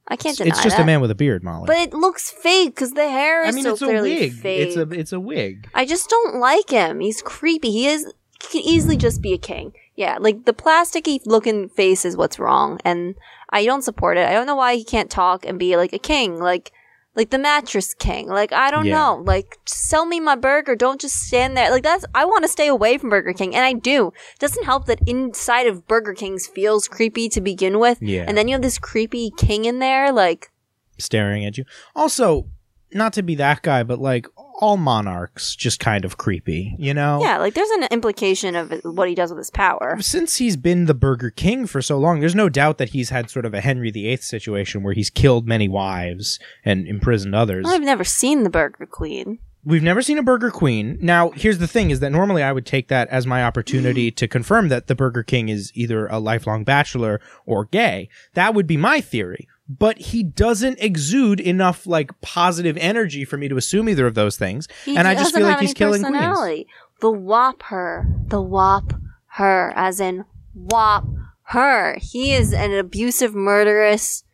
[SPEAKER 4] I can't deny
[SPEAKER 3] it's just
[SPEAKER 4] that.
[SPEAKER 3] a man with a beard, Molly.
[SPEAKER 4] But it looks fake because the hair
[SPEAKER 3] I
[SPEAKER 4] is
[SPEAKER 3] mean,
[SPEAKER 4] so
[SPEAKER 3] it's a
[SPEAKER 4] clearly
[SPEAKER 3] wig.
[SPEAKER 4] fake.
[SPEAKER 3] It's a it's a wig.
[SPEAKER 4] I just don't like him. He's creepy. He is. He could easily just be a king. Yeah, like the plasticky looking face is what's wrong, and I don't support it. I don't know why he can't talk and be like a king, like like the mattress king. Like I don't
[SPEAKER 3] Yeah.
[SPEAKER 4] know. Like sell me my burger. Don't just stand there. Like that's. I want to stay away from Burger King, and I do. Doesn't help that inside of Burger King's feels creepy to begin with.
[SPEAKER 3] Yeah.
[SPEAKER 4] and then you have this creepy king in there. Like
[SPEAKER 3] staring at you. Also, not to be that guy, but like all monarchs, just kind of creepy, you know?
[SPEAKER 4] yeah, like there's an implication of what he does with his power.
[SPEAKER 3] Since he's been the Burger King for so long, there's no doubt that he's had sort of a Henry VIII situation where he's killed many wives and imprisoned others.
[SPEAKER 4] I've never seen the Burger Queen.
[SPEAKER 3] We've never seen a Burger Queen. Now, here's the thing: is that normally I would take that as my opportunity to confirm that the Burger King is either a lifelong bachelor or gay. That would be my theory. But he doesn't exude enough like positive energy for me to assume either of those things.
[SPEAKER 4] He
[SPEAKER 3] and I just
[SPEAKER 4] doesn't
[SPEAKER 3] feel like
[SPEAKER 4] have any
[SPEAKER 3] he's killing queens.
[SPEAKER 4] personality. The wop her. The wop her. As in wop her. He is an abusive, murderous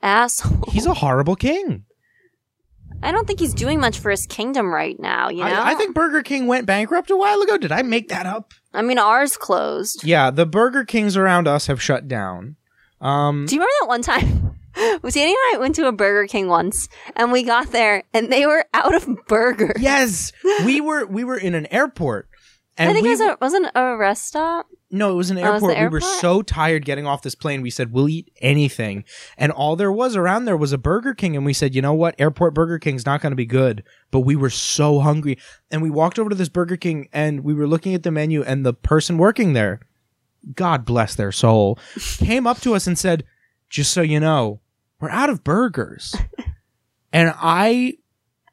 [SPEAKER 4] asshole.
[SPEAKER 3] He's a horrible king.
[SPEAKER 4] I don't think he's doing much for his kingdom right now, you know?
[SPEAKER 3] I, I think Burger King went bankrupt a while ago. Did I make that up?
[SPEAKER 4] I mean, ours closed.
[SPEAKER 3] Yeah, the Burger Kings around us have shut down. Um,
[SPEAKER 4] Do you remember that one time? Danny and I went to a Burger King once, and we got there, and they were out of burgers.
[SPEAKER 3] yes, we were we were in an airport. And
[SPEAKER 4] I think
[SPEAKER 3] we
[SPEAKER 4] it was a, wasn't it a rest stop.
[SPEAKER 3] No, it was an
[SPEAKER 4] Oh, it was
[SPEAKER 3] airport.
[SPEAKER 4] the
[SPEAKER 3] We were
[SPEAKER 4] airport?
[SPEAKER 3] so tired getting off this plane. We said, we'll eat anything. And all there was around there was a Burger King. And we said, you know what? Airport Burger King's not going to be good. But we were so hungry. And we walked over to this Burger King and we were looking at the menu. And the person working there, God bless their soul, came up to us and said, just so you know, we're out of burgers. and I,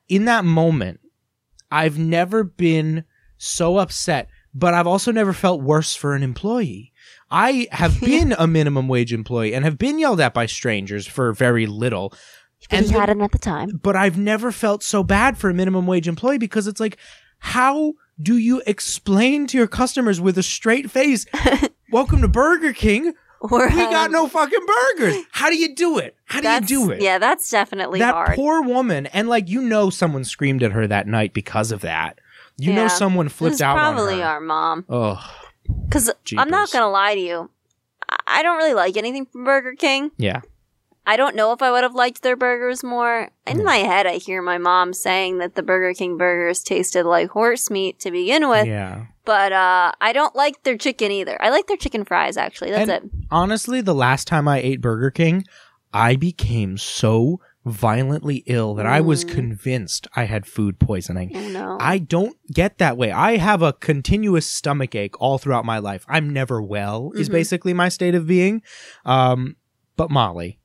[SPEAKER 3] in that moment, I've never been so upset, but I've also never felt worse for an employee. I have been a minimum wage employee and have been yelled at by strangers for very little.
[SPEAKER 4] But
[SPEAKER 3] And
[SPEAKER 4] he
[SPEAKER 3] the-
[SPEAKER 4] had him at the time.
[SPEAKER 3] but I've never felt so bad for a minimum wage employee because it's like, how do you explain to your customers with a straight face, welcome to Burger King?
[SPEAKER 4] Or,
[SPEAKER 3] We got
[SPEAKER 4] um,
[SPEAKER 3] no fucking burgers. How do you do it? How do you
[SPEAKER 4] that's-
[SPEAKER 3] do it?
[SPEAKER 4] Yeah, that's definitely
[SPEAKER 3] that
[SPEAKER 4] hard.
[SPEAKER 3] poor woman. And like, you know, someone screamed at her that night because of that. You know,
[SPEAKER 4] Yeah.
[SPEAKER 3] someone
[SPEAKER 4] It was
[SPEAKER 3] flipped out
[SPEAKER 4] probably
[SPEAKER 3] on her.
[SPEAKER 4] our mom.
[SPEAKER 3] Oh,
[SPEAKER 4] Because I'm not
[SPEAKER 3] Jeepers.
[SPEAKER 4] gonna lie to you, I- I don't really like anything from Burger King.
[SPEAKER 3] yeah.
[SPEAKER 4] I don't know if I would have liked their burgers more.
[SPEAKER 3] Hmm.
[SPEAKER 4] In my head, I hear my mom saying that the Burger King burgers tasted like horse meat to begin with,
[SPEAKER 3] yeah.
[SPEAKER 4] but uh, I don't like their chicken either. I like their chicken fries, actually. That's
[SPEAKER 3] And-
[SPEAKER 4] it.
[SPEAKER 3] Honestly, the last time I ate Burger King, I became so violently ill that I was
[SPEAKER 4] Mm.
[SPEAKER 3] convinced I had food poisoning.
[SPEAKER 4] Oh, no.
[SPEAKER 3] I don't get that way. I have a continuous stomach ache all throughout my life. I'm never well, is
[SPEAKER 4] Mhm.
[SPEAKER 3] basically my state of being. Um, but Molly,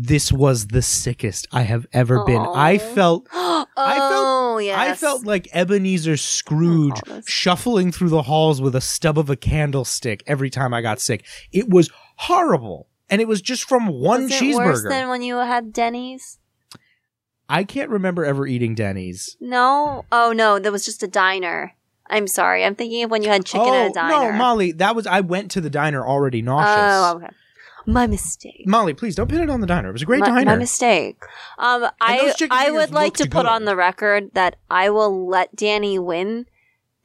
[SPEAKER 3] this was the sickest I have ever been. I
[SPEAKER 4] Aw.
[SPEAKER 3] felt
[SPEAKER 4] oh, yes.
[SPEAKER 3] I felt like Ebenezer Scrooge
[SPEAKER 4] Oh, this-
[SPEAKER 3] shuffling through the halls with a stub of a candlestick every time I got sick. It was horrible. And it was just from one
[SPEAKER 4] Was it Worse
[SPEAKER 3] cheeseburger.
[SPEAKER 4] than when you had Denny's?
[SPEAKER 3] I can't remember ever eating Denny's.
[SPEAKER 4] No. Oh no, that was just a diner. I'm sorry. I'm thinking of when you had chicken
[SPEAKER 3] oh,
[SPEAKER 4] at a diner.
[SPEAKER 3] No, Molly, that was I went to the diner already nauseous.
[SPEAKER 4] Oh, okay. My mistake.
[SPEAKER 3] Molly, please don't pin it on the diner. It was a Mm, great
[SPEAKER 4] my,
[SPEAKER 3] diner.
[SPEAKER 4] my mistake. Um, I
[SPEAKER 3] those chicken
[SPEAKER 4] I would
[SPEAKER 3] fingers
[SPEAKER 4] like to
[SPEAKER 3] looked
[SPEAKER 4] put
[SPEAKER 3] good.
[SPEAKER 4] on the record that I will let Danny win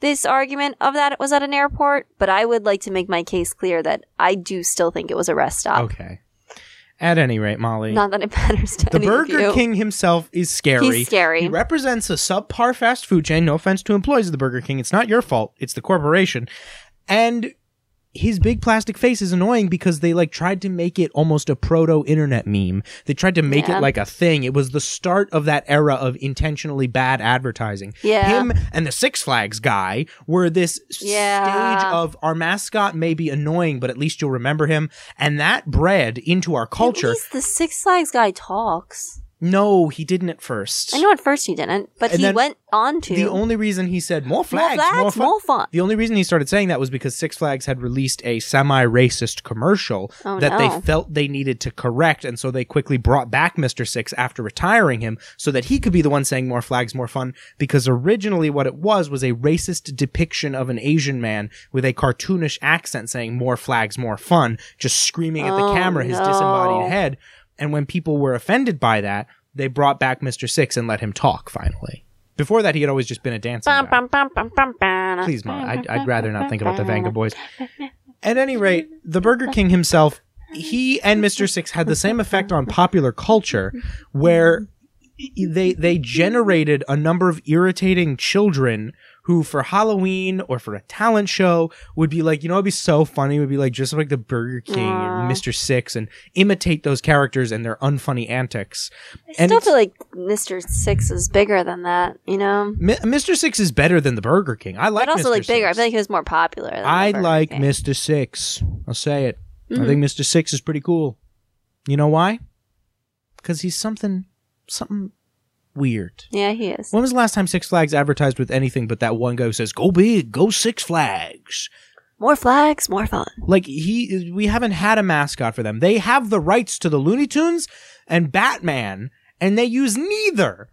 [SPEAKER 4] this argument of that it was at an airport, but I would like to make my case clear that I do still think it was a rest stop.
[SPEAKER 3] okay. At any rate, Molly,
[SPEAKER 4] Not that it matters to
[SPEAKER 3] the
[SPEAKER 4] any of
[SPEAKER 3] Burger
[SPEAKER 4] you.
[SPEAKER 3] King himself is scary.
[SPEAKER 4] He's scary.
[SPEAKER 3] He represents a subpar fast food chain. No offense to employees of the Burger King. It's not your fault. It's the corporation. And his big plastic face is annoying because they like tried to make it almost a proto internet meme. They tried to make
[SPEAKER 4] Yeah.
[SPEAKER 3] it like a thing. It was the start of that era of intentionally bad advertising.
[SPEAKER 4] yeah.
[SPEAKER 3] Him and the Six Flags guy were this
[SPEAKER 4] Yeah.
[SPEAKER 3] stage of our mascot may be annoying, but at least you'll remember him. And that bred into our
[SPEAKER 4] At
[SPEAKER 3] culture.
[SPEAKER 4] least the Six Flags guy talks.
[SPEAKER 3] No, he didn't at first.
[SPEAKER 4] I know at first he didn't, but
[SPEAKER 3] And
[SPEAKER 4] he
[SPEAKER 3] then
[SPEAKER 4] went on to
[SPEAKER 3] The only reason he said more flags,
[SPEAKER 4] more flags, more,
[SPEAKER 3] fla-"
[SPEAKER 4] fun.
[SPEAKER 3] The only reason he started saying that was because Six Flags had released a semi-racist commercial
[SPEAKER 4] Oh,
[SPEAKER 3] that
[SPEAKER 4] no.
[SPEAKER 3] they felt they needed to correct, and so they quickly brought back Mr. Six after retiring him, so that he could be the one saying "more flags, more fun." Because originally, what it was was a racist depiction of an Asian man with a cartoonish accent saying "more flags, more fun," just screaming at the
[SPEAKER 4] Oh,
[SPEAKER 3] camera, his
[SPEAKER 4] no.
[SPEAKER 3] disembodied head. And when people were offended by that, they brought back Mr. Six and let him talk finally. Before that, he had always just been a dancer.
[SPEAKER 4] Bum, bum, bum, bum, bum, bum.
[SPEAKER 3] Please, Mom, I'd, I'd rather not think about the Vanga Boys. At any rate, the Burger King himself, he and Mr. Six had the same effect on popular culture where they they generated a number of irritating children who for Halloween or for a talent show would be like, you know, it'd be so funny, would be like just like the Burger King and
[SPEAKER 4] Aw.
[SPEAKER 3] Mr. Six and imitate those characters and their unfunny antics.
[SPEAKER 4] I still
[SPEAKER 3] And it's-
[SPEAKER 4] feel like Mr. Six is bigger than that, you know?
[SPEAKER 3] Mi- Mr. Six is better than the Burger King. I like
[SPEAKER 4] but also
[SPEAKER 3] Mr.
[SPEAKER 4] like bigger. I
[SPEAKER 3] Six.
[SPEAKER 4] feel like he was more popular. Than
[SPEAKER 3] I
[SPEAKER 4] the Burger
[SPEAKER 3] like
[SPEAKER 4] King.
[SPEAKER 3] Mr. Six. I'll say it. I think Mr. Six is pretty cool. You know why? Because he's something, something weird.
[SPEAKER 4] Yeah, he is.
[SPEAKER 3] When was the last time Six Flags advertised with anything but that one guy who says, "Go big, go Six Flags"?
[SPEAKER 4] More flags, more fun.
[SPEAKER 3] Like he, we haven't had a mascot for them. They have the rights to the Looney Tunes and Batman, and they use neither.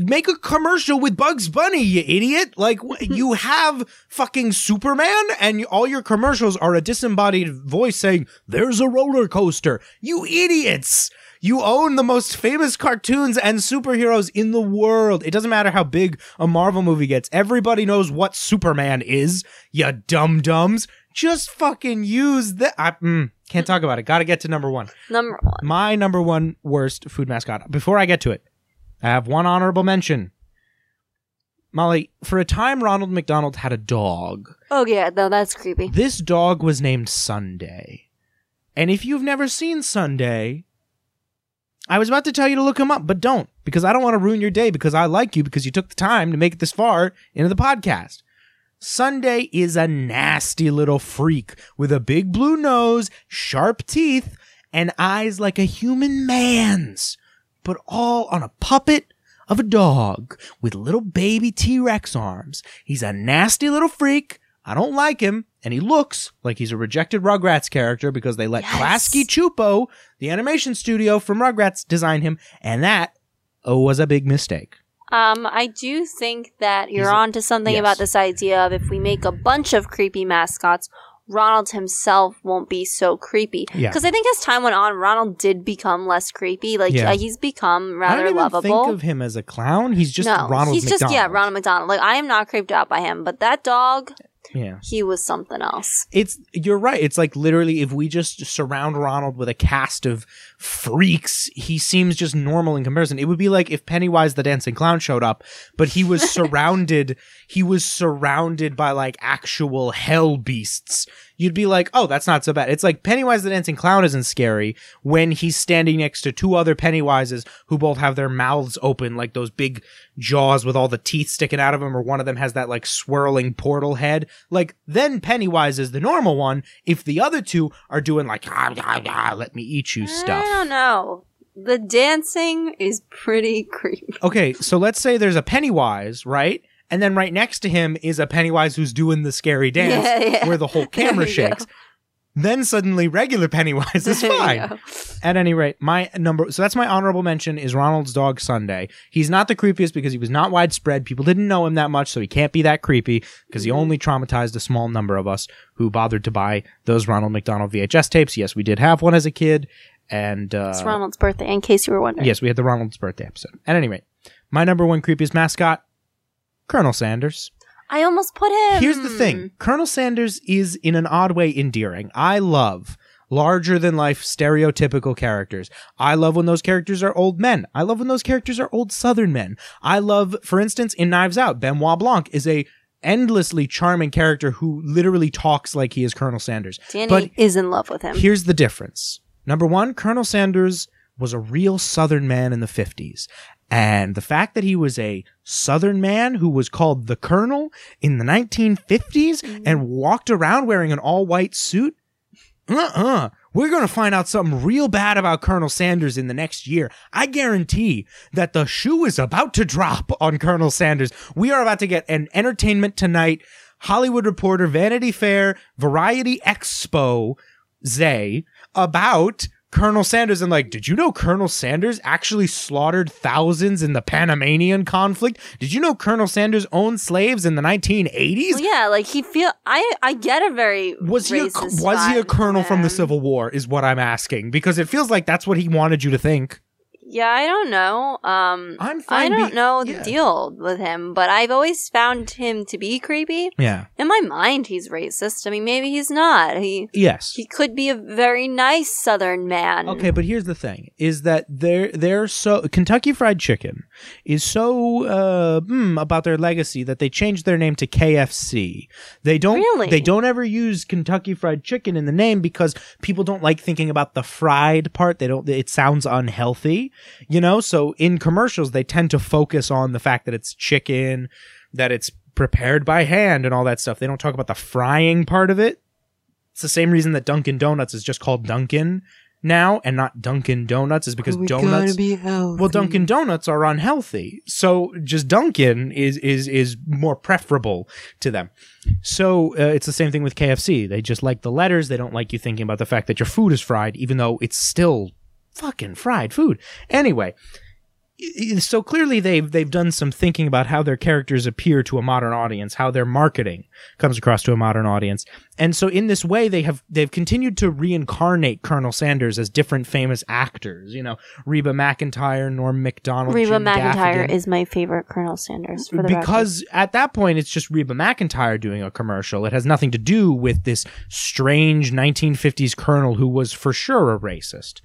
[SPEAKER 3] Make a commercial with Bugs Bunny, you idiot! Like wh- you have fucking Superman, and you- all your commercials are a disembodied voice saying, "There's a roller coaster." You idiots! You own the most famous cartoons and superheroes in the world. It doesn't matter how big a Marvel movie gets. Everybody knows what Superman is. You dum dums. Just fucking use that. I mm, can't talk about it. Got to get to number one
[SPEAKER 4] Number one.
[SPEAKER 3] my number one worst food mascot. Before I get to it, I have one honorable mention. Molly, for a time, Ronald McDonald had a dog.
[SPEAKER 4] Oh yeah, no, that's creepy.
[SPEAKER 3] This dog was named Sunday. And if you've never seen Sunday, I was about to tell you to look him up, but don't, because I don't want to ruin your day because I like you because you took the time to make it this far into the podcast. Sunday is a nasty little freak with a big blue nose, sharp teeth, and eyes like a human man's, but all on a puppet of a dog with little baby T Rex arms. He's a nasty little freak. I don't like him, and he looks like he's a rejected Rugrats character because they let
[SPEAKER 4] Yes.
[SPEAKER 3] Klasky Chupo, the animation studio from Rugrats, design him, and that oh, was a big mistake.
[SPEAKER 4] Um, I do think that you're
[SPEAKER 3] He's a-
[SPEAKER 4] on to something
[SPEAKER 3] yes.
[SPEAKER 4] about this idea of if we make a bunch of creepy mascots, Ronald himself won't be so creepy.
[SPEAKER 3] Yeah.
[SPEAKER 4] Because I think as time went on, Ronald did become less creepy. Like
[SPEAKER 3] Yeah.
[SPEAKER 4] uh, he's become rather
[SPEAKER 3] I don't even
[SPEAKER 4] lovable.
[SPEAKER 3] think of him as a clown. He's just
[SPEAKER 4] no,
[SPEAKER 3] Ronald
[SPEAKER 4] he's just yeah,
[SPEAKER 3] McDonald.
[SPEAKER 4] Ronald McDonald. Like I am not creeped out by him, but that dog
[SPEAKER 3] Yeah.
[SPEAKER 4] he was something else.
[SPEAKER 3] It's you're right. It's like literally if we just surround Ronald with a cast of freaks, he seems just normal in comparison. It would be like if Pennywise the dancing clown showed up, but he was surrounded he was surrounded by like actual hell beasts. You'd be like, "Oh, that's not so bad." It's like Pennywise the dancing clown isn't scary when he's standing next to two other Pennywises who both have their mouths open like those big jaws with all the teeth sticking out of them or one of them has that like swirling portal head like then pennywise is the normal one if the other two are doing like "Ah, ah, ah, let me eat you
[SPEAKER 4] I don't
[SPEAKER 3] stuff
[SPEAKER 4] know. The dancing is pretty creepy.
[SPEAKER 3] okay so let's say there's a pennywise right and then right next to him is a pennywise who's doing the scary dance
[SPEAKER 4] Yeah, yeah.
[SPEAKER 3] where the whole camera
[SPEAKER 4] There you go.
[SPEAKER 3] shakes then suddenly regular pennywise is
[SPEAKER 4] There you
[SPEAKER 3] fine
[SPEAKER 4] go.
[SPEAKER 3] At any rate, my number so that's my honorable mention is Ronald's dog Sunday. He's not the creepiest because he was not widespread. People didn't know him that much, so he can't be that creepy
[SPEAKER 4] Mm-hmm.
[SPEAKER 3] because he only traumatized a small number of us who bothered to buy those Ronald McDonald VHS tapes. Yes, we did have one as a kid, and uh,
[SPEAKER 4] It's Ronald's birthday, in case you were wondering.
[SPEAKER 3] yes, we had the Ronald's birthday episode. At any rate, my number one creepiest mascot, Colonel Sanders.
[SPEAKER 4] I almost put him.
[SPEAKER 3] Here's the thing Colonel Sanders is, in an odd way, endearing. I love larger than life stereotypical characters. I love when those characters are old men. I love when those characters are old Southern men. I love, for instance, in Knives Out, Benoit Blanc is a endlessly charming character who literally talks like he is Colonel Sanders.
[SPEAKER 4] Danny
[SPEAKER 3] But
[SPEAKER 4] is in love with him.
[SPEAKER 3] Here's the difference. Number one, Colonel Sanders was a real Southern man in the 50s. And the fact that he was a Southern man who was called the Colonel in the 1950s and walked around wearing an all white suit, uh uh-uh. uh. we are going to find out something real bad about Colonel Sanders in the next year. I guarantee that the shoe is about to drop on Colonel Sanders. We are about to get an entertainment tonight. Hollywood Reporter, Vanity Fair, Variety Expo, Zay about Colonel Sanders and like, did you know Colonel Sanders actually slaughtered thousands in the Panamanian conflict? Did you know Colonel Sanders owned slaves in the 1980s?
[SPEAKER 4] Well, yeah, like he feel. I I get a very
[SPEAKER 3] was he a,
[SPEAKER 4] racist
[SPEAKER 3] was he a
[SPEAKER 4] vibe
[SPEAKER 3] colonel from the
[SPEAKER 4] him.
[SPEAKER 3] Civil War? Is what I'm asking because it feels like that's what he wanted you to think.
[SPEAKER 4] Yeah, I don't know. Um,
[SPEAKER 3] I'm
[SPEAKER 4] I
[SPEAKER 3] fine
[SPEAKER 4] don't
[SPEAKER 3] be-
[SPEAKER 4] know
[SPEAKER 3] yeah.
[SPEAKER 4] the deal with him, but I've always found him to be creepy.
[SPEAKER 3] Yeah.
[SPEAKER 4] In my mind, he's racist. I mean, maybe he's not. He
[SPEAKER 3] Yes.
[SPEAKER 4] he could be a very nice Southern man.
[SPEAKER 3] Okay, but here's the thing: is that they're they're so Kentucky Fried Chicken is so uh, mm, about their legacy that they changed their name to KFC. They don't
[SPEAKER 4] Really?
[SPEAKER 3] they don't ever use Kentucky Fried Chicken in the name because people don't like thinking about the fried part. They don't. It sounds unhealthy, you know. So in commercials, they tend to focus on the fact that it's chicken, that it's prepared by hand, and all that stuff. They don't talk about the frying part of it. It's the same reason that Dunkin' Donuts is just called Dunkin' now and not Dunkin' Donuts is because donuts. well, Dunkin' Donuts are unhealthy, so just Dunkin' is is is more preferable to them. So uh, it's the same thing with KFC. They just like the letters. They don't like you thinking about the fact that your food is fried, even though it's still fucking fried food. Anyway, y- y- so clearly they've they've done some thinking about how their characters appear to a modern audience, how their marketing comes across to a modern audience. And so in this way they have they've continued to reincarnate Colonel Sanders as different famous actors, you know, Reba McIntyre, Norm McDonald,
[SPEAKER 4] Reba
[SPEAKER 3] Jim
[SPEAKER 4] McIntyre
[SPEAKER 3] Gaffigan
[SPEAKER 4] is my favorite Colonel Sanders. For the record.
[SPEAKER 3] because at that point it's just Reba McIntyre doing a commercial. It has nothing to do with this strange 1950s colonel who was for sure a racist.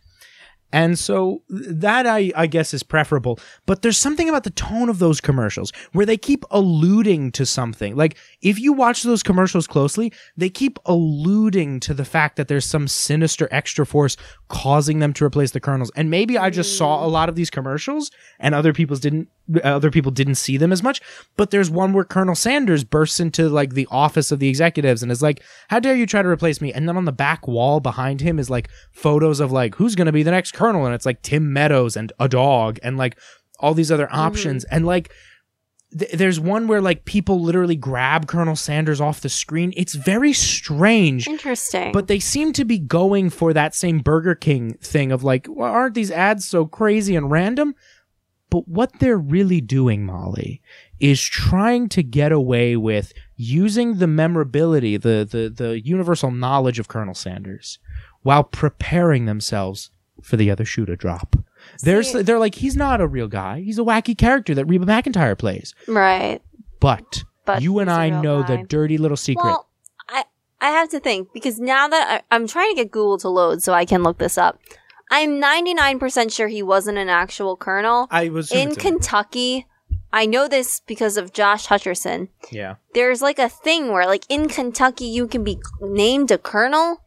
[SPEAKER 3] And so th- that I, I guess is preferable. But there's something about the tone of those commercials where they keep alluding to something. Like if you watch those commercials closely, they keep alluding to the fact that there's some sinister extra force causing them to replace the colonels. And maybe I just saw a lot of these commercials and other people's didn't other people didn't see them as much. But there's one where Colonel Sanders bursts into like the office of the executives and is like, "How dare you try to replace me?" And then on the back wall behind him is like photos of like who's going to be the next colonel, and it's like Tim Meadows and a dog and like all these other options and like. th- There's one where like people literally grab Colonel Sanders off the screen. It's very strange.
[SPEAKER 4] interesting.
[SPEAKER 3] But they seem to be going for that same Burger King thing of like, well, aren't these ads so crazy and random? But what they're really doing, Molly, is trying to get away with using the memorability, the the the universal knowledge of Colonel Sanders, while preparing themselves for the other shoe to drop. They're
[SPEAKER 4] See-
[SPEAKER 3] they're like, he's not a real guy. He's a wacky character that Reba McIntyre plays
[SPEAKER 4] right.
[SPEAKER 3] but
[SPEAKER 4] But
[SPEAKER 3] you and
[SPEAKER 4] he's a
[SPEAKER 3] I
[SPEAKER 4] real
[SPEAKER 3] know the
[SPEAKER 4] guy.
[SPEAKER 3] dirty little secret.
[SPEAKER 4] Well, I I have to think because now that I, I'm trying to get Google to load so I can look this up. I'm 99% sure he wasn't an actual colonel
[SPEAKER 3] I was
[SPEAKER 4] in Kentucky. I know this because of Josh Hutcherson.
[SPEAKER 3] yeah.
[SPEAKER 4] There's like a thing where like in Kentucky you can be named a colonel.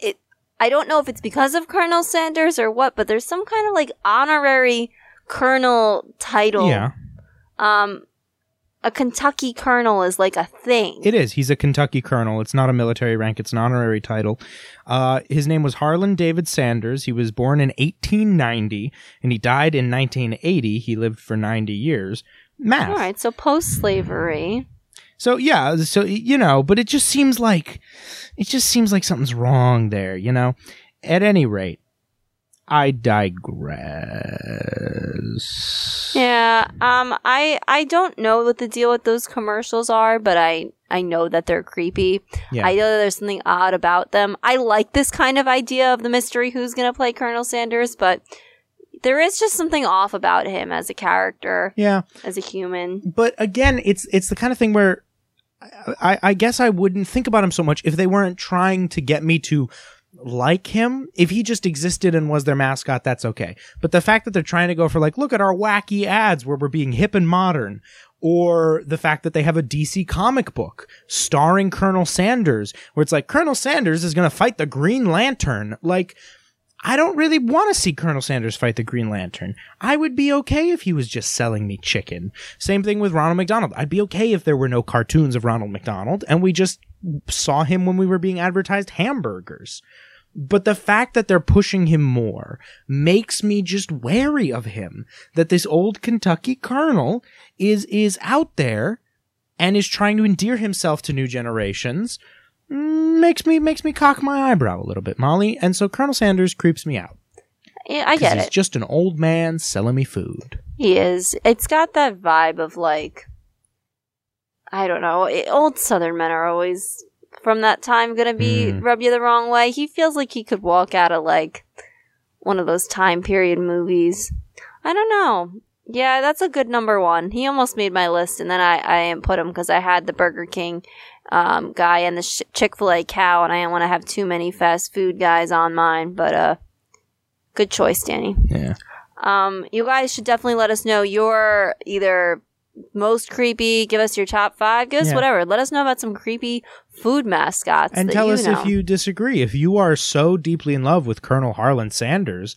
[SPEAKER 4] It I don't know if it's because of Colonel Sanders or what, but there's some kind of like honorary colonel title.
[SPEAKER 3] Yeah.
[SPEAKER 4] Um a Kentucky colonel is like a thing.
[SPEAKER 3] It is. He's a Kentucky colonel. It's not a military rank, it's an honorary title. Uh, his name was Harlan David Sanders. He was born in 1890 and he died in 1980. He lived for 90 years. Math.
[SPEAKER 4] All right, so post slavery.
[SPEAKER 3] So yeah, so you know, but it just seems like it just seems like something's wrong there, you know. At any rate, I digress.
[SPEAKER 4] Yeah, um I I don't know what the deal with those commercials are, but I I know that they're creepy.
[SPEAKER 3] Yeah.
[SPEAKER 4] I know that there's something odd about them. I like this kind of idea of the mystery who's going to play Colonel Sanders, but there is just something off about him as a character,
[SPEAKER 3] Yeah.
[SPEAKER 4] as a human.
[SPEAKER 3] but again, it's it's the kind of thing where I, I- I guess I wouldn't think about him so much if they weren't trying to get me to like him. If he just existed and was their mascot, that's okay. But the fact that they're trying to go for like, look at our wacky ads where we're being hip and modern, or the fact that they have a DC comic book starring Colonel Sanders, where it's like Colonel Sanders is going to fight the Green Lantern, like. I don't really want to see Colonel Sanders fight the Green Lantern. I would be okay if he was just selling me chicken. Same thing with Ronald McDonald. I'd be okay if there were no cartoons of Ronald McDonald and we just saw him when we were being advertised hamburgers. But the fact that they're pushing him more makes me just wary of him. That this old Kentucky colonel is is out there and is trying to endear himself to new generations mm, makes me makes me cock my eyebrow a little bit, Molly. And so Colonel Sanders creeps me out.
[SPEAKER 4] Yeah, I
[SPEAKER 3] 'cause
[SPEAKER 4] get
[SPEAKER 3] he's
[SPEAKER 4] it.
[SPEAKER 3] just an old man selling me food.
[SPEAKER 4] He is. It's got that vibe of like I don't know. It, old southern men are always from that time going to be
[SPEAKER 3] Mm.
[SPEAKER 4] rub you the wrong way. He feels like he could walk out of like one of those time period movies. I don't know. Yeah, that's a good number one. He almost made my list, and then I, I didn't put him because I had the Burger King um, guy and the sh- Chick fil A cow, and I didn't want to have too many fast food guys on mine. But uh, good choice, Danny.
[SPEAKER 3] Yeah.
[SPEAKER 4] Um, you guys should definitely let us know your either most creepy, give us your top five, give us
[SPEAKER 3] Yeah.
[SPEAKER 4] whatever. Let us know about some creepy food mascots.
[SPEAKER 3] and
[SPEAKER 4] that
[SPEAKER 3] tell
[SPEAKER 4] you
[SPEAKER 3] us
[SPEAKER 4] know.
[SPEAKER 3] if you disagree if you are so deeply in love with colonel harlan sanders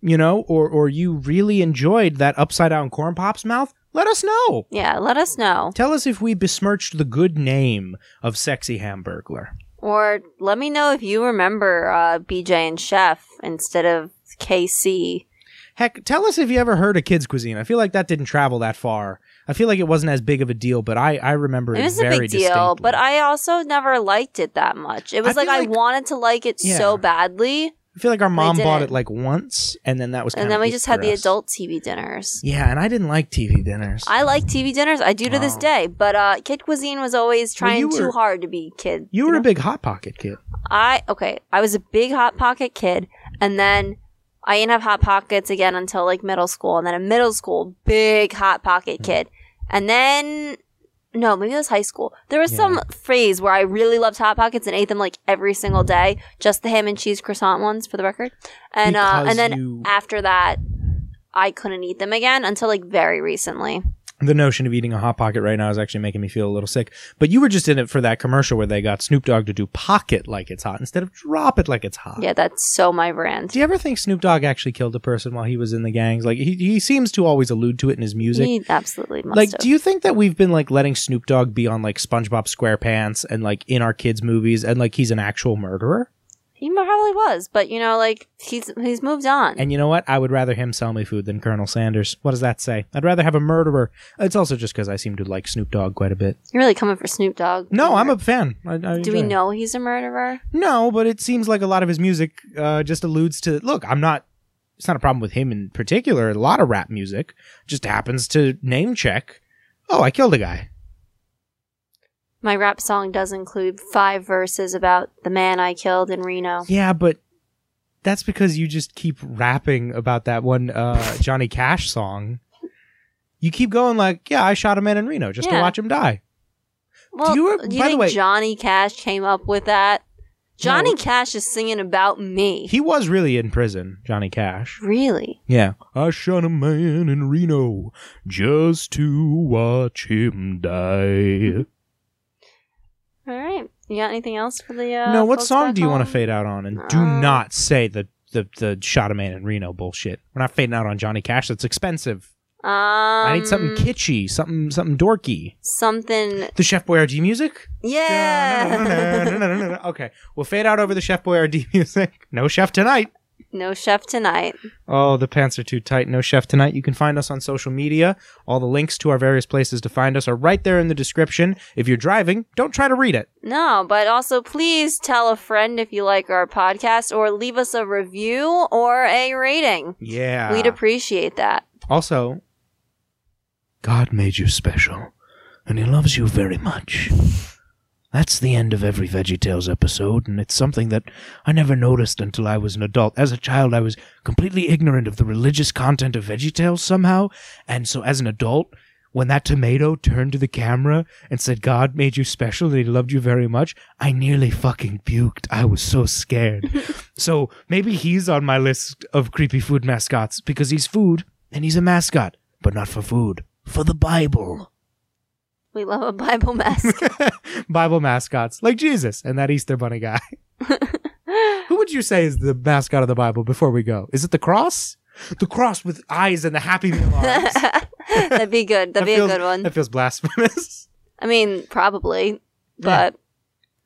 [SPEAKER 3] you know or or you really enjoyed that upside down corn pop's mouth let us know
[SPEAKER 4] Yeah, let us know.
[SPEAKER 3] tell us if we besmirched the good name of sexy hamburglar
[SPEAKER 4] Or let me know if you remember uh, BJ and Chef instead of KC.
[SPEAKER 3] heck tell us if you ever heard of kids cuisine i feel like that didn't travel that far i feel like it wasn't as big of a deal but i i remember it,
[SPEAKER 4] It was a
[SPEAKER 3] very
[SPEAKER 4] big deal,
[SPEAKER 3] distinctly.
[SPEAKER 4] but I also never liked it that much. It was
[SPEAKER 3] I
[SPEAKER 4] like,
[SPEAKER 3] feel
[SPEAKER 4] I
[SPEAKER 3] like-
[SPEAKER 4] wanted to like it so
[SPEAKER 3] Yeah.
[SPEAKER 4] badly,
[SPEAKER 3] i feel like our mom bought
[SPEAKER 4] didn't.
[SPEAKER 3] it like once and then that was
[SPEAKER 4] and
[SPEAKER 3] kinda
[SPEAKER 4] then we
[SPEAKER 3] it
[SPEAKER 4] just had
[SPEAKER 3] for
[SPEAKER 4] the
[SPEAKER 3] us.
[SPEAKER 4] adult TV dinners.
[SPEAKER 3] yeah and i didn't like tv dinners
[SPEAKER 4] I like TV dinners. I do to this
[SPEAKER 3] Wow.
[SPEAKER 4] day, but uh, kid cuisine was always
[SPEAKER 3] Well,
[SPEAKER 4] trying
[SPEAKER 3] you
[SPEAKER 4] too
[SPEAKER 3] were-
[SPEAKER 4] hard to be kid.
[SPEAKER 3] you were
[SPEAKER 4] know?
[SPEAKER 3] a big hot pocket kid
[SPEAKER 4] I okay. I was a big hot pocket kid, and then I didn't have hot pockets again until like middle school, and then in middle school, big hot
[SPEAKER 3] Hmm.
[SPEAKER 4] pocket kid, and then no, maybe it was high school. There was some phase where I really loved hot pockets and ate them like every single day, just the ham and cheese croissant ones, for the record, and uh, and
[SPEAKER 3] Because
[SPEAKER 4] then
[SPEAKER 3] you-
[SPEAKER 4] after that, I couldn't eat them again until like very recently.
[SPEAKER 3] the notion of eating a hot pocket right now is actually making me feel a little sick. But you were just in it for that commercial where they got Snoop Dogg to do pocket like it's hot instead of drop it like it's hot.
[SPEAKER 4] Yeah, that's so my brand.
[SPEAKER 3] Do you ever think Snoop Dogg actually killed a person while he was in the gangs? Like he, he seems to always allude to it in his music.
[SPEAKER 4] He absolutely must
[SPEAKER 3] like,
[SPEAKER 4] have.
[SPEAKER 3] do you think that we've been like letting Snoop Dogg be on like SpongeBob SquarePants and like in our kids' movies and like he's an actual murderer?
[SPEAKER 4] He probably was, but you know, like he's he's moved on.
[SPEAKER 3] And you know what? I would rather him sell me food than Colonel Sanders. What does that say? I'd rather have a murderer. It's also just because I seem to like Snoop Dogg quite a bit.
[SPEAKER 4] You're really coming for Snoop Dogg.
[SPEAKER 3] No, I'm a fan. I, I
[SPEAKER 4] Do
[SPEAKER 3] enjoy
[SPEAKER 4] we
[SPEAKER 3] him.
[SPEAKER 4] know he's a murderer?
[SPEAKER 3] No, but it seems like a lot of his music uh, just alludes to. Look, I'm not. It's not a problem with him in particular. A lot of rap music just happens to name check. Oh, I killed a guy.
[SPEAKER 4] My rap song does include five verses about the man I killed in Reno.
[SPEAKER 3] Yeah, but that's because you just keep rapping about that one uh, Johnny Cash song. You keep going like, yeah, I shot a man in Reno just
[SPEAKER 4] Yeah.
[SPEAKER 3] to watch him die.
[SPEAKER 4] Well, do
[SPEAKER 3] you-
[SPEAKER 4] you,
[SPEAKER 3] by the
[SPEAKER 4] think
[SPEAKER 3] way-
[SPEAKER 4] Johnny Cash came up with that? Johnny Cash is singing about me.
[SPEAKER 3] He was really in prison, Johnny Cash.
[SPEAKER 4] really?
[SPEAKER 3] Yeah. I shot a man in Reno just to watch him die.
[SPEAKER 4] All right. You got anything else for the? Uh,
[SPEAKER 3] no, what
[SPEAKER 4] folks
[SPEAKER 3] song
[SPEAKER 4] back
[SPEAKER 3] do you want
[SPEAKER 4] home?
[SPEAKER 3] to fade out on? And do
[SPEAKER 4] Uh,
[SPEAKER 3] not say the, the, the shot a man in Reno bullshit. We're not fading out on Johnny Cash. That's expensive.
[SPEAKER 4] Um,
[SPEAKER 3] I need something kitschy, something something dorky.
[SPEAKER 4] Something.
[SPEAKER 3] The Chef Boyardee music?
[SPEAKER 4] Yeah.
[SPEAKER 3] okay. We'll fade out over the Chef Boyardee music. No chef tonight.
[SPEAKER 4] no chef tonight.
[SPEAKER 3] Oh, the pants are too tight. No chef tonight. You can find us on social media. All the links to our various places to find us are right there in the description. If you're driving, don't try to read it.
[SPEAKER 4] No, but also please tell a friend if you like our podcast, or leave us a review or a rating.
[SPEAKER 3] Yeah.
[SPEAKER 4] We'd appreciate that.
[SPEAKER 3] also, God made you special, and He loves you very much. That's the end of every VeggieTales episode, and it's something that I never noticed until I was an adult. As a child, I was completely ignorant of the religious content of VeggieTales somehow, and so as an adult, when that tomato turned to the camera and said, God made you special and He loved you very much, I nearly fucking puked. I was so scared. so maybe he's on my list of creepy food mascots because he's food and he's a mascot, but not for food, for the Bible.
[SPEAKER 4] We love a Bible mask.
[SPEAKER 3] Bible mascots like Jesus and that Easter Bunny guy. Who would you say is the mascot of the Bible before we go? Is it the cross? The cross with eyes and the happy meal arms.
[SPEAKER 4] That'd be good. That'd
[SPEAKER 3] That
[SPEAKER 4] be
[SPEAKER 3] feels-
[SPEAKER 4] a good one.
[SPEAKER 3] That feels blasphemous.
[SPEAKER 4] I mean, probably, but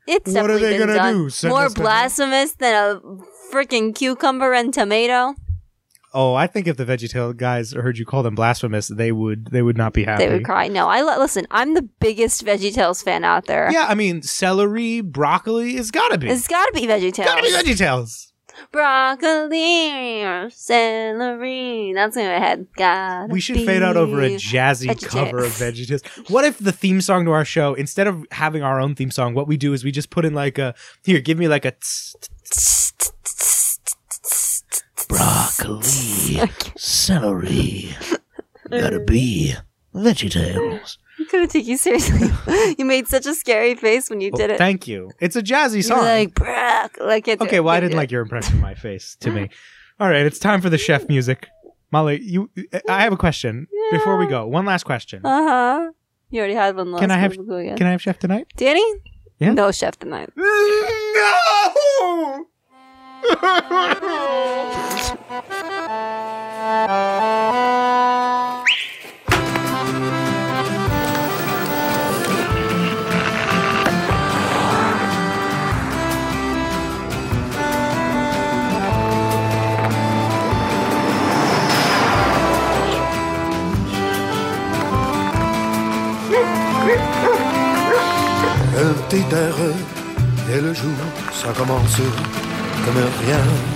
[SPEAKER 4] it's
[SPEAKER 3] What are
[SPEAKER 4] definitely
[SPEAKER 3] they
[SPEAKER 4] been
[SPEAKER 3] gonna
[SPEAKER 4] done.
[SPEAKER 3] do, send
[SPEAKER 4] More
[SPEAKER 3] us the-
[SPEAKER 4] blasphemous than a freaking cucumber and tomato.
[SPEAKER 3] Oh, I think if the VeggieTale guys heard you call them blasphemous, they would they would not be happy.
[SPEAKER 4] They would cry. No, I li- listen. I'm the biggest VeggieTales fan out there.
[SPEAKER 3] Yeah, I mean celery, broccoli, it's gotta be.
[SPEAKER 4] It's gotta be VeggieTales.
[SPEAKER 3] gotta be VeggieTales.
[SPEAKER 4] Broccoli or celery. That's in my head. Gotta
[SPEAKER 3] We should
[SPEAKER 4] be
[SPEAKER 3] fade out over a jazzy
[SPEAKER 4] VeggieTales.
[SPEAKER 3] cover of VeggieTales. What if the theme song to our show, instead of having our own theme song, what we do is we just put in like a here, give me like a tss, broccoli, celery, gotta be VeggieTales.
[SPEAKER 4] I couldn't take you seriously. you made such a scary face when you did it.
[SPEAKER 3] Thank you. It's a jazzy
[SPEAKER 4] You're
[SPEAKER 3] song.
[SPEAKER 4] like broccoli. I can't do
[SPEAKER 3] okay,
[SPEAKER 4] it.
[SPEAKER 3] well, I
[SPEAKER 4] Can't do
[SPEAKER 3] didn't
[SPEAKER 4] it.
[SPEAKER 3] like your impression of my face to me. All right, it's time for the chef music. Molly, you, I have a question before we go. One last question.
[SPEAKER 4] Uh huh. You already had one last.
[SPEAKER 3] Can I have-
[SPEAKER 4] time. We'll go again.
[SPEAKER 3] Can I have chef tonight?
[SPEAKER 4] Danny?
[SPEAKER 3] Yeah?
[SPEAKER 4] No chef tonight.
[SPEAKER 3] No.
[SPEAKER 5] Un petit air et le jour, ça commence comme rien.